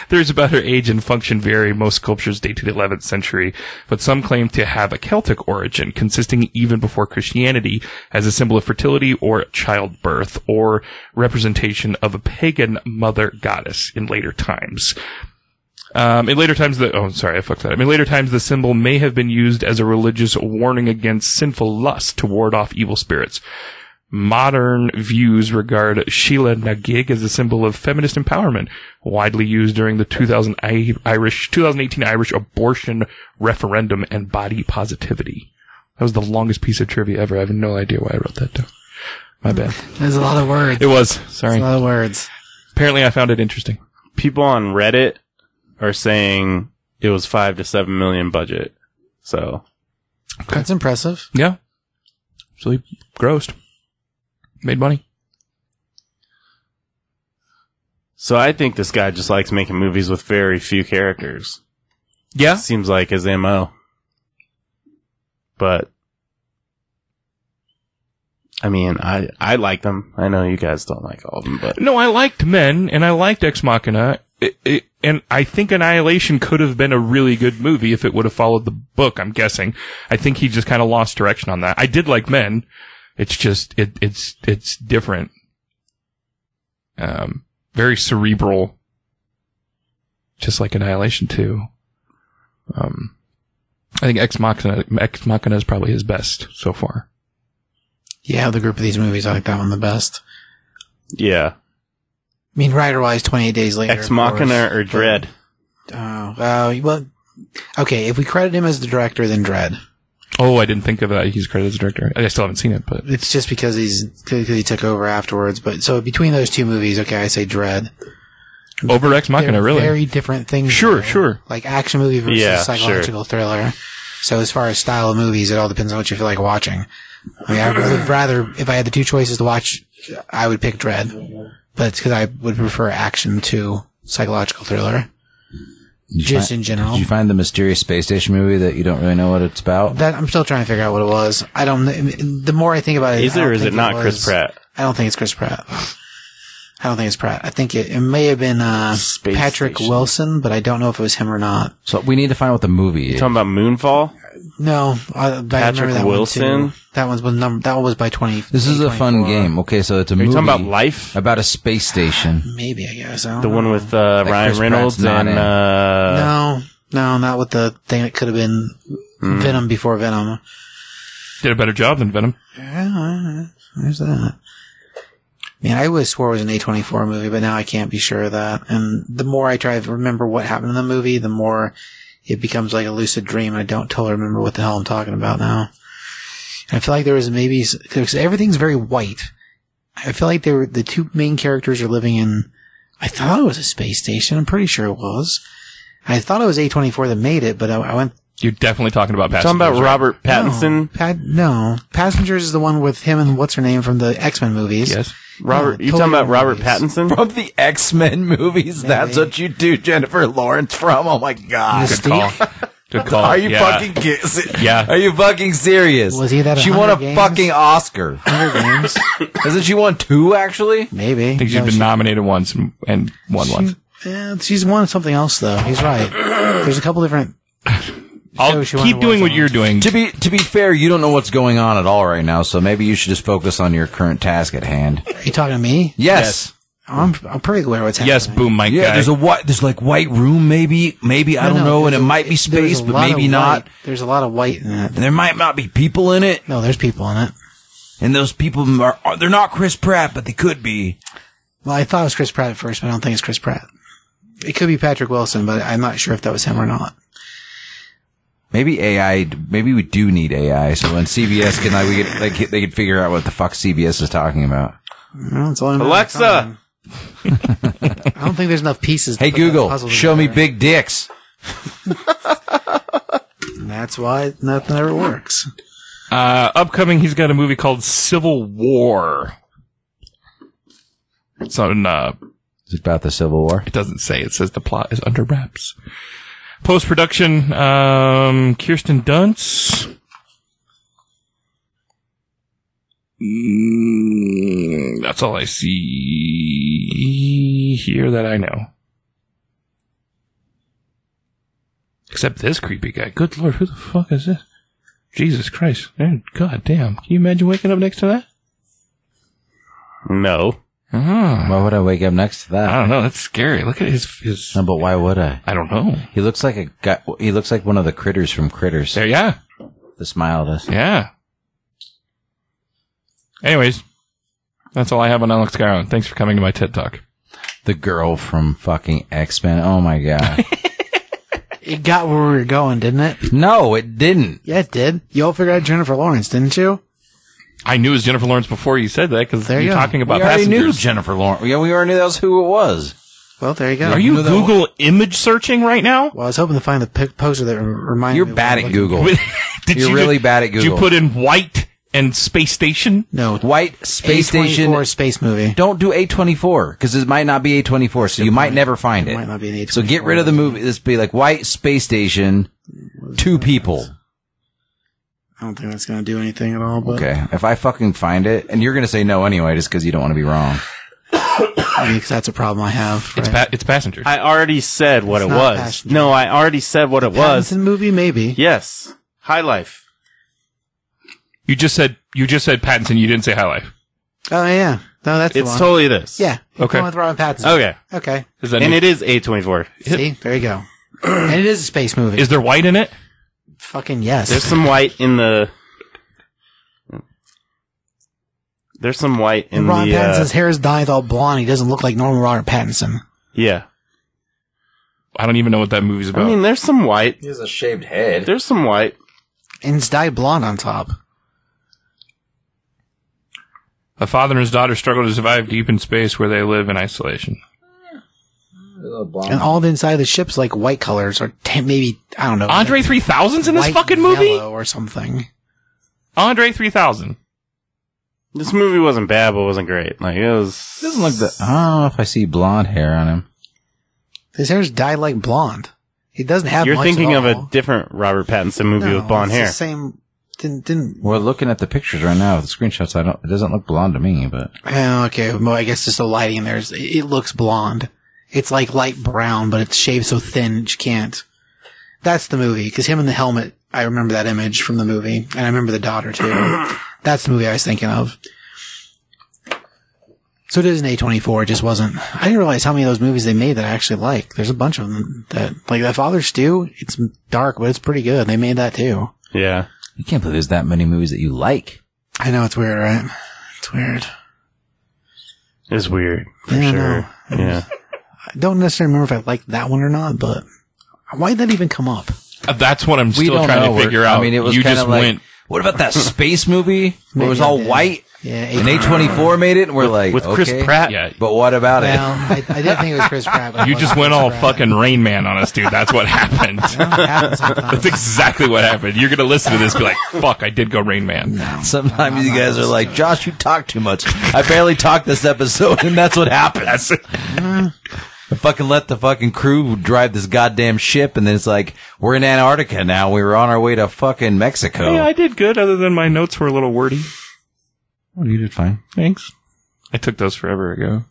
Speaker 4: Theories about her age and function vary. Most sculptures date to the 11th century, but some claim to have a Celtic origin, consisting even before Christianity as a symbol of fertility or childbirth, or representation of a pagan mother goddess in later times. Um, in later times, the oh, sorry, I fucked that up. In later times, the symbol may have been used as a religious warning against sinful lust to ward off evil spirits. Modern views regard Sheila Nagig as a symbol of feminist empowerment, widely used during the 2000 I- Irish, 2018 Irish abortion referendum and body positivity. That was the longest piece of trivia ever. I have no idea why I wrote that down. My bad.
Speaker 2: There's a lot of words.
Speaker 4: *laughs* It was.
Speaker 2: There's
Speaker 4: Sorry.
Speaker 2: a lot of words.
Speaker 4: Apparently, I found it interesting.
Speaker 3: People on Reddit are saying it was five to seven million budget. So
Speaker 2: That's impressive.
Speaker 4: Yeah. So he grossed. Made money.
Speaker 3: so I think this guy just likes making movies with very few characters.
Speaker 4: Yeah.
Speaker 3: Seems like his MO. But I mean, I I like them. I know you guys don't like all of them, but
Speaker 4: No, I liked Men and I liked Ex Machina. It- it- and I think Annihilation could have been a really good movie if it would have followed the book, I'm guessing. I think he just kind of lost direction on that. I did like Men. It's just, it, it's, it's different. Um, very cerebral. Just like Annihilation 2. Um, I think Ex Machina, Ex Machina is probably his best so far.
Speaker 2: Yeah, the group of these movies, I like that one the best.
Speaker 3: yeah,
Speaker 2: I mean, Rider Wise, 28 Days Later.
Speaker 3: Ex
Speaker 2: of course.
Speaker 3: Machina or Dread.
Speaker 2: Oh, uh, well, okay, if we credit him as the director, then Dread.
Speaker 4: Oh, I didn't think of that. He's credited as director. I still haven't seen it, but
Speaker 2: It's just because he's, because he took over afterwards, but so between those two movies, okay, I say Dread.
Speaker 4: over Ex Machina,
Speaker 2: They're
Speaker 4: really?
Speaker 2: Very different things.
Speaker 4: Sure,
Speaker 2: though.
Speaker 4: sure.
Speaker 2: Like action movie versus
Speaker 3: Yeah,
Speaker 2: psychological thriller. So as far as style of movies, it all depends on what you feel like watching. I mean, I'd
Speaker 3: *clears throat*
Speaker 2: rather, rather if I had the two choices to watch, I would pick Dread, but it's because I would prefer action to psychological thriller.
Speaker 1: Did you
Speaker 2: Just
Speaker 1: find-
Speaker 2: in general.
Speaker 1: Did you find the mysterious space station movie that you don't really know what it's about?
Speaker 2: That I'm still trying to figure out what it was. I don't. kn- The more I think about it,
Speaker 3: Is
Speaker 2: I
Speaker 3: it
Speaker 2: don't
Speaker 3: or is
Speaker 2: think
Speaker 3: it not Chris
Speaker 2: was-
Speaker 3: Pratt?
Speaker 2: I don't think it's Chris Pratt. I don't think it's Pratt. I think it, it may have been uh,
Speaker 3: Space
Speaker 2: Patrick
Speaker 3: station.
Speaker 2: Wilson, but I don't know if it was him or not.
Speaker 1: So we need to find out what the movie
Speaker 3: You
Speaker 1: is.
Speaker 3: talking about Moonfall?
Speaker 2: No, I, I remember
Speaker 3: Patrick
Speaker 2: that One
Speaker 3: Wilson?
Speaker 2: too. That one's was number. That one was by twenty.
Speaker 1: This is a fun
Speaker 2: 2024.
Speaker 1: game. Okay, so it's a
Speaker 3: Are you
Speaker 1: movie
Speaker 3: talking about
Speaker 2: Uh,
Speaker 3: Life?
Speaker 1: about a space station.
Speaker 2: Maybe I guess. I don't
Speaker 3: The
Speaker 2: know.
Speaker 3: one with uh,
Speaker 1: That
Speaker 3: Ryan
Speaker 1: Chris
Speaker 3: Reynolds
Speaker 1: Pratt's not
Speaker 3: and
Speaker 1: in.
Speaker 3: uh,
Speaker 2: No, no, not with the thing that could have been
Speaker 3: Hmm.
Speaker 2: Venom before Venom.
Speaker 4: Did a better job than Venom.
Speaker 2: Yeah, There's that. Man, I always swore it was an A24 movie, but now I can't be sure of that. And the more I try to remember what happened in the movie, the more it becomes like a lucid dream. I don't totally remember what the hell I'm talking about now. I feel like there was maybe because everything's very white. I feel like they were the two main characters are living in. I thought it was a space station. I'm pretty sure it was. I thought it was A24 that made it, but I, I went
Speaker 4: You're definitely talking about
Speaker 3: Talking
Speaker 4: passengers.
Speaker 3: about
Speaker 4: right?
Speaker 3: Robert Pattinson.
Speaker 2: No, Pat, no, Passengers is the one with him and what's her name from the X Men movies.
Speaker 4: Yes.
Speaker 3: Robert,
Speaker 2: Yeah,
Speaker 3: you talking
Speaker 2: totally
Speaker 3: about Robert
Speaker 2: movies.
Speaker 3: Pattinson?
Speaker 1: From the X Men *laughs* movies, that's
Speaker 2: Maybe.
Speaker 1: what you do, Jennifer Lawrence. From oh my
Speaker 2: Uh,
Speaker 1: god,
Speaker 4: Good call. Good call.
Speaker 1: are you
Speaker 4: yeah.
Speaker 1: fucking kidding?
Speaker 4: Yeah.
Speaker 1: are you fucking serious?
Speaker 2: Was he that at
Speaker 1: She won a
Speaker 2: Hunger Games?
Speaker 1: fucking Oscar.
Speaker 2: Hunger Games,
Speaker 1: Hasn't she won two actually? *laughs*
Speaker 2: maybe.
Speaker 4: I think she's
Speaker 2: No,
Speaker 4: been
Speaker 2: she-
Speaker 4: nominated once and, and won once.
Speaker 2: eh, she's won something else though. He's right. There's a couple different.
Speaker 4: I'll
Speaker 2: So she won
Speaker 4: keep
Speaker 2: awards
Speaker 4: doing what
Speaker 2: on-
Speaker 4: you're doing.
Speaker 1: To be to be fair, you don't know what's going on at all right now, so maybe you should just focus on your current task at hand.
Speaker 2: Are you talking to me?
Speaker 1: Yes.
Speaker 2: I'm I'm pretty aware what's happening.
Speaker 4: Yes, boom, Mike.
Speaker 1: Yeah,
Speaker 4: guy.
Speaker 1: there's a white there's like white room maybe, maybe I
Speaker 2: No,
Speaker 1: don't
Speaker 2: no,
Speaker 1: know, and it
Speaker 2: there's a-
Speaker 1: might be
Speaker 2: there's
Speaker 1: space,
Speaker 2: a
Speaker 1: but
Speaker 2: lot of
Speaker 1: maybe not.
Speaker 2: white- There's a lot of white in it.
Speaker 1: And there might not be people in it,
Speaker 2: No, there's people in it.
Speaker 1: and those people are are- they're not Chris Pratt, but they could be.
Speaker 2: Well, I thought it was Chris Pratt at first, but I don't think it's Chris Pratt. It could be Patrick Wilson, but I'm not sure if that was him or not.
Speaker 1: Maybe AI. Maybe we do need AI. So when CBS can, like, we could, like, they could figure out what the fuck CBS is talking about.
Speaker 2: Well, it's only a matter of
Speaker 3: Alexa!
Speaker 2: time. I don't think there's enough pieces. to
Speaker 1: Hey
Speaker 2: put that
Speaker 1: Google,
Speaker 2: puzzle
Speaker 1: show me
Speaker 2: together.
Speaker 1: big dicks.
Speaker 2: And that's why nothing ever works.
Speaker 4: Uh, upcoming, he's got a movie called Civil War. It's on. Uh,
Speaker 1: It's about the Civil War.
Speaker 4: it doesn't say. It says the plot is under wraps. Post production, um, Kirsten Dunst. Mm, that's all I see here that I know. Except this creepy guy. Good lord, who the fuck is this? Jesus Christ. Man, God damn. Can you imagine waking up next to that?
Speaker 3: No.
Speaker 4: Ah,
Speaker 1: Why would I wake up next to
Speaker 4: I
Speaker 1: that?
Speaker 4: don't know. That's scary. Look at his. his
Speaker 1: No, but why would I?
Speaker 4: I don't know.
Speaker 1: He looks like a guy. He looks like one of the critters from Critters.
Speaker 4: There, yeah.
Speaker 1: The smile does.
Speaker 4: Yeah. Anyways, that's all I have on Alex Garland. Thanks for coming to my TED Talk.
Speaker 1: The girl from fucking X Men. Oh my god.
Speaker 2: It got where we were going, didn't it?
Speaker 1: no, it didn't.
Speaker 2: Yeah, it did. You all figured out Jennifer Lawrence, didn't you?
Speaker 4: I knew it was Jennifer Lawrence before you said that because
Speaker 2: There you
Speaker 4: you're
Speaker 2: go.
Speaker 4: talking about
Speaker 1: we already knew
Speaker 4: passengers.
Speaker 1: Jennifer Lawrence. Yeah, we already knew that was who it was.
Speaker 2: Well, there you go.
Speaker 4: Are you
Speaker 1: Knew that
Speaker 4: Google image searching right now? *laughs*
Speaker 2: Well, I was hoping to find the pic- poster that re- reminded
Speaker 1: You're
Speaker 2: me. of
Speaker 1: bad
Speaker 2: what
Speaker 1: at
Speaker 2: I'm looking-
Speaker 1: Google.
Speaker 4: Did
Speaker 1: You're really bad at
Speaker 4: Did you
Speaker 1: Google.
Speaker 4: put in white and space station?
Speaker 2: No,
Speaker 1: White space
Speaker 2: A24
Speaker 1: station
Speaker 2: space movie.
Speaker 1: don't do A24 because it might not be A24, so you might never find it.
Speaker 2: might not be an A24
Speaker 1: So get rid of the movie. This be like White Space Station, two people.
Speaker 2: I don't think that's going to do anything at all. But
Speaker 1: Okay, if I fucking find it, and you're gonna say no anyway, just because you don't want to be wrong.
Speaker 2: I mean, 'cause that's a problem I have.
Speaker 4: It's
Speaker 2: right?
Speaker 4: pa- it's passengers.
Speaker 3: I already said what
Speaker 2: It's
Speaker 3: it
Speaker 2: not
Speaker 3: was.
Speaker 2: Passenger.
Speaker 3: No, I already said what it was.
Speaker 2: Pattinson movie, maybe.
Speaker 3: Yes. High Life.
Speaker 4: you just said you just said Pattinson. You didn't say High Life.
Speaker 2: Oh yeah, no, that's the
Speaker 3: It's
Speaker 2: one.
Speaker 3: totally this.
Speaker 2: yeah. it's
Speaker 4: Okay.
Speaker 2: The one with Robin Pattinson.
Speaker 1: Oh,
Speaker 3: Okay.
Speaker 2: Okay.
Speaker 4: Is that
Speaker 3: And
Speaker 4: new-
Speaker 3: it is A24.
Speaker 2: See, there you go. and it is a space movie.
Speaker 4: is there white in it?
Speaker 2: Fucking yes.
Speaker 3: There's some white in the. There's some white in
Speaker 2: and Ron
Speaker 3: the. Uh,
Speaker 2: Pattinson's hair is dyed all blonde. He doesn't look like normal Robert Pattinson.
Speaker 3: yeah.
Speaker 4: I don't even know what that movie's
Speaker 3: I
Speaker 1: Oh.
Speaker 4: about.
Speaker 3: mean, there's some white.
Speaker 1: He has a shaved head.
Speaker 3: There's some white.
Speaker 2: And it's dyed blonde on top.
Speaker 4: a father and his daughter struggle to survive deep in space where they live in isolation.
Speaker 2: And all the inside of the ship's like white colors or t- maybe, I don't know.
Speaker 4: Andre 3000's in this
Speaker 2: white
Speaker 4: fucking
Speaker 2: and
Speaker 4: movie.
Speaker 2: yellow or something.
Speaker 4: Andre 3000.
Speaker 3: This movie wasn't bad, but it wasn't great. Like it was.
Speaker 1: Doesn't look that. I don't know if I see blonde hair on him.
Speaker 2: His hair's dyed like blonde. He doesn't have
Speaker 3: You're
Speaker 2: much
Speaker 3: thinking
Speaker 2: at
Speaker 3: of
Speaker 2: all.
Speaker 3: a different Robert Pattinson movie
Speaker 2: No,
Speaker 3: with blonde
Speaker 2: it's
Speaker 3: hair.
Speaker 2: The same. Didn't, didn't,
Speaker 1: We're looking at the pictures right now, the screenshots. I don't. It doesn't look blonde to me, but
Speaker 2: oh, okay. Well, I guess just the lighting there is, it, it looks blonde. It's like light brown, but it's shaved so thin that you can't. That's the movie. Cause him in the helmet, I remember that image from the movie. And I remember the daughter too. That's the movie I was thinking of. So it is an A24. It just wasn't. I didn't realize how many of those movies they made that I actually like. There's a bunch of them that, like that Father Stew, it's dark, but it's pretty good. They made that too.
Speaker 3: Yeah.
Speaker 1: you can't believe there's that many movies that you like.
Speaker 2: I know it's weird, right? It's weird.
Speaker 3: It's weird for
Speaker 2: Yeah, I
Speaker 3: sure. Yeah.
Speaker 2: I don't necessarily remember if I liked that one or not, but Why'd that even come up?
Speaker 4: Uh, That's what I'm
Speaker 1: We
Speaker 4: still
Speaker 1: don't
Speaker 4: trying
Speaker 1: know.
Speaker 4: to
Speaker 1: We're-
Speaker 4: figure out.
Speaker 1: I mean, it was
Speaker 4: you
Speaker 1: kinda
Speaker 4: just
Speaker 1: like,
Speaker 4: went.
Speaker 1: What about that space movie where it was
Speaker 2: Maybe I
Speaker 1: all
Speaker 2: did.
Speaker 1: white
Speaker 2: Yeah,
Speaker 1: and A twenty four made it, and we're like
Speaker 3: with Chris
Speaker 1: okay,
Speaker 3: Pratt.
Speaker 4: Yeah,
Speaker 1: But what about it?
Speaker 2: Well, I, I did think it was Chris Pratt. but it
Speaker 4: you
Speaker 2: wasn't
Speaker 4: just went
Speaker 2: Chris
Speaker 4: all
Speaker 2: Pratt.
Speaker 4: fucking Rain Man on us, dude. That's
Speaker 1: *laughs*
Speaker 4: what *laughs* happened.
Speaker 2: It happens sometimes.
Speaker 4: That's exactly what happened. You're gonna listen to this, and be like, "Fuck, I did go Rain Man."
Speaker 1: *laughs* Sometimes you guys are like, Josh, you talk too much. I barely talked this episode, *laughs* and that's what happened.
Speaker 2: *laughs*
Speaker 4: That's
Speaker 1: I fucking let the fucking crew drive this goddamn ship, and then it's like, we're in Antarctica now. We were on our way to fucking Mexico.
Speaker 4: Oh, Yeah, I did good. Other than my notes were a little wordy.
Speaker 1: Well, Oh, you did fine.
Speaker 4: Thanks. I took those forever ago.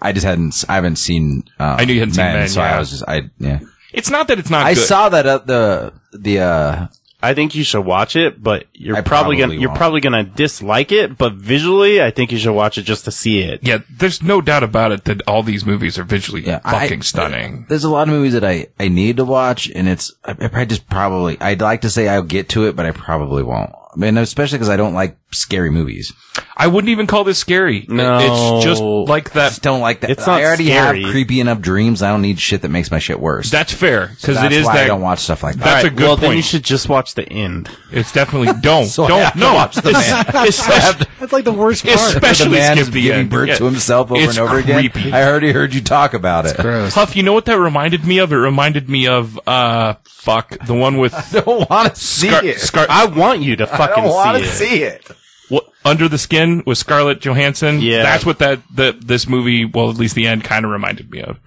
Speaker 1: I just hadn't. I haven't seen. Uh,
Speaker 4: I knew you hadn't seen Men,
Speaker 1: so
Speaker 4: yeah.
Speaker 1: I was just. I yeah.
Speaker 4: It's not that it's not.
Speaker 1: I
Speaker 4: good.
Speaker 1: saw that up the the. uh
Speaker 3: I think you should watch it, but you're
Speaker 1: I probably
Speaker 3: probably, gonna you're
Speaker 1: won't.
Speaker 3: probably gonna dislike it. But visually, I think you should watch it just to see it.
Speaker 4: Yeah, there's no doubt about it that all these movies are visually
Speaker 1: Yeah, I-
Speaker 4: fucking stunning.
Speaker 1: There's a lot of movies that I I need to watch, and it's I, I probably just probably I'd like to say I'll get to it, but I probably won't. I mean, especially because I don't like scary movies.
Speaker 4: I wouldn't even call this scary.
Speaker 3: No.
Speaker 4: it's just like
Speaker 1: I
Speaker 4: that.
Speaker 1: just don't like that.
Speaker 3: It's not
Speaker 1: I already
Speaker 3: scary.
Speaker 1: have creepy enough dreams. I don't need shit that makes my shit worse.
Speaker 4: That's fair because it
Speaker 1: That's
Speaker 4: is
Speaker 1: why
Speaker 4: that.
Speaker 1: I don't watch stuff like that.
Speaker 4: That's
Speaker 3: Alright,
Speaker 4: a good
Speaker 3: well,
Speaker 4: point.
Speaker 3: then you should just watch the end.
Speaker 4: it's definitely
Speaker 1: *laughs*
Speaker 4: don't
Speaker 1: So I have
Speaker 4: don't
Speaker 1: to
Speaker 4: no.
Speaker 1: watch the
Speaker 4: It's- *laughs*
Speaker 1: man.
Speaker 4: it's-
Speaker 1: *laughs*
Speaker 2: That's like the worst part.
Speaker 1: Where *laughs*
Speaker 4: especially
Speaker 1: the man
Speaker 4: skip
Speaker 1: is
Speaker 4: the
Speaker 1: giving
Speaker 4: end.
Speaker 1: birth
Speaker 4: Yeah.
Speaker 1: to himself over
Speaker 4: It's
Speaker 1: and over
Speaker 4: creepy.
Speaker 1: again. I already heard you talk about it.
Speaker 2: Gross.
Speaker 4: Puff, you know what that reminded me of? It reminded me of uh fuck the one with
Speaker 1: *laughs*
Speaker 4: *laughs*
Speaker 1: I don't want to see
Speaker 4: Scar-
Speaker 1: it.
Speaker 4: Scar-
Speaker 3: I want you to
Speaker 1: I
Speaker 3: fucking
Speaker 1: don't want
Speaker 3: see
Speaker 1: to
Speaker 3: it.
Speaker 1: see it.
Speaker 4: what, under the skin with Scarlett Johansson.
Speaker 3: Yeah.
Speaker 4: that's what that that this movie, well, at least the end, kind of reminded me of.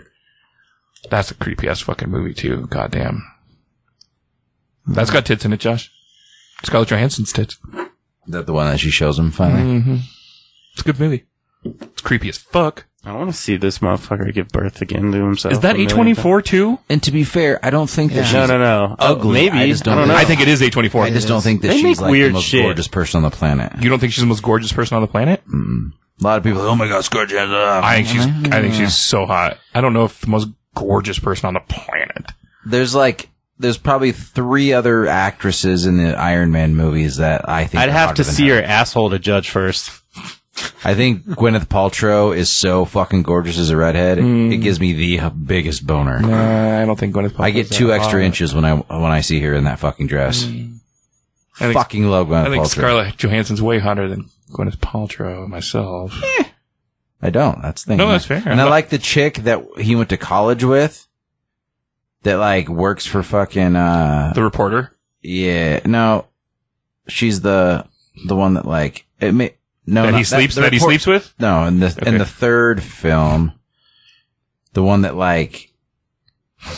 Speaker 4: That's a creepy ass fucking movie too. Goddamn. That's got tits in it, Josh. Scarlett Johansson's tits.
Speaker 1: Is that the one that she shows him finally?
Speaker 3: Mm.
Speaker 4: It's a good movie. It's creepy as fuck.
Speaker 3: I want to see this motherfucker give birth again to himself.
Speaker 4: Is that
Speaker 3: a million
Speaker 4: A24 too?
Speaker 1: And to be fair, I don't think that
Speaker 3: times.
Speaker 1: she's.
Speaker 3: No, no, no.
Speaker 1: Ugly.
Speaker 3: Oh, Ugly. Maybe.
Speaker 1: I just don't know.
Speaker 4: I think it is A24.
Speaker 1: I just don't think that
Speaker 3: They make
Speaker 1: she's like
Speaker 3: weird
Speaker 1: the most
Speaker 3: shit.
Speaker 1: gorgeous person on the planet.
Speaker 4: you don't think she's the most gorgeous person on the planet?
Speaker 1: A lot of people, are like, oh my god, Scarlett Johansson.
Speaker 4: I think she's. I think she's so hot. I don't know if the most gorgeous person on the planet.
Speaker 1: There's like, there's probably three other actresses in the Iron Man movies that I think
Speaker 3: I'd
Speaker 1: are
Speaker 3: have
Speaker 1: hotter
Speaker 3: to
Speaker 1: than
Speaker 3: see
Speaker 1: her.
Speaker 3: her asshole to judge first.
Speaker 1: I think Gwyneth Paltrow is so fucking gorgeous as a redhead.
Speaker 4: Mm.
Speaker 1: It gives me the h- biggest boner.
Speaker 4: I don't think Gwyneth.
Speaker 1: I get two extra inches when I when I see her in that fucking dress.
Speaker 4: Mm. I think,
Speaker 1: fucking love Gwyneth
Speaker 4: I think
Speaker 1: Paltrow.
Speaker 4: Scarlett Johansson's way hotter than Gwyneth Paltrow and myself.
Speaker 1: I don't. That's the thing.
Speaker 4: No, that's fair.
Speaker 1: And I
Speaker 4: I'm
Speaker 1: like the chick that he went to college with. That like works for fucking uh
Speaker 4: the reporter.
Speaker 1: Yeah. No, she's the the one that like it may no
Speaker 4: that
Speaker 1: not-
Speaker 4: he sleeps.
Speaker 1: the
Speaker 4: That, he
Speaker 1: report-
Speaker 4: sleeps with.
Speaker 1: No, in the
Speaker 4: Okay.
Speaker 1: in the third film, the one that like
Speaker 2: Are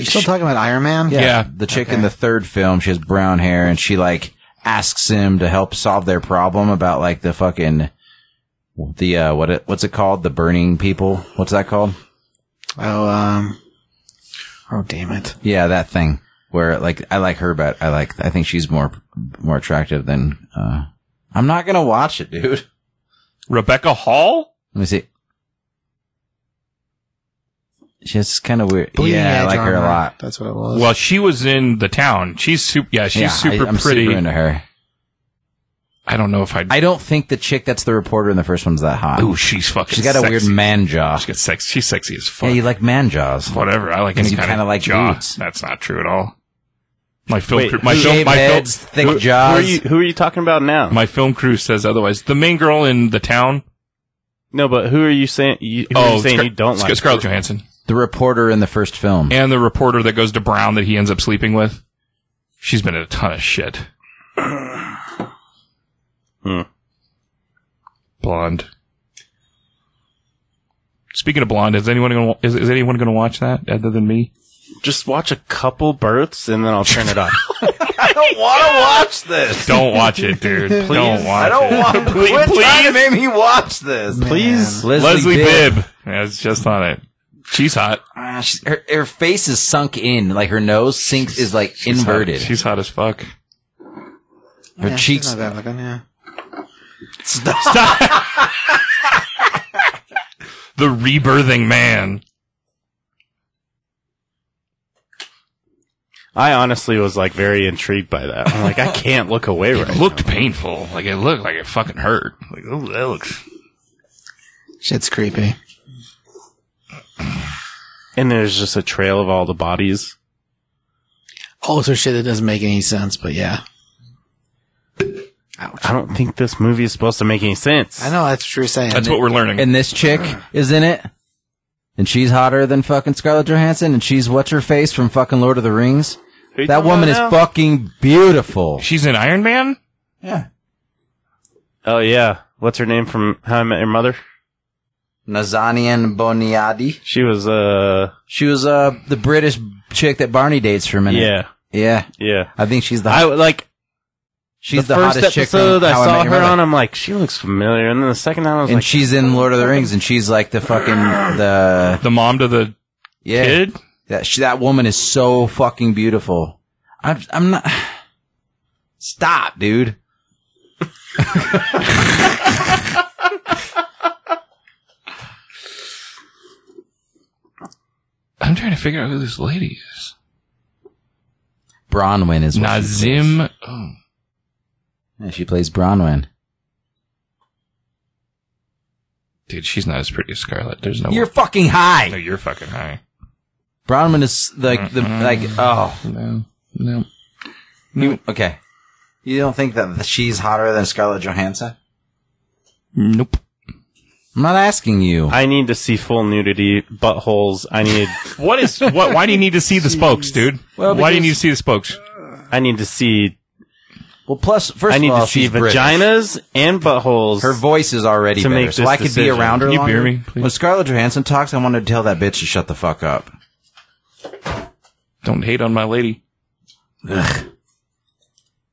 Speaker 2: you still talking about Iron Man?
Speaker 1: yeah,
Speaker 4: Yeah.
Speaker 1: the chick
Speaker 2: Okay.
Speaker 1: in the third film she has brown hair and she like asks him to help solve their problem about like the fucking the uh what it, what's it called the burning people what's that called
Speaker 2: Oh, um. Oh, damn it.
Speaker 1: yeah that thing where like I like her but I like I think she's more more attractive than uh I'm not gonna watch it dude.
Speaker 4: Rebecca Hall.
Speaker 1: Let me see. She has kind of weird.
Speaker 2: Bleeding
Speaker 1: yeah, I
Speaker 2: Edge
Speaker 1: like her a
Speaker 2: Armor.
Speaker 1: lot.
Speaker 2: That's what it was.
Speaker 4: Well, she was in the town. She's super. Yeah, she's
Speaker 1: yeah,
Speaker 4: super
Speaker 1: I, I'm
Speaker 4: pretty.
Speaker 1: Super into her.
Speaker 4: I don't know if I'd.
Speaker 1: I don't think the chick that's the reporter in the first one's that hot.
Speaker 4: ooh, she's fucking.
Speaker 1: She's got a weird
Speaker 4: sexy.
Speaker 1: man jaw.
Speaker 4: She's got sex. She's sexy as fuck.
Speaker 1: Yeah, you like man jaws.
Speaker 4: Whatever. I like
Speaker 1: 'Cause
Speaker 4: any
Speaker 1: you
Speaker 4: kind
Speaker 1: kinda
Speaker 4: of
Speaker 1: like
Speaker 4: jaw.
Speaker 1: dudes.
Speaker 4: That's not true at all. My film.
Speaker 3: Wait,
Speaker 4: crew, my
Speaker 3: who-
Speaker 4: film.
Speaker 1: Shaved
Speaker 4: My film.
Speaker 1: heads, thick
Speaker 3: Who, who
Speaker 1: jaws.
Speaker 3: are you? Who are you talking about now?
Speaker 4: My film crew says otherwise. The main girl in the town. oh,
Speaker 3: no, but who are you saying? You, who are you saying
Speaker 4: Scar-
Speaker 3: you don't
Speaker 4: Scar-
Speaker 3: like?
Speaker 4: Scarlett Johansson
Speaker 1: the reporter in the first film.
Speaker 4: and the reporter that goes to Brown that he ends up sleeping with. She's been in a ton of shit.
Speaker 3: Hmm.
Speaker 4: Blonde. Speaking of blonde, is anyone gonna is, is anyone gonna watch that other than me?
Speaker 3: Just watch a couple births and then I'll turn
Speaker 4: *laughs*
Speaker 3: it off.
Speaker 1: I don't want to watch this.
Speaker 4: Don't watch
Speaker 3: *laughs*
Speaker 4: it, dude. Don't watch
Speaker 1: I don't
Speaker 4: it.
Speaker 1: want to.
Speaker 4: *laughs* Please-
Speaker 1: Please, trying to
Speaker 4: please.
Speaker 1: make me watch this.
Speaker 3: Please.
Speaker 1: Leslie,
Speaker 4: Leslie
Speaker 1: Bibb.
Speaker 4: Bibb. Yeah, it's just on it. She's hot.
Speaker 1: Ah, she's- her, her face is sunk in, like her nose sinks is like
Speaker 4: She's hot.
Speaker 1: inverted.
Speaker 4: She's hot as fuck.
Speaker 1: her
Speaker 2: Yeah, she's
Speaker 1: cheeks.
Speaker 2: not bad looking, yeah.
Speaker 4: The rebirthing man.
Speaker 3: I honestly was like very intrigued by that. I'm like, I can't look away right. now.
Speaker 4: Looked painful. Like it looked like it fucking hurt. Like ooh, that looks
Speaker 2: Shit's creepy.
Speaker 3: and there's just a trail of all the bodies.
Speaker 2: Also, shit that doesn't make any sense, but yeah. Ouch.
Speaker 3: I don't think this movie is supposed to make any sense.
Speaker 2: I know that's what you're saying.
Speaker 4: That's what we're learning.
Speaker 1: And this chick is in it, and she's hotter than fucking Scarlett Johansson, and she's what's her face from fucking Lord of the Rings.
Speaker 3: Who you
Speaker 1: That
Speaker 3: talking
Speaker 1: woman is
Speaker 3: about now?
Speaker 1: fucking beautiful.
Speaker 4: She's in Iron Man.
Speaker 1: Yeah,
Speaker 3: Oh yeah, what's her name from How I Met Your Mother?
Speaker 1: Nazanian Boniadi.
Speaker 3: She was uh
Speaker 1: She was uh the British chick that Barney dates for a minute.
Speaker 3: yeah
Speaker 1: yeah.
Speaker 3: yeah.
Speaker 1: I think she's the
Speaker 3: I like
Speaker 1: she's the,
Speaker 3: the, first
Speaker 1: hottest chick.
Speaker 3: episode
Speaker 1: from
Speaker 3: I
Speaker 1: How Met
Speaker 3: saw
Speaker 1: Your
Speaker 3: her
Speaker 1: Mother.
Speaker 3: on. I'm like she looks familiar, and then the second time I was
Speaker 1: and
Speaker 3: like
Speaker 1: she's in Lord of the Rings, and she's like the fucking the
Speaker 4: The mom to the
Speaker 1: yeah.
Speaker 4: kid.
Speaker 1: That she, that woman is so fucking beautiful. I'm I'm not. *sighs* Stop, dude.
Speaker 4: I'm trying to figure out who this lady is.
Speaker 1: Bronwyn is what she plays.
Speaker 4: Nazim. Oh.
Speaker 1: Yeah, she plays Bronwyn.
Speaker 4: Dude, she's not as pretty as Scarlett. There's no.
Speaker 1: You're fucking
Speaker 4: no,
Speaker 1: high.
Speaker 4: you're fucking high.
Speaker 1: Bronwyn is like the
Speaker 3: Mm-hmm.
Speaker 1: like oh
Speaker 4: No, no.
Speaker 1: okay. You don't think that she's hotter than Scarlett Johansson?
Speaker 4: Nope.
Speaker 1: I'm not asking you.
Speaker 3: I need to see full nudity, buttholes. I need
Speaker 4: What is what? Why do you need to see the
Speaker 1: *laughs*
Speaker 4: spokes, dude?
Speaker 1: Well,
Speaker 4: why do you
Speaker 1: because-
Speaker 4: need to see the spokes?
Speaker 3: I need to see
Speaker 1: well, plus first
Speaker 3: I need
Speaker 1: of all,
Speaker 3: to see
Speaker 1: she's British.
Speaker 3: vaginas and buttholes.
Speaker 1: Her voice is already
Speaker 3: To
Speaker 1: better,
Speaker 3: make
Speaker 1: so
Speaker 3: this
Speaker 1: I could
Speaker 3: decision.
Speaker 1: be around her
Speaker 4: Can you
Speaker 1: longer.
Speaker 4: beer me, please?
Speaker 1: When Scarlett Johansson talks, I want her to tell that bitch to shut the fuck up.
Speaker 4: Don't hate on my lady.
Speaker 1: I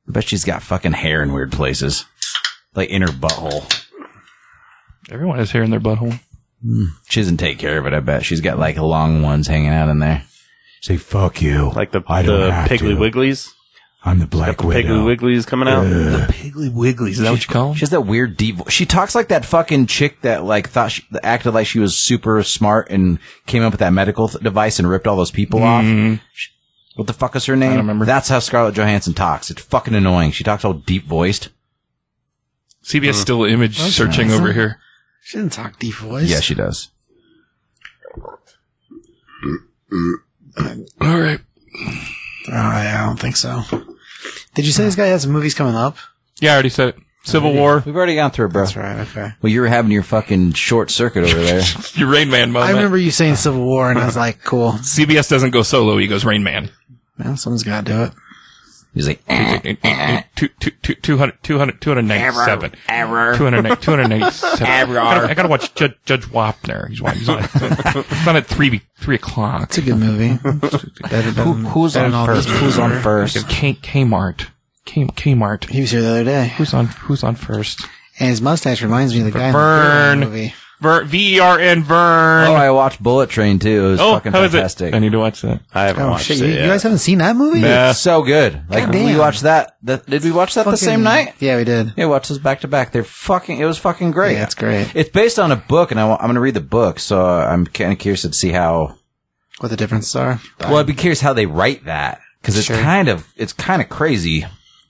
Speaker 1: bet she's got fucking hair in weird places, like in her butthole.
Speaker 4: Everyone has hair in their butthole.
Speaker 1: She doesn't take care of it. I bet she's got like long ones hanging out in there. Say fuck you,
Speaker 3: like the
Speaker 1: I don't
Speaker 3: the
Speaker 1: have
Speaker 3: Piggly
Speaker 1: to.
Speaker 3: Wigglies,
Speaker 1: I'm the Black
Speaker 3: Piggly Wigglies coming out.
Speaker 4: Piggly Wiggly. Is that what you call
Speaker 1: She
Speaker 4: them?
Speaker 1: has that weird deep. vo- She talks like that fucking chick that like thought she that acted like she was super smart and came up with that medical th- device and ripped all those people off.
Speaker 4: Mm,
Speaker 1: What the fuck is her name?
Speaker 4: remember.
Speaker 1: That's how Scarlett Johansson talks. It's fucking annoying. She talks all deep voiced.
Speaker 4: CBS still image searching over here.
Speaker 2: She didn't talk deep voice.
Speaker 1: Yeah, she does.
Speaker 4: All right.
Speaker 2: Oh, yeah, I don't think so. Did you say this guy has some movies coming up?
Speaker 4: Yeah, I already said it. Civil War.
Speaker 1: We've already gone through it, bro.
Speaker 2: That's right. Okay.
Speaker 1: Well, you were having your fucking short circuit over there.
Speaker 4: Your Rain Man moment.
Speaker 2: I remember you *laughs* saying Civil War, and I was like, cool.
Speaker 4: CBS doesn't go solo. He goes Rain Man.
Speaker 2: Well, someone's got to do it.
Speaker 1: He's like, "Mm,
Speaker 4: Two- two- two- 200 200 297. Error. 200 *laughs* 297. Error. I gotta, I gotta watch Judge, Judge Wapner. He's, watching, he's, on, he's on at 3, 3 o'clock.
Speaker 2: It's a good movie. Better than-
Speaker 1: who's
Speaker 2: better
Speaker 1: on
Speaker 2: than all
Speaker 1: first?
Speaker 2: these-
Speaker 1: Who's on first?
Speaker 4: K- Kmart. K- Kmart.
Speaker 2: He was here the other day,
Speaker 4: Who's on, who's on first?
Speaker 2: and his mustache reminds me of the guy in
Speaker 4: Vern.
Speaker 2: the Spider-Man movie.
Speaker 4: Ver, V-E-R-N, Vern.
Speaker 1: Oh, I watched Bullet Train too. It was
Speaker 4: Oh,
Speaker 1: fucking
Speaker 4: how is
Speaker 1: fantastic.
Speaker 4: it? I need to watch that.
Speaker 3: I haven't
Speaker 2: Oh
Speaker 3: watched
Speaker 2: shit!
Speaker 3: it
Speaker 2: You, you
Speaker 3: yet.
Speaker 2: guys haven't seen that movie?
Speaker 4: Nah.
Speaker 1: It's so good. Like
Speaker 2: Goddamn.
Speaker 1: we watched that. that. Did we watch that the
Speaker 2: Fucking-
Speaker 1: same night?
Speaker 2: Yeah, we did.
Speaker 1: Yeah, watch those back to back. They're fucking. It was fucking great.
Speaker 2: Yeah, it's great.
Speaker 1: It's based on a book, and I, am going to read the book. So uh, I'm kind of curious to see how.
Speaker 2: What the differences are?
Speaker 1: Well, I'd be curious how they write that because it's
Speaker 2: Sure.
Speaker 1: kind of it's kind of crazy.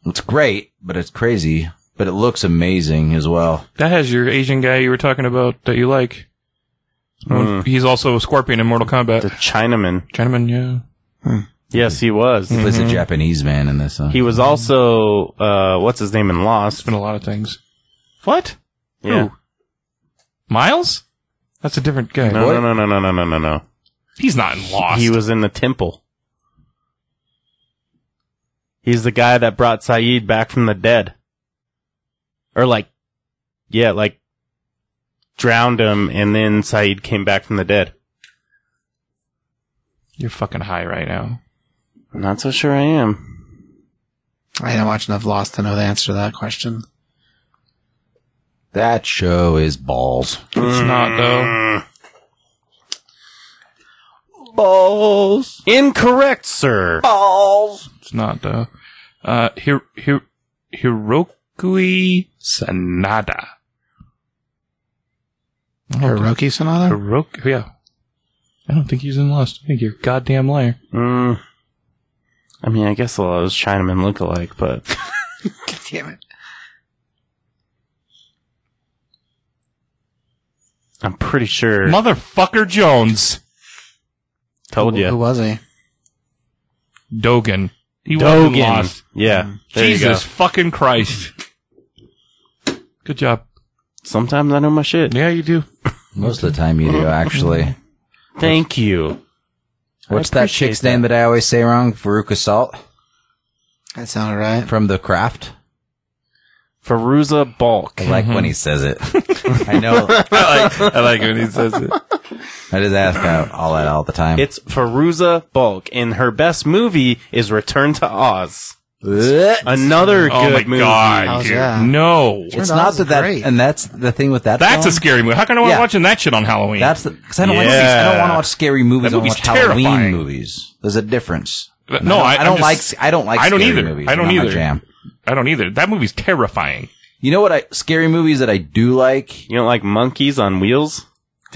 Speaker 1: It's great, but it's crazy. But it looks amazing as well.
Speaker 4: That has your Asian guy you were talking about that you like. Oh,
Speaker 3: Mm.
Speaker 4: He's also a scorpion in Mortal
Speaker 3: The
Speaker 4: Kombat.
Speaker 3: Chinaman.
Speaker 4: Gentleman, yeah.
Speaker 3: Yes, he was.
Speaker 1: He plays a Japanese man in this. Huh?
Speaker 3: Mm-hmm. He was also uh, what's his name in Lost?
Speaker 4: It's been a lot of things. What?
Speaker 3: Yeah.
Speaker 4: Who? Miles? That's a different guy.
Speaker 3: No, no, no, no, no, no, no, no, no.
Speaker 4: He's not in Lost.
Speaker 3: He was in the temple. He's the guy that brought Saeed back from the dead. Or like, yeah, like drowned him and then Saeed came back from the dead.
Speaker 4: You're fucking high right now.
Speaker 3: I'm not so sure I am.
Speaker 2: I didn't watch enough Lost to know the answer to that question.
Speaker 1: that show is balls.
Speaker 4: It's
Speaker 3: Hmm.
Speaker 4: not though.
Speaker 3: Mm.
Speaker 1: Balls.
Speaker 3: Incorrect, sir.
Speaker 1: Balls.
Speaker 4: It's not though. Uh, Hir- Hir- Hirokui Sanada.
Speaker 2: Oh, Hiroki Sonata?
Speaker 4: Hirok. oh, Yeah. I don't think he's in Lost. I think you're a goddamn liar.
Speaker 3: Mm. I mean, I guess a lot of those Chinamen look alike, but
Speaker 2: God damn it.
Speaker 3: I'm pretty sure.
Speaker 4: Motherfucker Jones.
Speaker 3: Told
Speaker 2: who, Who
Speaker 3: you.
Speaker 2: was he?
Speaker 4: Dogan. He wasn't
Speaker 3: Dogan.
Speaker 4: lost. Mm.
Speaker 3: Yeah. There you go.
Speaker 4: Jesus fucking Christ. Good job.
Speaker 3: Sometimes I know my shit.
Speaker 4: Yeah, you do.
Speaker 1: Most of the time you
Speaker 3: Mm-hmm.
Speaker 1: do, actually.
Speaker 3: Thank you.
Speaker 1: What's that
Speaker 3: appreciate
Speaker 1: chick's name that I always say wrong? Veruca Salt
Speaker 2: That sounded right.
Speaker 1: from The Craft.
Speaker 3: Feruza Balk.
Speaker 1: I like when he says
Speaker 3: *laughs*
Speaker 1: it. I know.
Speaker 4: *laughs* I like, I like when he says it.
Speaker 1: I just ask out all that all the time.
Speaker 3: It's Feruza Balk, and her best movie is Return to Oz. Another
Speaker 4: Oh
Speaker 3: good
Speaker 4: my
Speaker 3: movie.
Speaker 4: god,
Speaker 2: How's
Speaker 4: dude.
Speaker 2: that?
Speaker 4: No.
Speaker 1: It's
Speaker 2: Turn
Speaker 1: not
Speaker 2: Oz
Speaker 1: that that,
Speaker 2: great.
Speaker 1: and that's the thing with that.
Speaker 4: That's a
Speaker 1: film.
Speaker 4: scary movie. How can I was
Speaker 1: Yeah.
Speaker 4: watching that shit on Halloween?
Speaker 1: That's because I don't like
Speaker 3: Yeah.
Speaker 1: these, I don't want to watch scary movies.
Speaker 4: That
Speaker 1: I want to
Speaker 4: movie's
Speaker 1: watch Halloween
Speaker 4: terrifying.
Speaker 1: movies. There's a difference.
Speaker 4: no,
Speaker 1: I don't,
Speaker 4: I,
Speaker 1: I don't
Speaker 4: I'm
Speaker 1: like
Speaker 4: just-
Speaker 1: I don't like.
Speaker 4: I don't
Speaker 1: scary
Speaker 4: either.
Speaker 1: Movies.
Speaker 4: I don't
Speaker 1: They're not my
Speaker 4: either.
Speaker 1: Jam.
Speaker 4: I don't either. That movie's terrifying.
Speaker 1: You know what? I scary movies that I do like.
Speaker 3: You don't like monkeys on wheels?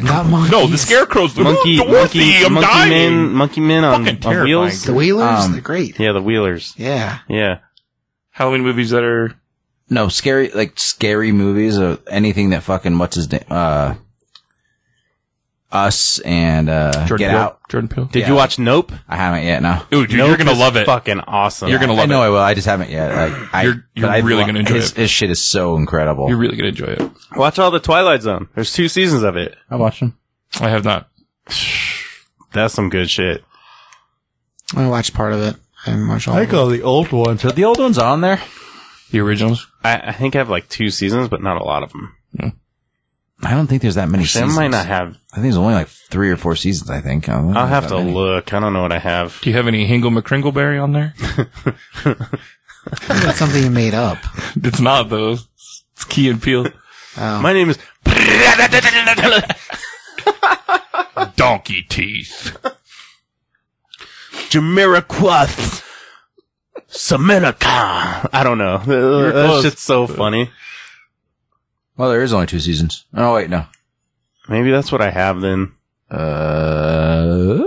Speaker 2: Not monkeys.
Speaker 4: No, the scarecrow's *laughs* the
Speaker 3: Monkey,
Speaker 4: Dorothy.
Speaker 3: monkey,
Speaker 4: I'm
Speaker 3: monkey
Speaker 4: dying.
Speaker 3: men, monkey men on,
Speaker 4: Fucking
Speaker 3: on
Speaker 4: terrifying.
Speaker 3: wheels.
Speaker 2: The Wheelers.
Speaker 1: Um,
Speaker 2: They're great.
Speaker 3: Yeah, the wheelers.
Speaker 2: Yeah.
Speaker 3: Yeah,
Speaker 4: Halloween movies that are
Speaker 1: No scary like scary movies or anything that fucking what's his name uh us and uh
Speaker 4: Jordan
Speaker 1: Get
Speaker 4: Peele.
Speaker 1: Out.
Speaker 4: Jordan Peele.
Speaker 3: Did
Speaker 1: Yeah.
Speaker 3: you watch Nope?
Speaker 1: I haven't yet. No.
Speaker 4: Ooh, dude, you're
Speaker 3: Nope
Speaker 4: gonna
Speaker 3: is
Speaker 4: love it.
Speaker 3: Fucking awesome.
Speaker 4: You're gonna love
Speaker 1: I know I will. I just haven't yet. Like, I,
Speaker 4: You're- you're
Speaker 1: but I
Speaker 4: really
Speaker 1: lo-
Speaker 4: gonna enjoy
Speaker 1: his,
Speaker 4: it.
Speaker 1: His shit is so incredible.
Speaker 4: it. You're really gonna enjoy it.
Speaker 3: watch all the Twilight Zone. There's two seasons of it.
Speaker 1: I watched him.
Speaker 4: I have not.
Speaker 3: That's some good shit.
Speaker 2: I watched part of it. I haven't watched all
Speaker 5: I
Speaker 2: of it.
Speaker 5: call the old ones.
Speaker 1: The old one's on there.
Speaker 4: The originals.
Speaker 3: I, I think I have like two seasons, but not a lot of them.
Speaker 1: I don't think there's that many
Speaker 3: Actually, I
Speaker 1: seasons.
Speaker 3: might not have.
Speaker 1: I think there's only like three or four seasons. I think. I don't think
Speaker 3: I'll
Speaker 1: there's
Speaker 3: have
Speaker 1: that
Speaker 3: to
Speaker 1: many.
Speaker 3: look. I don't know what I have.
Speaker 4: Do you have any Hingle McCringleberry on there?
Speaker 2: That's something you made up.
Speaker 4: *laughs* it's not though. It's Key and Peele.
Speaker 2: Oh.
Speaker 3: My name is.
Speaker 4: *laughs* Donkey teeth.
Speaker 3: Jamiroquai Saminica. I don't know. Uh, That
Speaker 4: close.
Speaker 3: shit's so funny.
Speaker 1: Well, there is only two seasons. Oh wait, no.
Speaker 3: Maybe that's what I have then.
Speaker 1: Uh,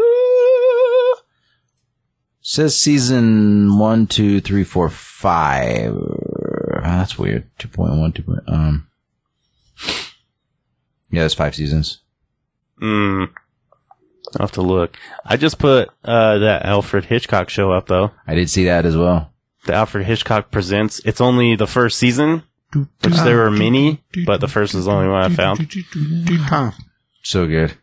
Speaker 1: says season one, two, three, four, five. Ah, That's weird. Two point one, two point. Um. Yeah, there's five seasons.
Speaker 3: Mm. I'll have to look. I just put uh, that Alfred Hitchcock show up though.
Speaker 1: I did see that as well.
Speaker 3: The Alfred Hitchcock presents. It's only the first season, which there were many, but the first is the only one I found.
Speaker 2: *laughs* Huh.
Speaker 1: So good.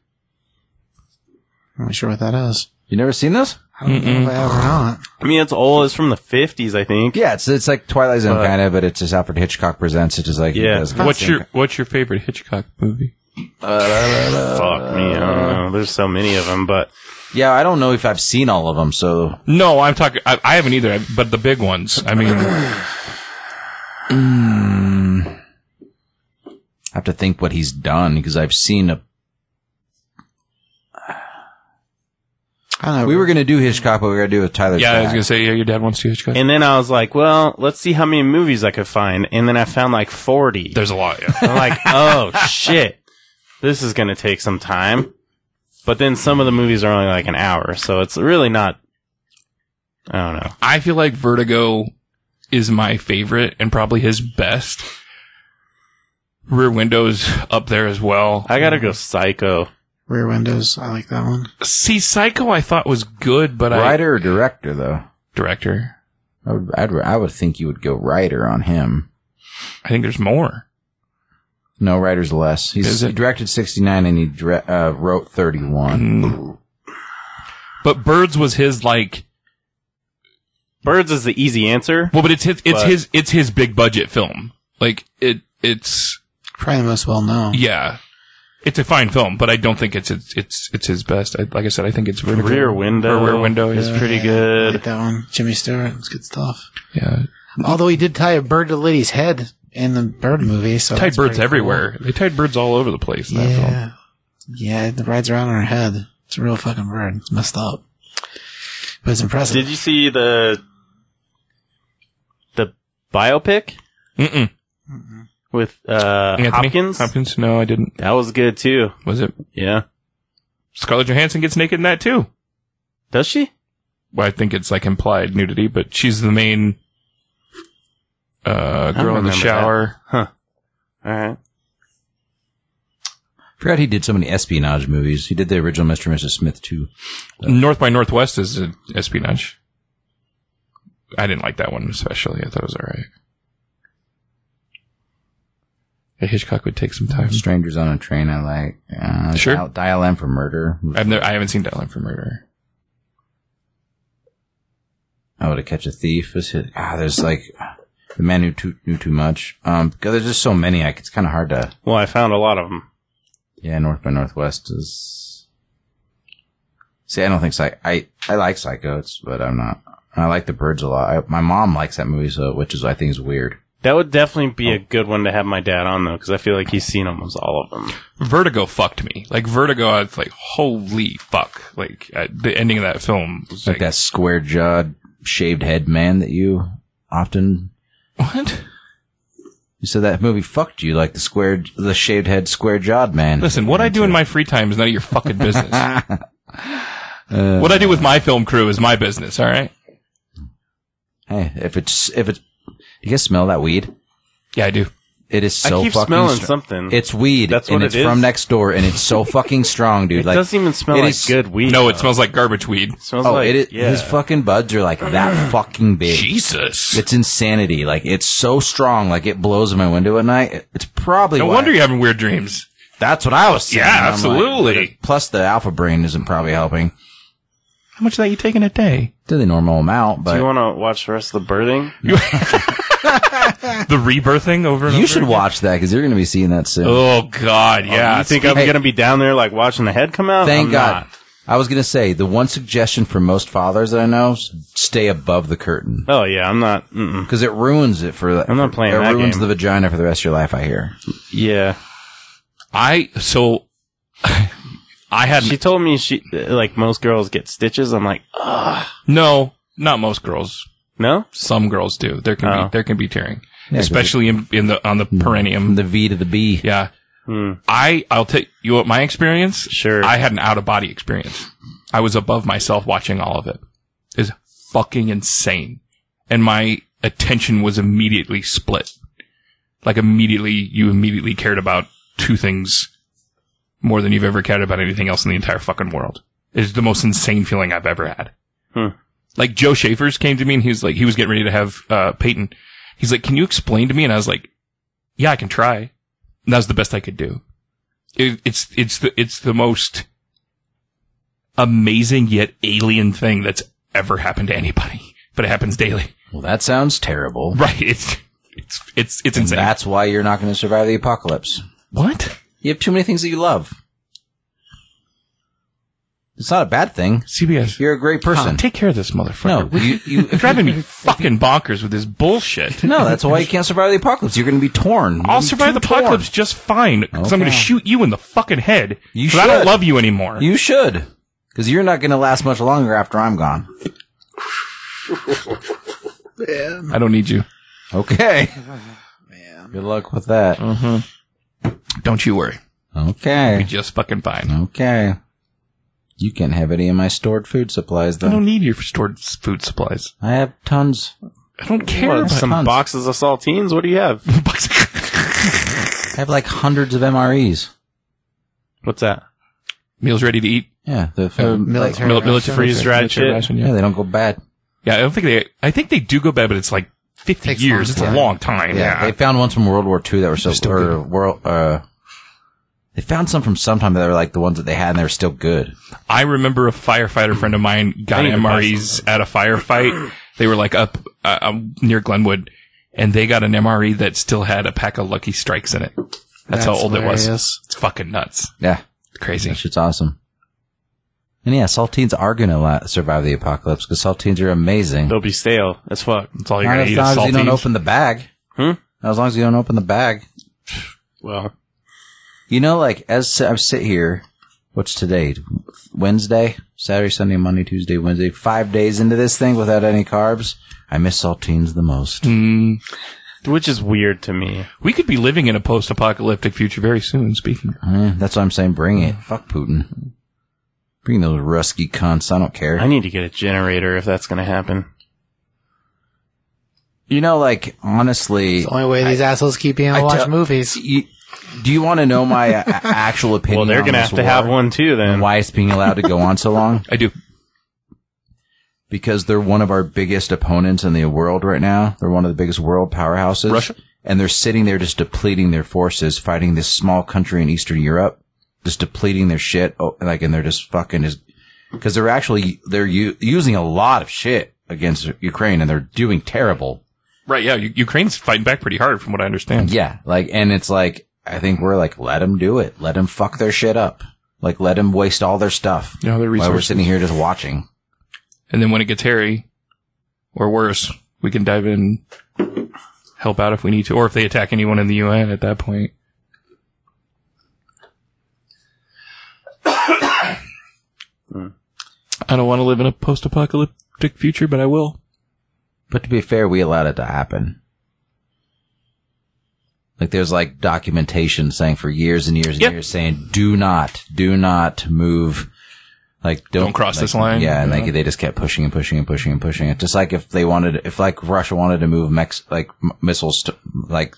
Speaker 2: I'm not sure what that is.
Speaker 1: You never seen this?
Speaker 2: I don't know if I have or not.
Speaker 3: I mean, it's old. It's from the fifties, I think.
Speaker 1: Yeah, it's it's like Twilight Zone
Speaker 3: Uh,
Speaker 1: kind of, but it's just Alfred Hitchcock presents. It is like
Speaker 3: Yeah.
Speaker 1: does-
Speaker 4: What's your What's your favorite Hitchcock movie?
Speaker 3: Fuck me. I don't know. There's so many of them, but
Speaker 1: Yeah, I don't know if I've seen all of them. So
Speaker 4: No, I'm talking. I, I haven't either. But the big ones. I mean,
Speaker 1: I have to think what he's done because I've seen a.
Speaker 2: I don't know.
Speaker 1: We were gonna do Hitchcock, but we were gonna do it with Tyler.
Speaker 4: yeah, I was
Speaker 1: Sack.
Speaker 4: gonna say, yeah, your dad wants to Hitchcock.
Speaker 3: and then I was like, well, let's see how many movies I could find, and then I found like forty.
Speaker 4: There's a lot. Yeah.
Speaker 3: *laughs*
Speaker 4: *laughs*
Speaker 3: I'm like, oh shit, this is gonna take some time. But then some of the movies are only like an hour, so it's really not. I don't know.
Speaker 4: I feel like Vertigo is my favorite and probably his best. Rear Windows up there as well.
Speaker 3: I gotta go Psycho.
Speaker 2: Rear Windows. I like that one.
Speaker 4: See, Psycho I thought was good, but
Speaker 1: writer or director though.
Speaker 4: I director.
Speaker 1: I would, I'd, I would think you would go writer on him.
Speaker 4: I think there's more.
Speaker 1: No, writer's less. He's
Speaker 4: Is it? Mm-hmm.
Speaker 1: he directed sixty nine and he dire- uh, wrote thirty one.
Speaker 4: Mm. But Birds was his like.
Speaker 3: Birds is the easy answer.
Speaker 4: Well, but it's his. It's
Speaker 3: But-
Speaker 4: his. It's his big budget film. Like it. It's
Speaker 2: Probably the most well known.
Speaker 4: yeah. It's a fine film, but I don't think it's it's it's, it's his best. I, like I said, I think it's Vertigo.
Speaker 3: Rear Window.
Speaker 4: Or Rear Window.
Speaker 3: is
Speaker 4: Yeah.
Speaker 3: pretty
Speaker 2: I
Speaker 3: good.
Speaker 2: like that one. Jimmy Stewart. It's good stuff.
Speaker 4: yeah.
Speaker 2: Although he did tie a bird to Liddy's head in the bird movie, so
Speaker 4: Tied
Speaker 2: that's
Speaker 4: birds
Speaker 2: pretty
Speaker 4: everywhere. They tied birds all over the place in
Speaker 2: Cool.
Speaker 4: that film.
Speaker 2: Yeah, yeah, it rides around on her head. It's a real fucking bird. It's messed up, but it's impressive.
Speaker 3: Did you see the the biopic
Speaker 4: Mm-mm.
Speaker 3: with uh,
Speaker 4: Anthony
Speaker 3: Hopkins?
Speaker 4: Hopkins? No, I didn't.
Speaker 3: That was good too.
Speaker 4: Was it?
Speaker 3: Yeah.
Speaker 4: Scarlett Johansson gets naked in that too.
Speaker 3: Does she?
Speaker 4: Well, I think it's like implied nudity, but she's the main uh,
Speaker 3: don't
Speaker 4: girl in the
Speaker 3: remember
Speaker 4: shower.
Speaker 3: All right.
Speaker 1: forgot he did so many espionage movies. He did the original Mr. and Mrs. Smith too.
Speaker 4: Mm-hmm. North by Northwest is an espionage. I didn't like that one especially. I thought it was all right. Yeah, Hitchcock would take some time.
Speaker 1: Strangers on a Train. I like. Uh,
Speaker 4: Sure.
Speaker 1: Dial, Dial M for Murder.
Speaker 4: I've never, I haven't seen Dial M for Murder.
Speaker 1: Oh, to catch a thief. Is it, ah, there's like the man who too, knew too much. Um, 'cause there's just so many. Like, it's kind of hard to.
Speaker 3: Well, I found a lot of them.
Speaker 1: Yeah, North by Northwest is. See, I don't think Psych- I I like Psychos, but I'm not. I like The Birds a lot. I, my mom likes that movie, so which is I think is weird.
Speaker 3: That would definitely be
Speaker 4: Oh.
Speaker 3: a good one to have my dad on though, because I feel like he's seen almost all of them.
Speaker 4: Vertigo fucked me. Like Vertigo, I was like, holy fuck! Like I, the ending of that film was
Speaker 1: Like
Speaker 4: like,
Speaker 1: that square jawed, shaved head man that you often
Speaker 4: what?
Speaker 1: you said that movie fucked you like the square the shaved head square jawed man.
Speaker 4: Listen, what I do in my free time is none of your
Speaker 1: *laughs*
Speaker 4: fucking business.
Speaker 1: Uh,
Speaker 4: what I do with my film crew is my business. All right.
Speaker 1: Hey, if it's if it's you guys smell that weed?
Speaker 4: Yeah, I do.
Speaker 1: It is so
Speaker 3: I keep
Speaker 1: fucking
Speaker 3: smelling
Speaker 1: str-
Speaker 3: something.
Speaker 1: It's weed,
Speaker 3: Mm-hmm. That's
Speaker 1: and
Speaker 3: what
Speaker 1: it's
Speaker 3: it
Speaker 1: from
Speaker 3: is.
Speaker 1: next door, and it's so fucking strong, dude.
Speaker 3: *laughs* it
Speaker 1: like
Speaker 3: doesn't even smell
Speaker 1: it
Speaker 3: like
Speaker 1: is-
Speaker 3: good weed.
Speaker 4: No,
Speaker 3: though.
Speaker 4: it
Speaker 1: Uh,
Speaker 4: smells like garbage weed.
Speaker 3: smells
Speaker 1: Oh,
Speaker 3: like
Speaker 1: it is.
Speaker 3: yeah.
Speaker 1: His fucking buds are like
Speaker 3: *clears throat*
Speaker 1: that fucking big.
Speaker 4: Jesus.
Speaker 1: It's insanity. Like it's so strong. Like it blows in my window at night. It- It's probably
Speaker 4: No
Speaker 1: why-
Speaker 4: wonder you're having weird dreams.
Speaker 1: That's what I was saying.
Speaker 4: Yeah,
Speaker 1: I'm like-
Speaker 4: absolutely.
Speaker 1: plus the alpha brain isn't probably helping.
Speaker 4: How much of that you taking a day?
Speaker 1: To the normal amount,
Speaker 3: Do
Speaker 1: but
Speaker 3: you
Speaker 1: you,
Speaker 3: want to watch the rest of the birding?
Speaker 4: The rebirthing over and over.
Speaker 1: should
Speaker 4: again?
Speaker 1: watch that because you're going to be seeing that soon.
Speaker 4: Oh God, yeah.
Speaker 3: you think
Speaker 4: Speak-
Speaker 3: I'm gonna be down there like watching the head come out?
Speaker 1: Thank
Speaker 3: I'm
Speaker 1: God.
Speaker 3: not.
Speaker 1: I was going to say the one suggestion for most fathers that I know: s- stay above the curtain
Speaker 3: Oh yeah, I'm not. Mm-mm.
Speaker 1: because it ruins it for.
Speaker 3: I'm not playing
Speaker 1: It
Speaker 3: that
Speaker 1: ruins
Speaker 3: game.
Speaker 1: the vagina for the rest of your life. I hear.
Speaker 3: Yeah,
Speaker 4: I so *laughs* I had
Speaker 3: she told me she like most girls get stitches. I'm like, ugh.
Speaker 4: no, not most girls.
Speaker 3: No,
Speaker 4: Some girls do. There can
Speaker 3: Oh.
Speaker 4: be there can be tearing,
Speaker 1: 'cause Mm.
Speaker 4: especially in, in the on the
Speaker 1: From
Speaker 4: perineum.
Speaker 1: the V to the B.
Speaker 4: yeah,
Speaker 3: Hmm.
Speaker 4: I I'll tell you what my experience.
Speaker 3: Sure.
Speaker 4: I had an out of body experience. I was above myself watching all of it. Is fucking insane, and my attention was immediately split. Like immediately, you immediately cared about two things more than you've ever cared about anything else in the entire fucking world. It's the most insane feeling I've ever had.
Speaker 3: Hmm.
Speaker 4: Like Joe Schaefer's came to me and he was like, he was getting ready to have uh, Peyton. He's like, "Can you explain to me?" And I was like, "Yeah, I can try." And that was the best I could do. It, it's it's the it's the most amazing yet alien thing that's ever happened to anybody, but it happens daily.
Speaker 1: Well, that sounds terrible.
Speaker 4: Right? It's it's it's it's
Speaker 1: And
Speaker 4: insane.
Speaker 1: that's why you're not going to survive the apocalypse.
Speaker 4: what?
Speaker 1: You have too many things that you love. It's not a bad thing.
Speaker 4: CBS.
Speaker 1: You're a great person.
Speaker 4: Take care of this motherfucker.
Speaker 1: no, you, you,
Speaker 4: *laughs* You're driving me fucking bonkers with this
Speaker 1: *laughs*
Speaker 4: bullshit.
Speaker 1: no, that's why you can't survive the apocalypse. You're going to be torn. You're
Speaker 4: I'll
Speaker 1: gonna be
Speaker 4: survive
Speaker 1: too
Speaker 4: the apocalypse just fine because I'm
Speaker 1: Okay.
Speaker 4: going to shoot you in the fucking head.
Speaker 1: You
Speaker 4: 'cause I don't
Speaker 1: should.
Speaker 4: love you anymore.
Speaker 1: torn. You should, because you're not going to last much longer after I'm gone.
Speaker 4: I don't need you.
Speaker 1: Okay. Good luck with that.
Speaker 4: Don't you worry. You're
Speaker 1: Okay.
Speaker 4: just fucking fine.
Speaker 1: Okay. You can't have any of my stored food supplies,
Speaker 4: I
Speaker 1: though.
Speaker 4: don't need your stored food supplies.
Speaker 1: I have tons.
Speaker 4: I don't care
Speaker 3: What,
Speaker 4: about
Speaker 3: some
Speaker 4: *laughs*
Speaker 1: tons.
Speaker 3: boxes of saltines. What do you have?
Speaker 1: *laughs* I have like hundreds of MREs.
Speaker 3: What's that?
Speaker 4: meals ready to eat.
Speaker 1: Yeah, the food, like-
Speaker 2: military
Speaker 4: Mil-
Speaker 2: ration.
Speaker 4: military
Speaker 3: Freeze dried
Speaker 4: military
Speaker 3: shit.
Speaker 4: ration,
Speaker 1: yeah,
Speaker 4: yeah.
Speaker 1: they don't go bad.
Speaker 4: yeah, I don't think they. I think they do go bad, but it's like fifty
Speaker 2: Takes
Speaker 4: years.
Speaker 2: long
Speaker 4: It's a
Speaker 2: time.
Speaker 4: long time.
Speaker 1: Yeah,
Speaker 4: Yeah,
Speaker 1: they found ones from World War II that were so
Speaker 4: still
Speaker 1: or
Speaker 4: good.
Speaker 1: world. Uh, they found some from sometime that were like the ones that they had and they were still good.
Speaker 4: I remember a firefighter friend of mine got
Speaker 3: need to buy
Speaker 4: MREs at a firefight. They were like up uh, um, near Glenwood, and they got an MRE that still had a pack of Lucky Strikes in it. That's, how old it was.
Speaker 2: hilarious.
Speaker 4: It's fucking nuts.
Speaker 1: Yeah,
Speaker 4: It's crazy.
Speaker 1: that shit's awesome. And yeah, saltines are gonna la- survive the apocalypse because saltines are amazing.
Speaker 3: They'll be stale as fuck.
Speaker 4: That's all you're
Speaker 1: Not
Speaker 4: gonna
Speaker 1: as
Speaker 4: eat
Speaker 1: long
Speaker 4: is
Speaker 1: as you don't
Speaker 4: saltines.
Speaker 1: open the bag.
Speaker 3: Hmm?
Speaker 1: As long as you don't open the bag.
Speaker 3: Well,
Speaker 1: You know, like as I sit here, what's today? Wednesday, Saturday, Sunday, Monday, Tuesday, Wednesday. Five days into this thing without any carbs, I miss saltines the most.
Speaker 4: Mm,
Speaker 3: which is weird to me.
Speaker 4: we could be living in a post-apocalyptic future very soon. Speaking,
Speaker 3: Hmm.
Speaker 4: of.
Speaker 1: Eh, that's what I'm saying. Bring it. Fuck Putin. Bring those rusky cunts. I don't care.
Speaker 3: I need to get a generator if that's gonna happen.
Speaker 1: you know, like honestly,
Speaker 2: The only way these assholes keep being able to
Speaker 1: I
Speaker 2: watch
Speaker 1: tell-
Speaker 2: movies.
Speaker 1: you, Do you want to know my uh, a- actual opinion?
Speaker 3: Well, they're
Speaker 1: on
Speaker 3: gonna
Speaker 1: this
Speaker 3: have to have
Speaker 1: war
Speaker 3: one too then.
Speaker 1: and why it's being allowed to go on so long?
Speaker 4: I do.
Speaker 1: Because they're one of our biggest opponents in the world right now. They're one of the biggest world powerhouses.
Speaker 4: Russia?
Speaker 1: And they're sitting there just depleting their forces, fighting this small country in Eastern Europe, just depleting their shit. Oh, like, and they're just fucking just because they're actually they're u- using a lot of shit against Ukraine, and they're doing terrible.
Speaker 4: Right, yeah. U- Ukraine's fighting back pretty hard from what I understand.
Speaker 1: Yeah, like, and it's like I think we're like, let them do it, let them fuck their shit up, like let them waste all their stuff
Speaker 4: You know, their
Speaker 1: while we're
Speaker 4: resources.
Speaker 1: sitting here just watching.
Speaker 4: And then when it gets hairy, or worse, we can dive in, help out if we need to, or if they attack anyone in the UN at that point. *coughs* I don't want to live in a post-apocalyptic future, but I will.
Speaker 1: But to be fair, we allowed it to happen. Like there's like documentation saying for years and years and
Speaker 4: Yep.
Speaker 1: years saying do not, do not move. Like don't,
Speaker 4: Don't cross
Speaker 1: like,
Speaker 4: this line.
Speaker 1: Yeah, and
Speaker 4: Yeah.
Speaker 1: like they just kept pushing and pushing and pushing and pushing it. Just like if they wanted, if like Russia wanted to move Mex, like m- missiles, to, like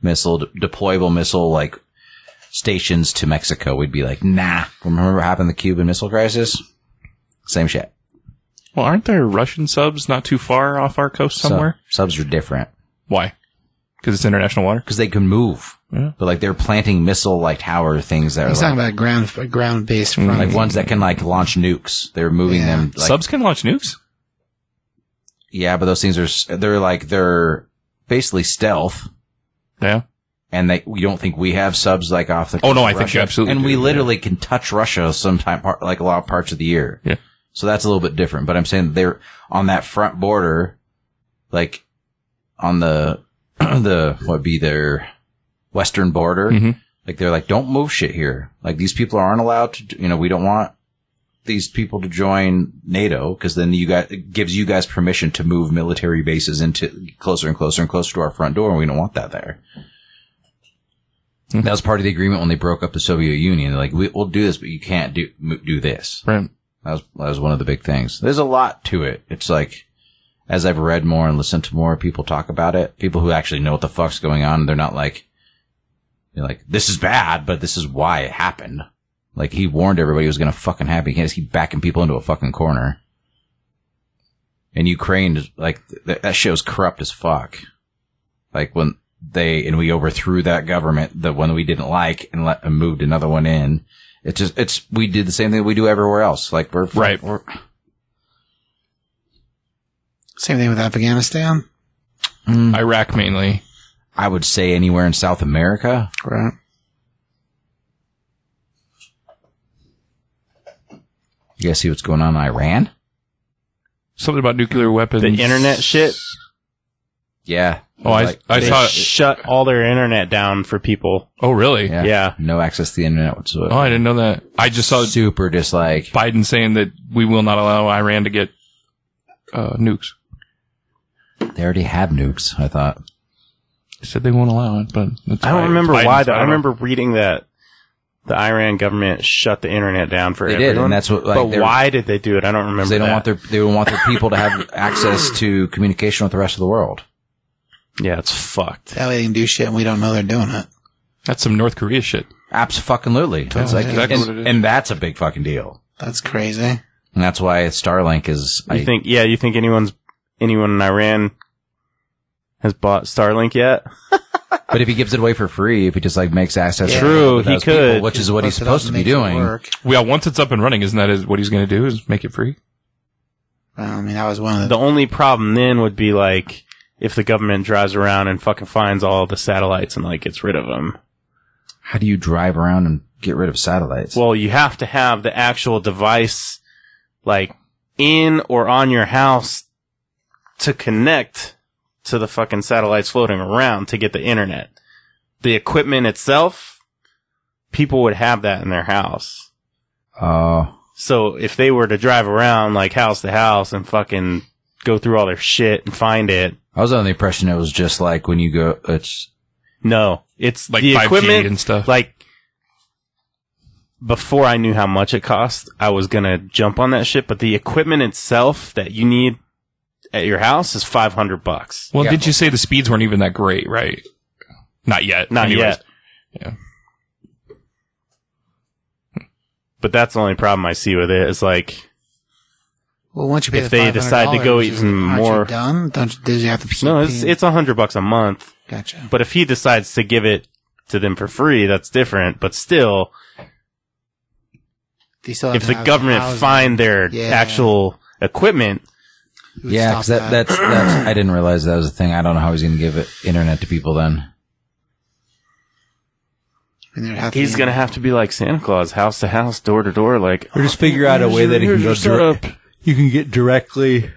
Speaker 1: missile deployable missile like stations to Mexico, we'd be like, nah. Remember what happened to the Cuban Missile Crisis? Same shit.
Speaker 4: Well, aren't there Russian subs not too far off our coast
Speaker 1: Sub-
Speaker 4: somewhere?
Speaker 1: subs are different.
Speaker 4: Why? Because it's international water.
Speaker 1: because they can move.
Speaker 4: Yeah.
Speaker 1: But like they're planting missile like tower things that are
Speaker 2: He's
Speaker 1: like,
Speaker 2: talking about ground ground based
Speaker 4: Mm,
Speaker 2: front.
Speaker 1: like ones that can like launch nukes. They're moving
Speaker 2: Yeah.
Speaker 1: them. Like,
Speaker 4: subs can launch nukes.
Speaker 1: yeah, but those things are s- they're like they're basically stealth,
Speaker 4: Yeah.
Speaker 1: and they you don't think we have subs like off the.
Speaker 4: Oh no,
Speaker 1: coast
Speaker 4: I
Speaker 1: of
Speaker 4: think you
Speaker 1: Russia?
Speaker 4: absolutely.
Speaker 1: And
Speaker 4: do.
Speaker 1: we literally can touch Russia sometime part like a lot of parts of the year.
Speaker 4: Yeah.
Speaker 1: So that's a little bit different. But I'm saying they're on that front border, like on the *clears throat* the what would be their western border.
Speaker 4: Mhm.
Speaker 1: Like they're like, don't move shit here. Like these people aren't allowed to. You know, we don't want these people to join NATO because then you guys it gives you guys permission to move military bases into closer and closer and closer to our front door, and we don't want that there. That was part of the agreement when they broke up the Soviet Union. They're like, we, we'll do this, but you can't do m- do this.
Speaker 4: Right.
Speaker 1: That was that was one of the big things. There's a lot to it. It's like as I've read more and listened to more people talk about it, people who actually know what the fuck's going on, they're not like they're like this is bad, but this is why it happened. Like he warned everybody it was gonna fucking happen. He can't just keep backing people into a fucking corner. And Ukraine is like th- that shit was corrupt as fuck. Like when they and we overthrew that government, the one we didn't like, and let and moved another one in. It's just it's we did the same thing we do everywhere else. Like we're
Speaker 4: Right.
Speaker 1: We're,
Speaker 2: Same thing with Afghanistan.
Speaker 4: Iraq mainly.
Speaker 1: I would say anywhere in South America.
Speaker 2: Right.
Speaker 1: You guys see what's going on in Iran?
Speaker 4: Something about nuclear weapons.
Speaker 3: the internet shit.
Speaker 1: Yeah.
Speaker 4: Oh, I,
Speaker 1: Like,
Speaker 4: I
Speaker 3: They
Speaker 4: saw.
Speaker 3: shut all their internet down for people.
Speaker 4: oh, really?
Speaker 1: yeah.
Speaker 3: yeah.
Speaker 1: No access to the internet whatsoever.
Speaker 4: Oh, I didn't know that. I just saw
Speaker 1: Super just like
Speaker 4: Biden saying that we will not allow Iran to get uh, nukes.
Speaker 1: they already have nukes. I thought
Speaker 4: They said they won't allow it, but it's
Speaker 3: I don't
Speaker 4: Bi-
Speaker 3: remember
Speaker 4: Biden's-
Speaker 3: why though. I,
Speaker 4: don't know.
Speaker 3: remember reading that the Iran government shut the internet down for
Speaker 1: They did,
Speaker 3: everyone.
Speaker 1: and that's what, like,
Speaker 3: but
Speaker 1: they're-
Speaker 3: why did they do it? I don't remember.
Speaker 1: 'cause they don't
Speaker 3: that.
Speaker 1: want their they don't want their people to have *laughs* access to communication with the rest of the world.
Speaker 3: Yeah, it's fucked.
Speaker 2: That way they can do shit and we don't know they're doing it.
Speaker 4: That's some North Korea shit.
Speaker 1: Apps fucking literally. It's like,
Speaker 4: exactly
Speaker 1: and,
Speaker 4: what it is.
Speaker 1: and that's a big fucking deal.
Speaker 2: That's crazy.
Speaker 1: And that's why Starlink is.
Speaker 3: You
Speaker 1: I,
Speaker 3: think? Yeah, you think anyone's anyone in Iran has bought Starlink yet?
Speaker 1: but if he gives it away for free, if he just like makes access,
Speaker 2: Yeah.
Speaker 3: True,
Speaker 1: to
Speaker 3: he
Speaker 1: those people,
Speaker 3: could.
Speaker 1: which is what he's
Speaker 2: Plus it up
Speaker 1: supposed to be
Speaker 2: makes it
Speaker 1: doing.
Speaker 2: work.
Speaker 4: Well, once it's up and running, isn't that is what he's going to do? Is make it free?
Speaker 2: Well, I mean, that was one of the.
Speaker 3: The only problem then would be like if the government drives around and fucking finds all the satellites and like gets rid of them.
Speaker 1: How do you drive around and get rid of satellites?
Speaker 3: Well, you have to have the actual device like in or on your house to connect to the fucking satellites floating around to get the internet. The equipment itself, people would have that in their house.
Speaker 1: Uh,
Speaker 3: So if they were to drive around like house to house and fucking go through all their shit and find it,
Speaker 1: I was under the impression it was just like when you go, it's
Speaker 3: no, it's
Speaker 4: Like
Speaker 3: the
Speaker 4: 5G
Speaker 3: equipment
Speaker 4: and stuff.
Speaker 3: Like before I knew how much it cost, I was gonna jump on that shit. But the equipment itself that you need at your house is five hundred bucks.
Speaker 4: Well,
Speaker 1: Yeah.
Speaker 4: did you say the speeds weren't even that great, right? Not yet.
Speaker 3: Not
Speaker 4: Anyways.
Speaker 3: yet. But that's the only problem I see with it. Is like,
Speaker 2: Well, once you pay
Speaker 3: If
Speaker 2: the
Speaker 3: they decide to go
Speaker 2: $500,
Speaker 3: eat some
Speaker 2: aren't
Speaker 3: more-
Speaker 2: you done? Don't you, did you have to pee?
Speaker 3: no, it's it's a hundred bucks a month.
Speaker 2: gotcha.
Speaker 3: But if he decides to give it to them for free, that's different. But still,
Speaker 2: They still have
Speaker 3: if
Speaker 2: to
Speaker 3: the
Speaker 2: have
Speaker 3: government
Speaker 2: housing.
Speaker 3: fined their
Speaker 2: Yeah.
Speaker 3: actual equipment,
Speaker 2: It would
Speaker 1: Yeah,
Speaker 2: stop
Speaker 1: because that, that's,
Speaker 3: *clears throat*
Speaker 1: that's, I didn't realize that was a thing. I don't know how he's going to give it internet to people then.
Speaker 2: And there'd have to
Speaker 3: he's
Speaker 2: be-
Speaker 3: gonna have to be like Santa Claus, house to house, door to door. Like,
Speaker 1: Or just figure out a way that it can go direct. You can get directly.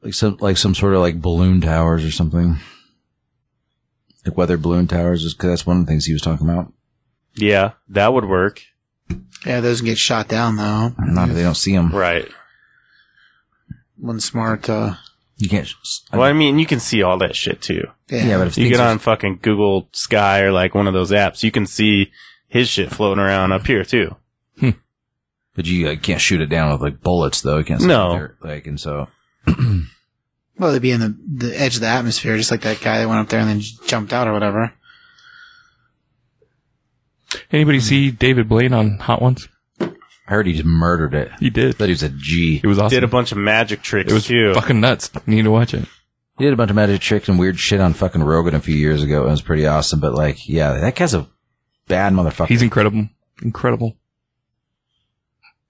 Speaker 1: Like some, like some sort of like balloon towers or something. Like weather balloon towers is, cause that's one of the things he was talking about.
Speaker 3: yeah, that would work,
Speaker 2: Yeah, those can get shot down though.
Speaker 1: Not if they don't see him.
Speaker 3: right?
Speaker 2: One smart. Uh,
Speaker 1: You can't.
Speaker 3: Well, I mean, you can see all that shit too.
Speaker 2: yeah.
Speaker 1: yeah, but if
Speaker 3: You
Speaker 1: things
Speaker 3: get
Speaker 1: are-
Speaker 3: on fucking Google Sky or like one of those apps, you can see his shit floating around up here too.
Speaker 1: But you like, can't shoot it down with like bullets, though. You can't. sit
Speaker 3: No.
Speaker 1: there, like, and so
Speaker 2: well, they'd be in the, the edge of the atmosphere, just like that guy that went up there and then j- jumped out or whatever.
Speaker 4: Anybody see David Blaine on Hot Ones?
Speaker 1: I heard he just murdered it.
Speaker 4: He did.
Speaker 1: I thought he was a G.
Speaker 4: It was awesome.
Speaker 3: Did a bunch of magic tricks
Speaker 4: it was
Speaker 3: too.
Speaker 4: fucking nuts. You need to watch it.
Speaker 1: He did a bunch of magic tricks and weird shit on fucking Rogan a few years ago. and It was pretty awesome. But like, yeah, that guy's a bad motherfucker.
Speaker 4: He's incredible. Incredible.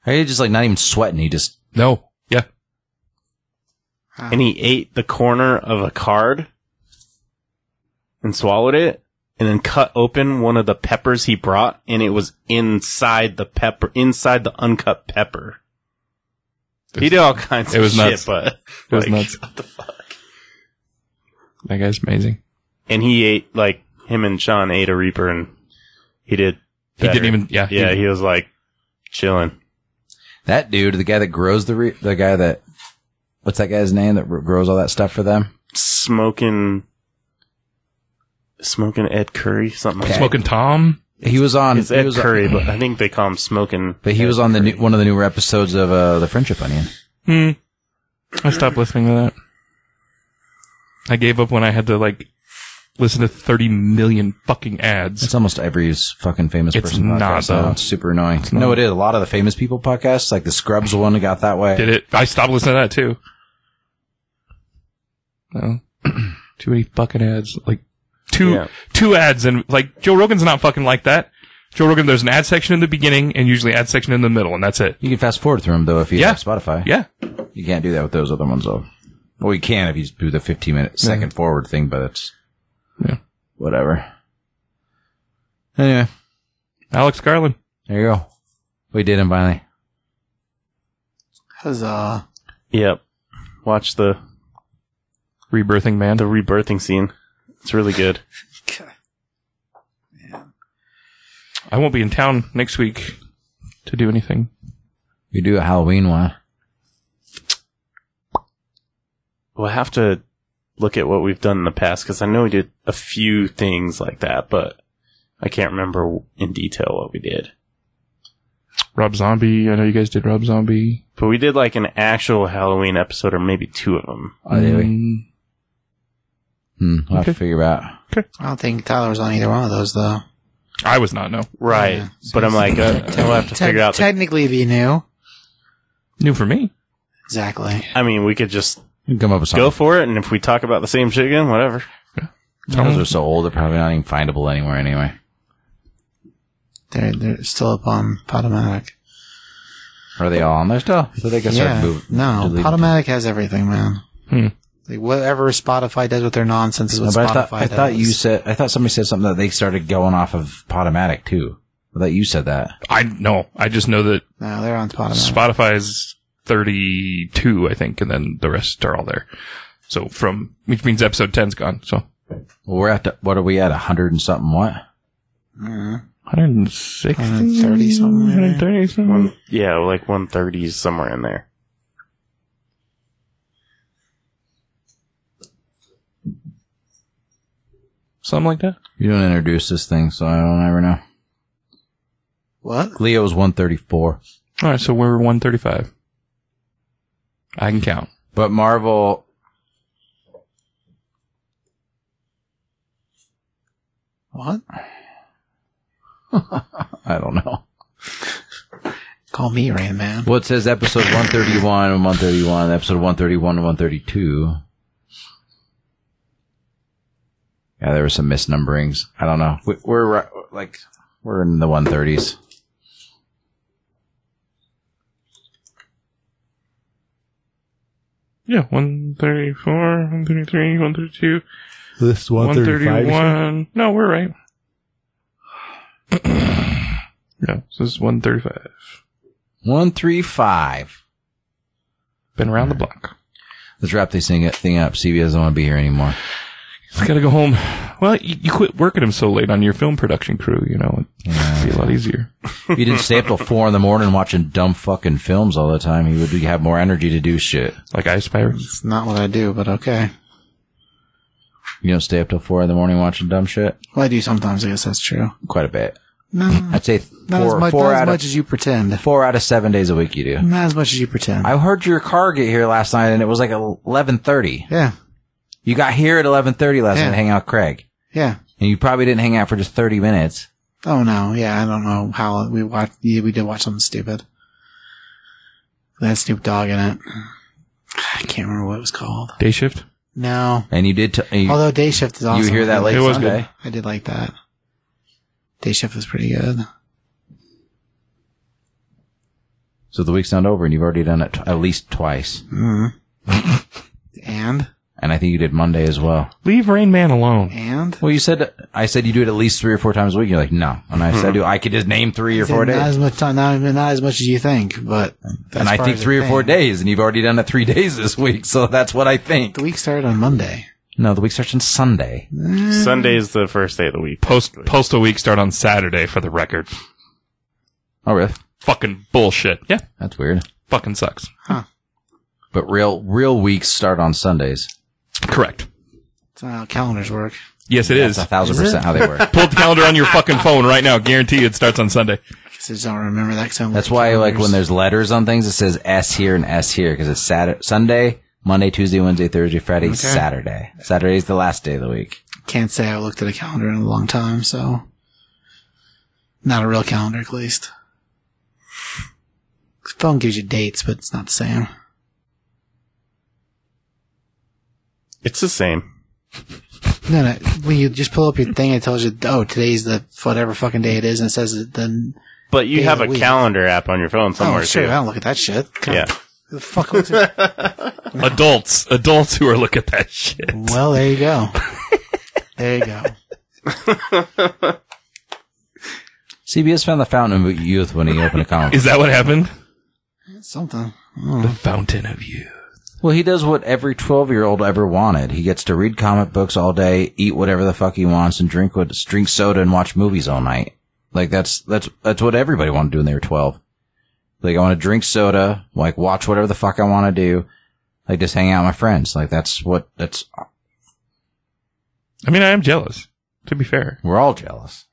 Speaker 1: He's just like not even sweating. He just
Speaker 4: No. Yeah.
Speaker 3: and he ate the corner of a card and swallowed it and then cut open one of the peppers he brought and it was inside the pepper inside the uncut pepper he did all kinds
Speaker 4: it
Speaker 3: of
Speaker 4: was
Speaker 3: shit
Speaker 4: nuts.
Speaker 3: but
Speaker 4: It was
Speaker 3: like,
Speaker 4: nuts.
Speaker 3: what the fuck
Speaker 4: That guy's amazing.
Speaker 3: and he ate like him and sean ate a reaper and he did
Speaker 4: He
Speaker 3: better.
Speaker 4: didn't even. Yeah.
Speaker 3: yeah
Speaker 4: He,
Speaker 3: he was like chilling
Speaker 1: that dude, the guy that grows the re- the guy that what's that guy's name that r- grows all that stuff for them?
Speaker 3: smoking smoking ed curry something like that
Speaker 4: smoking Tom.
Speaker 1: He was on.
Speaker 3: it's
Speaker 1: he
Speaker 3: ed
Speaker 1: was on-
Speaker 3: curry but i think they call him smoking
Speaker 1: but he was on the new, one of the newer episodes of uh, the Friendship Onion.
Speaker 4: Hmm. I stopped listening to that. I gave up when I had to like listen to thirty million fucking ads.
Speaker 1: It's almost every s- fucking famous
Speaker 4: It's
Speaker 1: person.
Speaker 4: not,
Speaker 1: podcast now.
Speaker 4: though.
Speaker 1: It's super annoying. No, it is. A lot of the famous people podcasts, like the Scrubs one, got that way.
Speaker 4: Did it? I stopped listening to that too. No. *clears throat* Too many fucking ads. Like two
Speaker 3: Yeah.
Speaker 4: two ads and like Joe Rogan's not fucking like that. Joe Rogan, there's an ad section in the beginning and usually ad section in the middle, and that's it.
Speaker 1: You can fast forward through them though if you
Speaker 4: Yeah.
Speaker 1: have Spotify.
Speaker 4: Yeah.
Speaker 1: You can't do that with those other ones though. Well, you can if you do the 15 minute second forward thing, but it's
Speaker 4: Yeah.
Speaker 1: whatever. Anyway,
Speaker 4: Alex Garland.
Speaker 1: there you go. We did him finally.
Speaker 2: Huzzah!
Speaker 3: Yep. Watch the
Speaker 4: Rebirthing man.
Speaker 3: the rebirthing scene. It's really good.
Speaker 4: I won't be in town next week to do anything.
Speaker 1: We do a Halloween one.
Speaker 3: We'll have to look at what we've done in the past because I know we did a few things like that, but I can't remember in detail what we did.
Speaker 4: Rob Zombie. I know you guys did Rob Zombie.
Speaker 3: But we did like an actual Halloween episode or maybe two of them.
Speaker 1: Oh, did we?
Speaker 4: Mm,
Speaker 1: Hmm, we'll have to
Speaker 4: Okay.
Speaker 1: figure out.
Speaker 2: I don't think Tyler was on either one of those though.
Speaker 4: I was not, no.
Speaker 3: Right.
Speaker 2: Yeah.
Speaker 3: But I'm like, *laughs* uh, we'll have to
Speaker 2: Te-
Speaker 3: figure out. The,
Speaker 2: technically, it'd be new.
Speaker 4: New for me.
Speaker 2: Exactly.
Speaker 3: I mean, we could just
Speaker 1: We can come up with something.
Speaker 3: go for it, and if we talk about the same shit again, whatever.
Speaker 1: Those are so old; they're probably not even findable anywhere anyway.
Speaker 2: They're they're still up on Potomatic.
Speaker 1: Are they all on there still? So they can start
Speaker 2: yeah.
Speaker 1: moving.
Speaker 2: no,
Speaker 1: deleting
Speaker 2: Potomatic has everything, man.
Speaker 4: Hmm.
Speaker 2: Like whatever Spotify does with their nonsense is
Speaker 1: No,
Speaker 2: what
Speaker 1: but
Speaker 2: Spotify
Speaker 1: I thought, I
Speaker 2: does.
Speaker 1: thought you said I thought somebody said something that they started going off of Potomatic too. I thought you said that.
Speaker 4: I no. I just know that
Speaker 2: no, they're on Potomatic.
Speaker 4: Spotify is 32, I think, and then the rest are all there. So from, which means episode 10's gone. So
Speaker 1: Well, we're at the, what are we at? A hundred and something? What?
Speaker 2: Mhm.
Speaker 4: 160?
Speaker 2: 130 something, maybe.
Speaker 4: 130 something.
Speaker 3: One, yeah, like 130s somewhere in there.
Speaker 4: Something like that.
Speaker 1: You don't introduce this thing, so I don't ever know.
Speaker 2: What?
Speaker 1: Leo's one thirty four,
Speaker 4: All right. So we're 135. I can count.
Speaker 1: but Marvel.
Speaker 2: What?
Speaker 1: I don't know.
Speaker 2: Call me Rain Man.
Speaker 1: Well, it says episode 131 and 131, episode 131 and 132. Yeah, there were some misnumberings. I don't know. We, we're ri- like, we're in the 130s.
Speaker 4: Yeah, 134, 133, 132,
Speaker 5: This 135.
Speaker 4: 131. No, we're right. *clears throat* no, so this is 135.
Speaker 1: 135.
Speaker 4: Been around the block.
Speaker 1: Let's wrap this thing, thing up. CB doesn't want to be here anymore.
Speaker 4: Just gotta go home. Well, you, you quit working him so late on your film production crew, you know. It'd be a lot easier.
Speaker 1: If he didn't stay up till *laughs* 4 in the morning watching dumb fucking films all the time, he would have more energy to do shit.
Speaker 4: Like I Spy.
Speaker 2: It's not what I do, but okay.
Speaker 1: You don't stay up till 4 in the morning watching dumb shit?
Speaker 2: Well, I do sometimes. I guess that's true.
Speaker 1: Quite a bit.
Speaker 2: No, Hmm. not
Speaker 1: I'd say
Speaker 2: as
Speaker 1: four,
Speaker 2: much.
Speaker 1: four
Speaker 2: Not as
Speaker 1: out of
Speaker 2: much Hmm. as you pretend.
Speaker 1: Four out of seven days a week you do.
Speaker 2: Not as much as you pretend.
Speaker 1: I heard your car get here last night and it was like 11.30.
Speaker 2: yeah,
Speaker 1: You got here at 11.30 last
Speaker 2: Yeah.
Speaker 1: night to hang out with Craig.
Speaker 2: yeah.
Speaker 1: And you probably didn't hang out for just 30 minutes.
Speaker 2: Oh no, yeah. I don't know how we watched. Yeah, we did watch something stupid. That Snoop Dogg in it. *sighs* I can't remember what it was called.
Speaker 4: Day shift?
Speaker 2: No.
Speaker 1: And you did, t- and you,
Speaker 2: Although Day Shift is Oh, awesome.
Speaker 1: you hear that late
Speaker 4: It was
Speaker 1: Sunday.
Speaker 4: good.
Speaker 2: I did like that. Day Shift was pretty good.
Speaker 1: So the week's not over and you've already done it t- at least twice.
Speaker 2: Mm. and
Speaker 1: And I think you did Monday as well.
Speaker 4: Leave Rain Man alone.
Speaker 2: and
Speaker 1: Well, you said, I said you do it at least three or four times a week. You're like, no. And I
Speaker 4: Hmm.
Speaker 1: said, do I could just name three or four
Speaker 2: not
Speaker 1: days.
Speaker 2: as much time. Not, not as much as you think, but
Speaker 1: And I think three or four days and you've already done it three *laughs* days this week. So that's what I think.
Speaker 2: The week started on Monday.
Speaker 1: No, the week starts on Sunday.
Speaker 3: Sunday's the first day of the week.
Speaker 4: Post Postal week start on Saturday for the record.
Speaker 1: Oh, really?
Speaker 4: Fucking bullshit. Yeah,
Speaker 1: That's weird.
Speaker 4: fucking sucks.
Speaker 1: But real, real weeks start on Sundays.
Speaker 4: Correct.
Speaker 2: That's not how calendars work.
Speaker 4: Yes, it *laughs* is.
Speaker 1: That's a thousand
Speaker 2: Is it?
Speaker 1: percent how they work.
Speaker 4: Pull up the calendar on your fucking phone right now. Guarantee it starts on Sunday.
Speaker 2: I guess I just don't remember that. 'cause I don't
Speaker 1: That's
Speaker 2: look at
Speaker 4: *laughs*
Speaker 1: why, like,
Speaker 2: calendars.
Speaker 1: when there's letters on things, it says S here and S here because it's Saturday, Sunday, Monday, Tuesday, Wednesday, Thursday, Friday, Saturday. Saturday's the last day of the week.
Speaker 2: can't say I looked at a calendar in a long time, so not a real calendar at least. Phone gives you dates, but it's not the same.
Speaker 3: It's the same.
Speaker 2: No, no. When you just pull up your thing, it tells you, "Oh, today's the whatever fucking day it is," and it says it then.
Speaker 3: But you
Speaker 2: Day of
Speaker 3: have
Speaker 2: the
Speaker 3: a
Speaker 2: week.
Speaker 3: calendar app on your phone somewhere
Speaker 2: Oh, sure.
Speaker 3: too.
Speaker 2: I don't look at that shit. God,
Speaker 3: Yeah.
Speaker 2: who The fuck looks at-
Speaker 4: *laughs* Adults, adults who are look at that shit.
Speaker 2: well, there you go. There you go.
Speaker 1: CBS found the fountain of youth when he opened a comic.
Speaker 4: Is that what happened?
Speaker 2: Something. I don't know.
Speaker 4: Fountain of you.
Speaker 1: well, he does what every 12 year old ever wanted. He gets to read comic books all day, eat whatever the fuck he wants, and drink what, drink soda and watch movies all night. Like, that's, that's, that's what everybody wanted to do when they were 12. Like, I want to drink soda, like, watch whatever the fuck I want to do, like, just hang out with my friends. Like, that's what, that's
Speaker 4: I mean, I am jealous. To be fair,
Speaker 1: We're all jealous.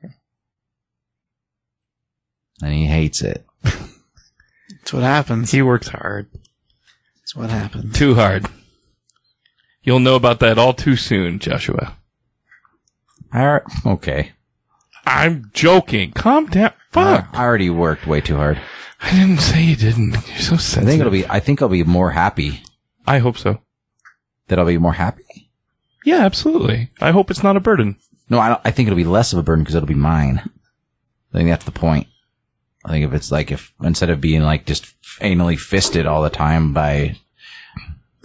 Speaker 1: And he hates it.
Speaker 2: It's what happens.
Speaker 4: he works hard,
Speaker 2: It's what happens.
Speaker 4: too hard. You'll know about that all too soon, Joshua.
Speaker 1: I, okay.
Speaker 4: I'm joking. Calm down. Fuck.
Speaker 1: I, I already worked way too hard.
Speaker 4: I didn't say you didn't. You're so
Speaker 1: I
Speaker 4: sensitive.
Speaker 1: think it'll be, I think I'll be more happy
Speaker 4: I hope so.
Speaker 1: that I'll be more happy.
Speaker 4: Yeah, absolutely. I hope it's not a burden.
Speaker 1: No, I, don't, I think it'll be less of a burden because it'll be mine. I think that's the point. I think if it's like if instead of being like just anally fisted all the time by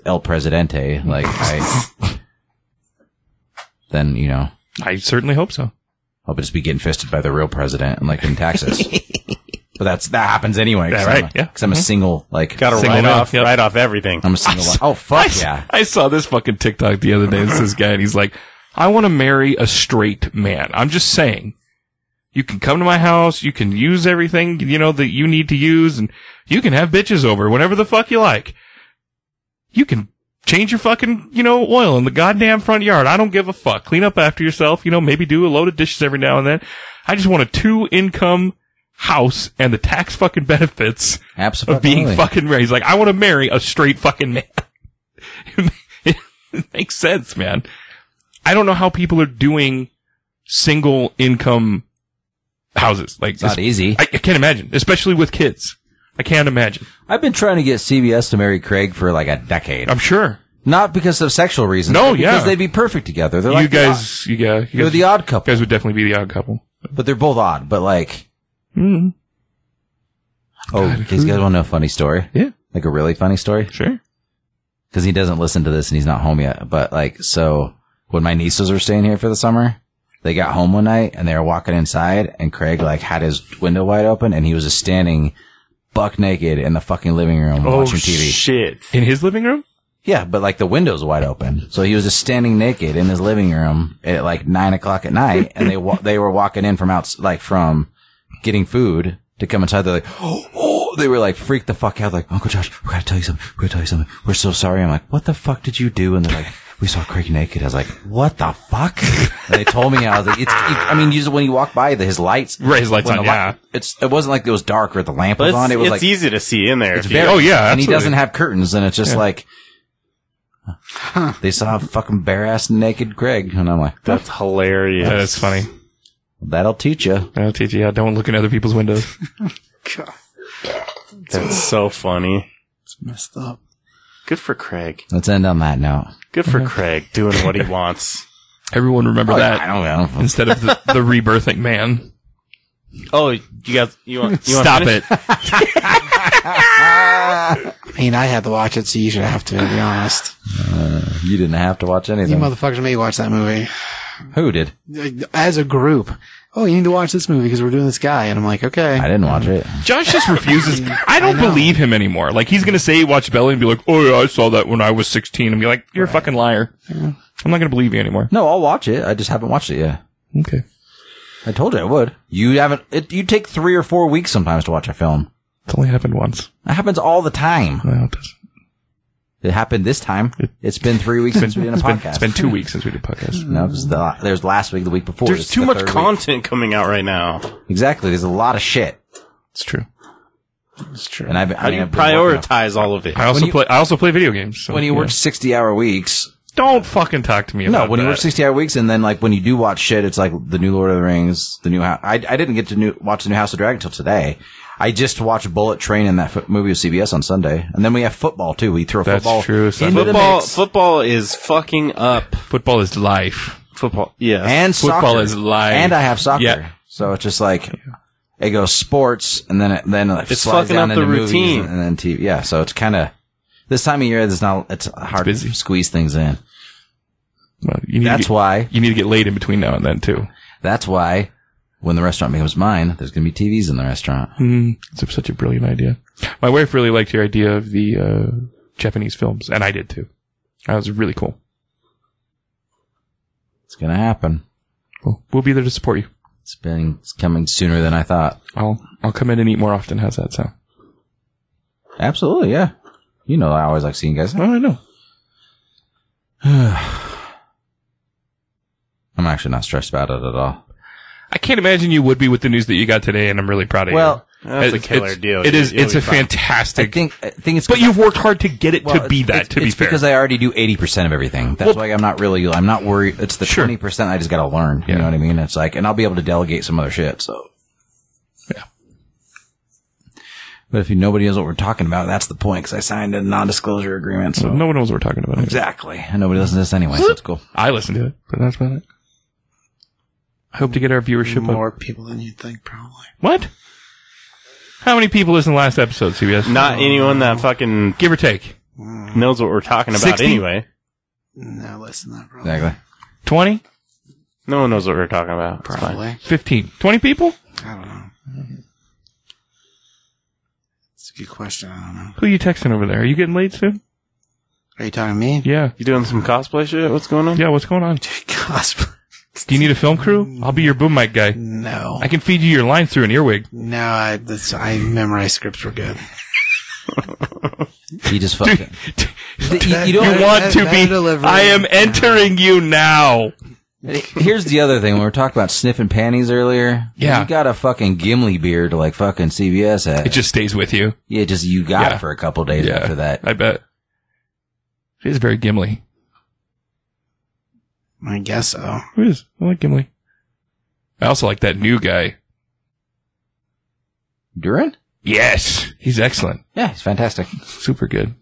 Speaker 1: El Presidente, like I, then you know
Speaker 4: I certainly hope so.
Speaker 1: I'll just be getting fisted by the real president and like in Texas. but that's that happens anyway. 'cause
Speaker 4: Yeah,
Speaker 1: I'm
Speaker 4: right,
Speaker 1: a,
Speaker 4: yeah. Mm-hmm.
Speaker 1: 'cause I'm a single like
Speaker 3: Got to
Speaker 4: Single
Speaker 3: write
Speaker 4: man,
Speaker 3: off,
Speaker 4: yep.
Speaker 3: write off everything.
Speaker 1: I'm a single.
Speaker 4: I saw-
Speaker 1: oh
Speaker 4: I,
Speaker 1: fuck
Speaker 4: s-
Speaker 1: yeah!
Speaker 4: I saw this fucking TikTok the other day. It's this guy, and he's like, I want to marry a straight man. I'm just saying. You can come to my house. You can use everything, you know, that you need to use, and you can have bitches over whenever the fuck you like. You can change your fucking, you know, oil in the goddamn front yard. I don't give a fuck. Clean up after yourself, you know, maybe do a load of dishes every now and then. I just want a two income house and the tax fucking *laughs* benefits
Speaker 1: Absolutely.
Speaker 4: of being fucking married. He's like, I want to marry a straight fucking man. *laughs* it makes sense, man. I don't know how people are doing single income houses. Like
Speaker 1: It's not easy.
Speaker 4: I, I can't imagine, especially with kids. I can't imagine.
Speaker 1: I've been trying to get CBS to marry Craig for like a decade.
Speaker 4: I'm sure
Speaker 1: Not because of sexual reasons.
Speaker 4: No,
Speaker 1: but because
Speaker 4: yeah.
Speaker 1: they'd be perfect together. They're
Speaker 4: you,
Speaker 1: like the odd-
Speaker 4: guys, you guys, you
Speaker 1: they're
Speaker 4: guys,
Speaker 1: the odd couple,
Speaker 4: you guys would definitely be the odd couple.
Speaker 1: but they're both odd. But like,
Speaker 4: Mm,
Speaker 1: oh, you guys want to know a funny story?
Speaker 4: Yeah.
Speaker 1: like a really funny story.
Speaker 4: sure.
Speaker 1: because he doesn't listen to this and he's not home yet. But like, so when my nieces were staying here for the summer, they got home one night and they were walking inside and Craig like had his window wide open and he was just standing buck naked in the fucking living room
Speaker 4: Oh,
Speaker 1: watching TV.
Speaker 3: Shit.
Speaker 4: In his living room?
Speaker 1: yeah, but like the window's wide open. So he was just standing naked in his living room at like nine o'clock at night and they, wa- they were walking in from out, like from getting food to come inside. They're like, oh, oh, they were like freaked the fuck out. Like, Uncle Josh, we gotta tell you something. We gotta tell you something. We're so sorry. I'm like, what the fuck did you do? And they're like, we saw Craig naked. I was like, what the fuck? and they told me, I was like, it's, I mean, usually when you walk by the, his lights,
Speaker 4: Right, his lights
Speaker 1: when
Speaker 4: on,
Speaker 1: the
Speaker 4: yeah.
Speaker 1: It's, it wasn't like it was dark or the lamp
Speaker 3: But
Speaker 1: was
Speaker 3: it's,
Speaker 1: on. It was
Speaker 3: it's
Speaker 1: like,
Speaker 3: easy to see in there.
Speaker 1: it's
Speaker 3: if you-
Speaker 1: very-
Speaker 4: Oh, yeah,
Speaker 1: and he
Speaker 4: absolutely.
Speaker 1: doesn't have curtains, and it's just like they saw a fucking bare ass naked Greg, and I'm like,
Speaker 3: *laughs* that's hilarious.
Speaker 4: Yeah, that's funny.
Speaker 1: that'll teach you.
Speaker 4: I'll teach you. Yeah, don't look in other people's windows.
Speaker 2: God,
Speaker 3: That's so funny.
Speaker 2: it's messed up.
Speaker 3: Good for Craig.
Speaker 1: Let's end on that note.
Speaker 3: Good for Craig doing what he wants.
Speaker 4: Everyone remember that
Speaker 1: I don't know.
Speaker 4: instead of the, the rebirthing man.
Speaker 3: Oh, you guys, you want? You want
Speaker 4: Stop
Speaker 3: finish?
Speaker 4: it.
Speaker 2: I mean, I had to watch it, so you should have to, to be honest.
Speaker 1: You didn't have to watch
Speaker 2: You
Speaker 1: anything.
Speaker 2: motherfuckers made me watch that movie.
Speaker 1: Who did?
Speaker 2: As a group. Oh, you need to watch this movie because we're doing this guy. And I'm like, okay.
Speaker 1: I didn't watch it.
Speaker 4: Josh
Speaker 1: *laughs*
Speaker 4: just refuses. I don't
Speaker 2: I know.
Speaker 4: believe him anymore. Like he's gonna say he watched Belly and be like, "Oh yeah, I saw that when I was 16," and be like, "You're a fucking liar." I'm not gonna believe you anymore.
Speaker 1: No, I'll watch it. I just haven't watched it yet.
Speaker 4: Okay.
Speaker 1: I told you I would. You haven't. It, you take three or four weeks sometimes to watch a film.
Speaker 4: It's only happened once.
Speaker 1: That happens all the time.
Speaker 4: No, it doesn't.
Speaker 1: It happened this time. It's been three weeks since we did a
Speaker 4: It's been,
Speaker 1: podcast. Mm.
Speaker 4: it's been two weeks since we did podcast.
Speaker 1: no, it was the, there's last week, the week before.
Speaker 3: There's
Speaker 1: It's
Speaker 3: too
Speaker 1: the
Speaker 3: much
Speaker 1: third week.
Speaker 3: content coming out right now.
Speaker 1: Exactly. There's a lot of shit.
Speaker 4: It's true.
Speaker 2: It's true.
Speaker 1: And I've, I
Speaker 3: How do
Speaker 1: mean,
Speaker 3: you
Speaker 1: I've been working on-
Speaker 3: prioritize all of it?
Speaker 4: I also
Speaker 1: you-
Speaker 4: play. I also play video games. so,
Speaker 1: when you
Speaker 4: yeah.
Speaker 1: work 60 hour weeks
Speaker 4: don't fucking talk to me.
Speaker 1: no
Speaker 4: about
Speaker 1: when you
Speaker 4: that.
Speaker 1: work 60 hour weeks and then like when you do watch shit it's like the new lord of the rings the new house i, I didn't get to new, watch the new house of dragon until today i just watched bullet train and that fo- movie with cbs on sunday and then we have football too we throw
Speaker 4: That's
Speaker 1: football
Speaker 4: true, so-
Speaker 1: into the
Speaker 3: Football,
Speaker 1: mix.
Speaker 3: football is fucking up.
Speaker 4: football is life.
Speaker 3: Football, yes.
Speaker 1: and
Speaker 4: Football
Speaker 1: soccer.
Speaker 4: is life.
Speaker 1: and i have soccer
Speaker 4: Yeah.
Speaker 1: so it's just like it goes sports and then it then it
Speaker 3: It's
Speaker 1: slides
Speaker 3: fucking
Speaker 1: down
Speaker 3: up the
Speaker 1: into movies
Speaker 3: routine.
Speaker 1: and then tv yeah so it's kind of this time of year it's not it's hard
Speaker 4: busy.
Speaker 1: to squeeze things in
Speaker 4: Well, you need
Speaker 1: that's
Speaker 4: to get,
Speaker 1: why
Speaker 4: you need to get laid in between now and then too.
Speaker 1: That's why when the restaurant becomes mine, there's going to be TVs in the restaurant.
Speaker 4: Mm, it's such a brilliant idea. My wife really liked your idea of the uh, Japanese films, and I did too. That was really cool.
Speaker 1: It's going to happen.
Speaker 4: Well, we'll be there to support you.
Speaker 1: It's been it's coming sooner than I thought.
Speaker 4: I'll I'll come in and eat more often. How's that sound?
Speaker 1: Absolutely, yeah. You know, I always like seeing guys.
Speaker 4: Oh, I know.
Speaker 1: *sighs* I'm actually not stressed about it at all.
Speaker 4: I can't imagine you would be with the news that you got today, and I'm really proud of
Speaker 1: Well,
Speaker 4: you.
Speaker 3: that's a
Speaker 4: It's-
Speaker 3: killer
Speaker 4: it's-
Speaker 3: deal.
Speaker 4: It is.
Speaker 3: You'll
Speaker 4: It's
Speaker 3: be
Speaker 4: a
Speaker 3: fine.
Speaker 4: fantastic.
Speaker 1: I think I think it's
Speaker 4: but you've worked hard to get it
Speaker 1: well,
Speaker 4: to be
Speaker 1: it's-
Speaker 4: that.
Speaker 1: it's-
Speaker 4: to be
Speaker 1: it's
Speaker 4: fair,
Speaker 1: because I already do 80% of everything. That's why I'm not really I'm not worried. It's the
Speaker 4: Sure.
Speaker 1: 20% I just got to learn, you
Speaker 4: Yeah.
Speaker 1: know what I mean? It's like and I'll be able to delegate some other shit, so
Speaker 4: Yeah.
Speaker 1: But if you, nobody knows what we're talking about, that's the point cuz I signed a non-disclosure agreement, so
Speaker 4: so no one knows what we're talking about.
Speaker 1: Exactly. And nobody listens to this anyway, so it's cool.
Speaker 4: I listened to it, but that's about it. I hope to get our viewership up.
Speaker 2: More people than you'd think, probably.
Speaker 4: What? How many people listened to last episode, CBS?
Speaker 3: Not anyone that fucking
Speaker 4: give or take
Speaker 3: knows what we're talking about
Speaker 4: 60?
Speaker 3: anyway.
Speaker 2: No, less than that, probably.
Speaker 1: Exactly.
Speaker 4: 20,
Speaker 3: No one knows what we're talking about. It's fine.
Speaker 2: Probably.
Speaker 4: 15, 20 people.
Speaker 2: I don't know. It's a good question. I don't know.
Speaker 4: Who you texting over there? Are you getting laid soon?
Speaker 2: Are you talking to me?
Speaker 4: *laughs* Yeah,
Speaker 3: You doing some cosplay shit? What's going on?
Speaker 4: yeah. What's going on?
Speaker 2: Cosplay.
Speaker 4: Do you need a film crew? I'll be your boom mic guy.
Speaker 2: No.
Speaker 4: I can feed you your lines through an earwig.
Speaker 2: No, I, that's, I memorized scripts were good.
Speaker 1: You just
Speaker 4: *laughs*
Speaker 1: fucking. you, you
Speaker 4: You
Speaker 1: don't
Speaker 2: Better-
Speaker 4: want to
Speaker 2: better
Speaker 4: be?
Speaker 2: delivery.
Speaker 4: I am entering you now.
Speaker 1: Here's the other thing. When we were talking about sniffing panties earlier,
Speaker 4: Yeah.
Speaker 1: you got a fucking Gimli beard like fucking CBS had.
Speaker 4: It just stays with you.
Speaker 1: yeah, just you got
Speaker 4: Yeah.
Speaker 1: it for a couple days
Speaker 4: Yeah,
Speaker 1: after that.
Speaker 4: I bet. It is very Gimli.
Speaker 2: I guess so.
Speaker 4: It is. I like Gimli. I also like that new guy.
Speaker 1: Durin?
Speaker 4: Yes, he's excellent.
Speaker 1: Yeah, it's fantastic.
Speaker 4: Super good.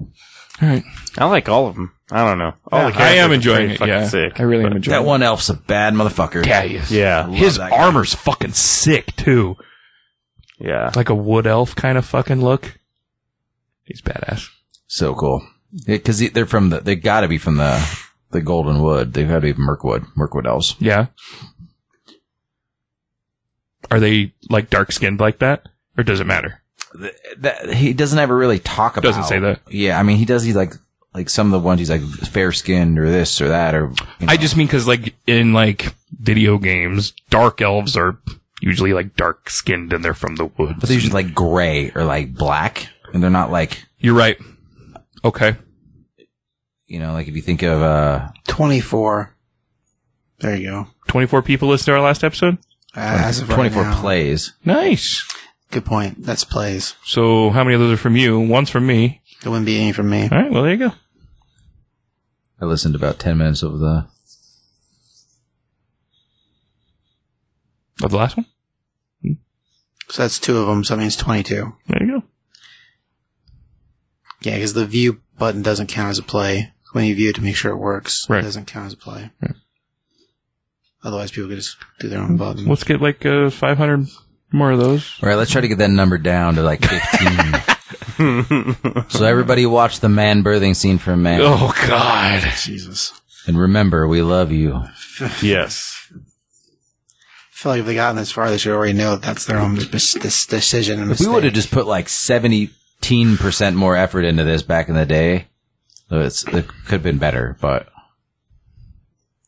Speaker 4: All right.
Speaker 3: I like all of them. I don't know. All the
Speaker 4: I am
Speaker 3: characters are
Speaker 4: enjoying
Speaker 3: pretty
Speaker 4: it.
Speaker 3: fucking
Speaker 4: Yeah,
Speaker 3: sick,
Speaker 4: I really
Speaker 3: but-
Speaker 4: am enjoying
Speaker 1: That one elf's a bad motherfucker.
Speaker 4: it. Yeah, he is.
Speaker 3: Yeah,
Speaker 4: His
Speaker 1: that guy.
Speaker 4: armor's fucking sick too.
Speaker 3: yeah.
Speaker 4: Like a wood elf kind of fucking look. He's badass.
Speaker 1: So cool. Because they're from the, they gotta be from the, the Golden Wood. They've gotta be from Mirkwood, Mirkwood elves.
Speaker 4: Yeah. Are they like dark skinned like that? Or does it matter?
Speaker 1: Th- That, he doesn't ever really talk about.
Speaker 4: Doesn't say that.
Speaker 1: Yeah, I mean, he does, he's like, like some of the ones he's like fair skinned or this or that or. you
Speaker 4: I
Speaker 1: know.
Speaker 4: just mean because like in like video games, dark elves are usually like dark skinned and they're from the woods.
Speaker 1: But they're usually like gray or like black, and they're not like
Speaker 4: You're right. Okay.
Speaker 1: you know, like if you think of uh,
Speaker 2: 24. There you go.
Speaker 4: 24 people listened to our last episode.
Speaker 2: Uh, as of right
Speaker 1: twenty four
Speaker 2: now.
Speaker 1: plays.
Speaker 4: Nice.
Speaker 2: Good point. That's plays.
Speaker 4: So how many of those are from you? One's from me.
Speaker 2: It wouldn't be any from me.
Speaker 4: All right. Well, there you go.
Speaker 1: I listened to about ten minutes of the
Speaker 4: Of Oh, the last one.
Speaker 2: So that's two of them. So that means 22.
Speaker 4: There you go.
Speaker 2: Yeah, because the view button doesn't count as a play. When you view it to make sure it works,
Speaker 4: Right.
Speaker 2: it doesn't count as a play. Otherwise, people could just do their own button.
Speaker 4: Let's get like uh, 500 more of those.
Speaker 1: All right, let's try to get that number down to like fifteen. so everybody watch the man birthing scene from Man,
Speaker 4: Oh God.
Speaker 2: Jesus.
Speaker 1: and remember, we love you.
Speaker 3: Yes.
Speaker 2: I feel like if they gotten this far, they should already know that that's their own mis- this decision. And
Speaker 1: If we
Speaker 2: mistake.
Speaker 1: would have just put like seventeen percent more effort into this back in the day, so it's, it could have been better. But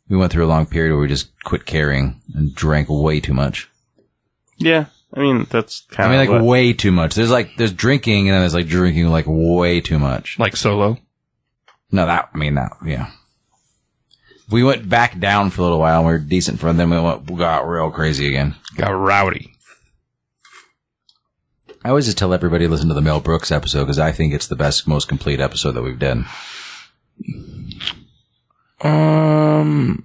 Speaker 1: we went through a long period where we just quit caring and drank way too much.
Speaker 3: Yeah. I mean, that's kind
Speaker 1: I
Speaker 3: of.
Speaker 1: mean, like
Speaker 3: Uh, what-
Speaker 1: way too much. There's like there's drinking and then there's like drinking like way too much.
Speaker 4: Like solo.
Speaker 1: No, that I mean that yeah. We went back down for a little while. and We were decent for then we went we got real crazy again.
Speaker 4: Got rowdy.
Speaker 1: I always just tell everybody to listen to the Mel Brooks episode because I think it's the best, most complete episode that we've done.
Speaker 4: Um.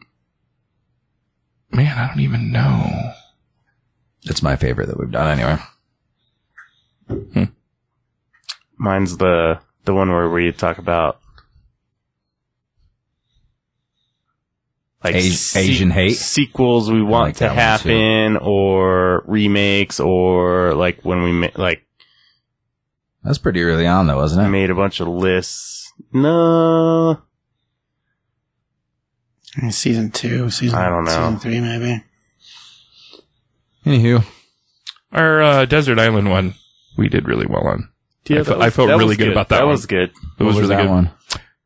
Speaker 4: Man, I don't even know.
Speaker 1: It's my favorite that we've done anyway.
Speaker 3: Mine's the the one where we talk about like
Speaker 1: A- Asian hate?
Speaker 3: sequels we want
Speaker 1: like
Speaker 3: to
Speaker 1: that one, too.
Speaker 3: happen, or remakes, or like when we ma- like
Speaker 1: That's pretty early on though, wasn't it?
Speaker 3: I made a bunch of lists. No,
Speaker 2: season two, season
Speaker 3: I don't know.
Speaker 2: season three, maybe.
Speaker 1: Anywho,
Speaker 4: Our uh, desert island one we did really well on. Yeah, I fe- that was- I felt
Speaker 3: that
Speaker 4: really
Speaker 3: was
Speaker 4: good about that
Speaker 3: That
Speaker 4: one.
Speaker 3: was good.
Speaker 4: It was,
Speaker 1: what
Speaker 4: really
Speaker 1: that
Speaker 4: good.
Speaker 1: one.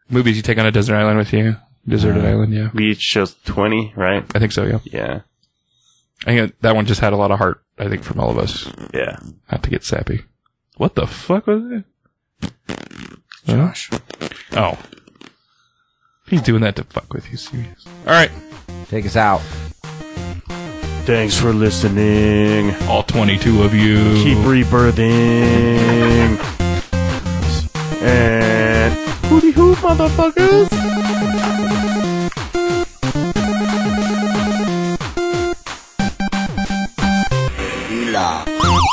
Speaker 4: Movies you take on a desert island with you. Deserted island. Yeah,
Speaker 3: We each chose twenty, right?
Speaker 4: I think so. Yeah,
Speaker 3: Yeah,
Speaker 4: I think that one just had a lot of heart. I think from all of us.
Speaker 3: yeah.
Speaker 4: Not to get sappy. What the fuck was that? Josh. Oh. He's doing that to fuck with you, serious. Alright.
Speaker 1: Take us out.
Speaker 3: Thanks for listening.
Speaker 4: All 22 of you.
Speaker 3: Keep rebirthing. And hooty hoop, motherfuckers.
Speaker 6: Hula.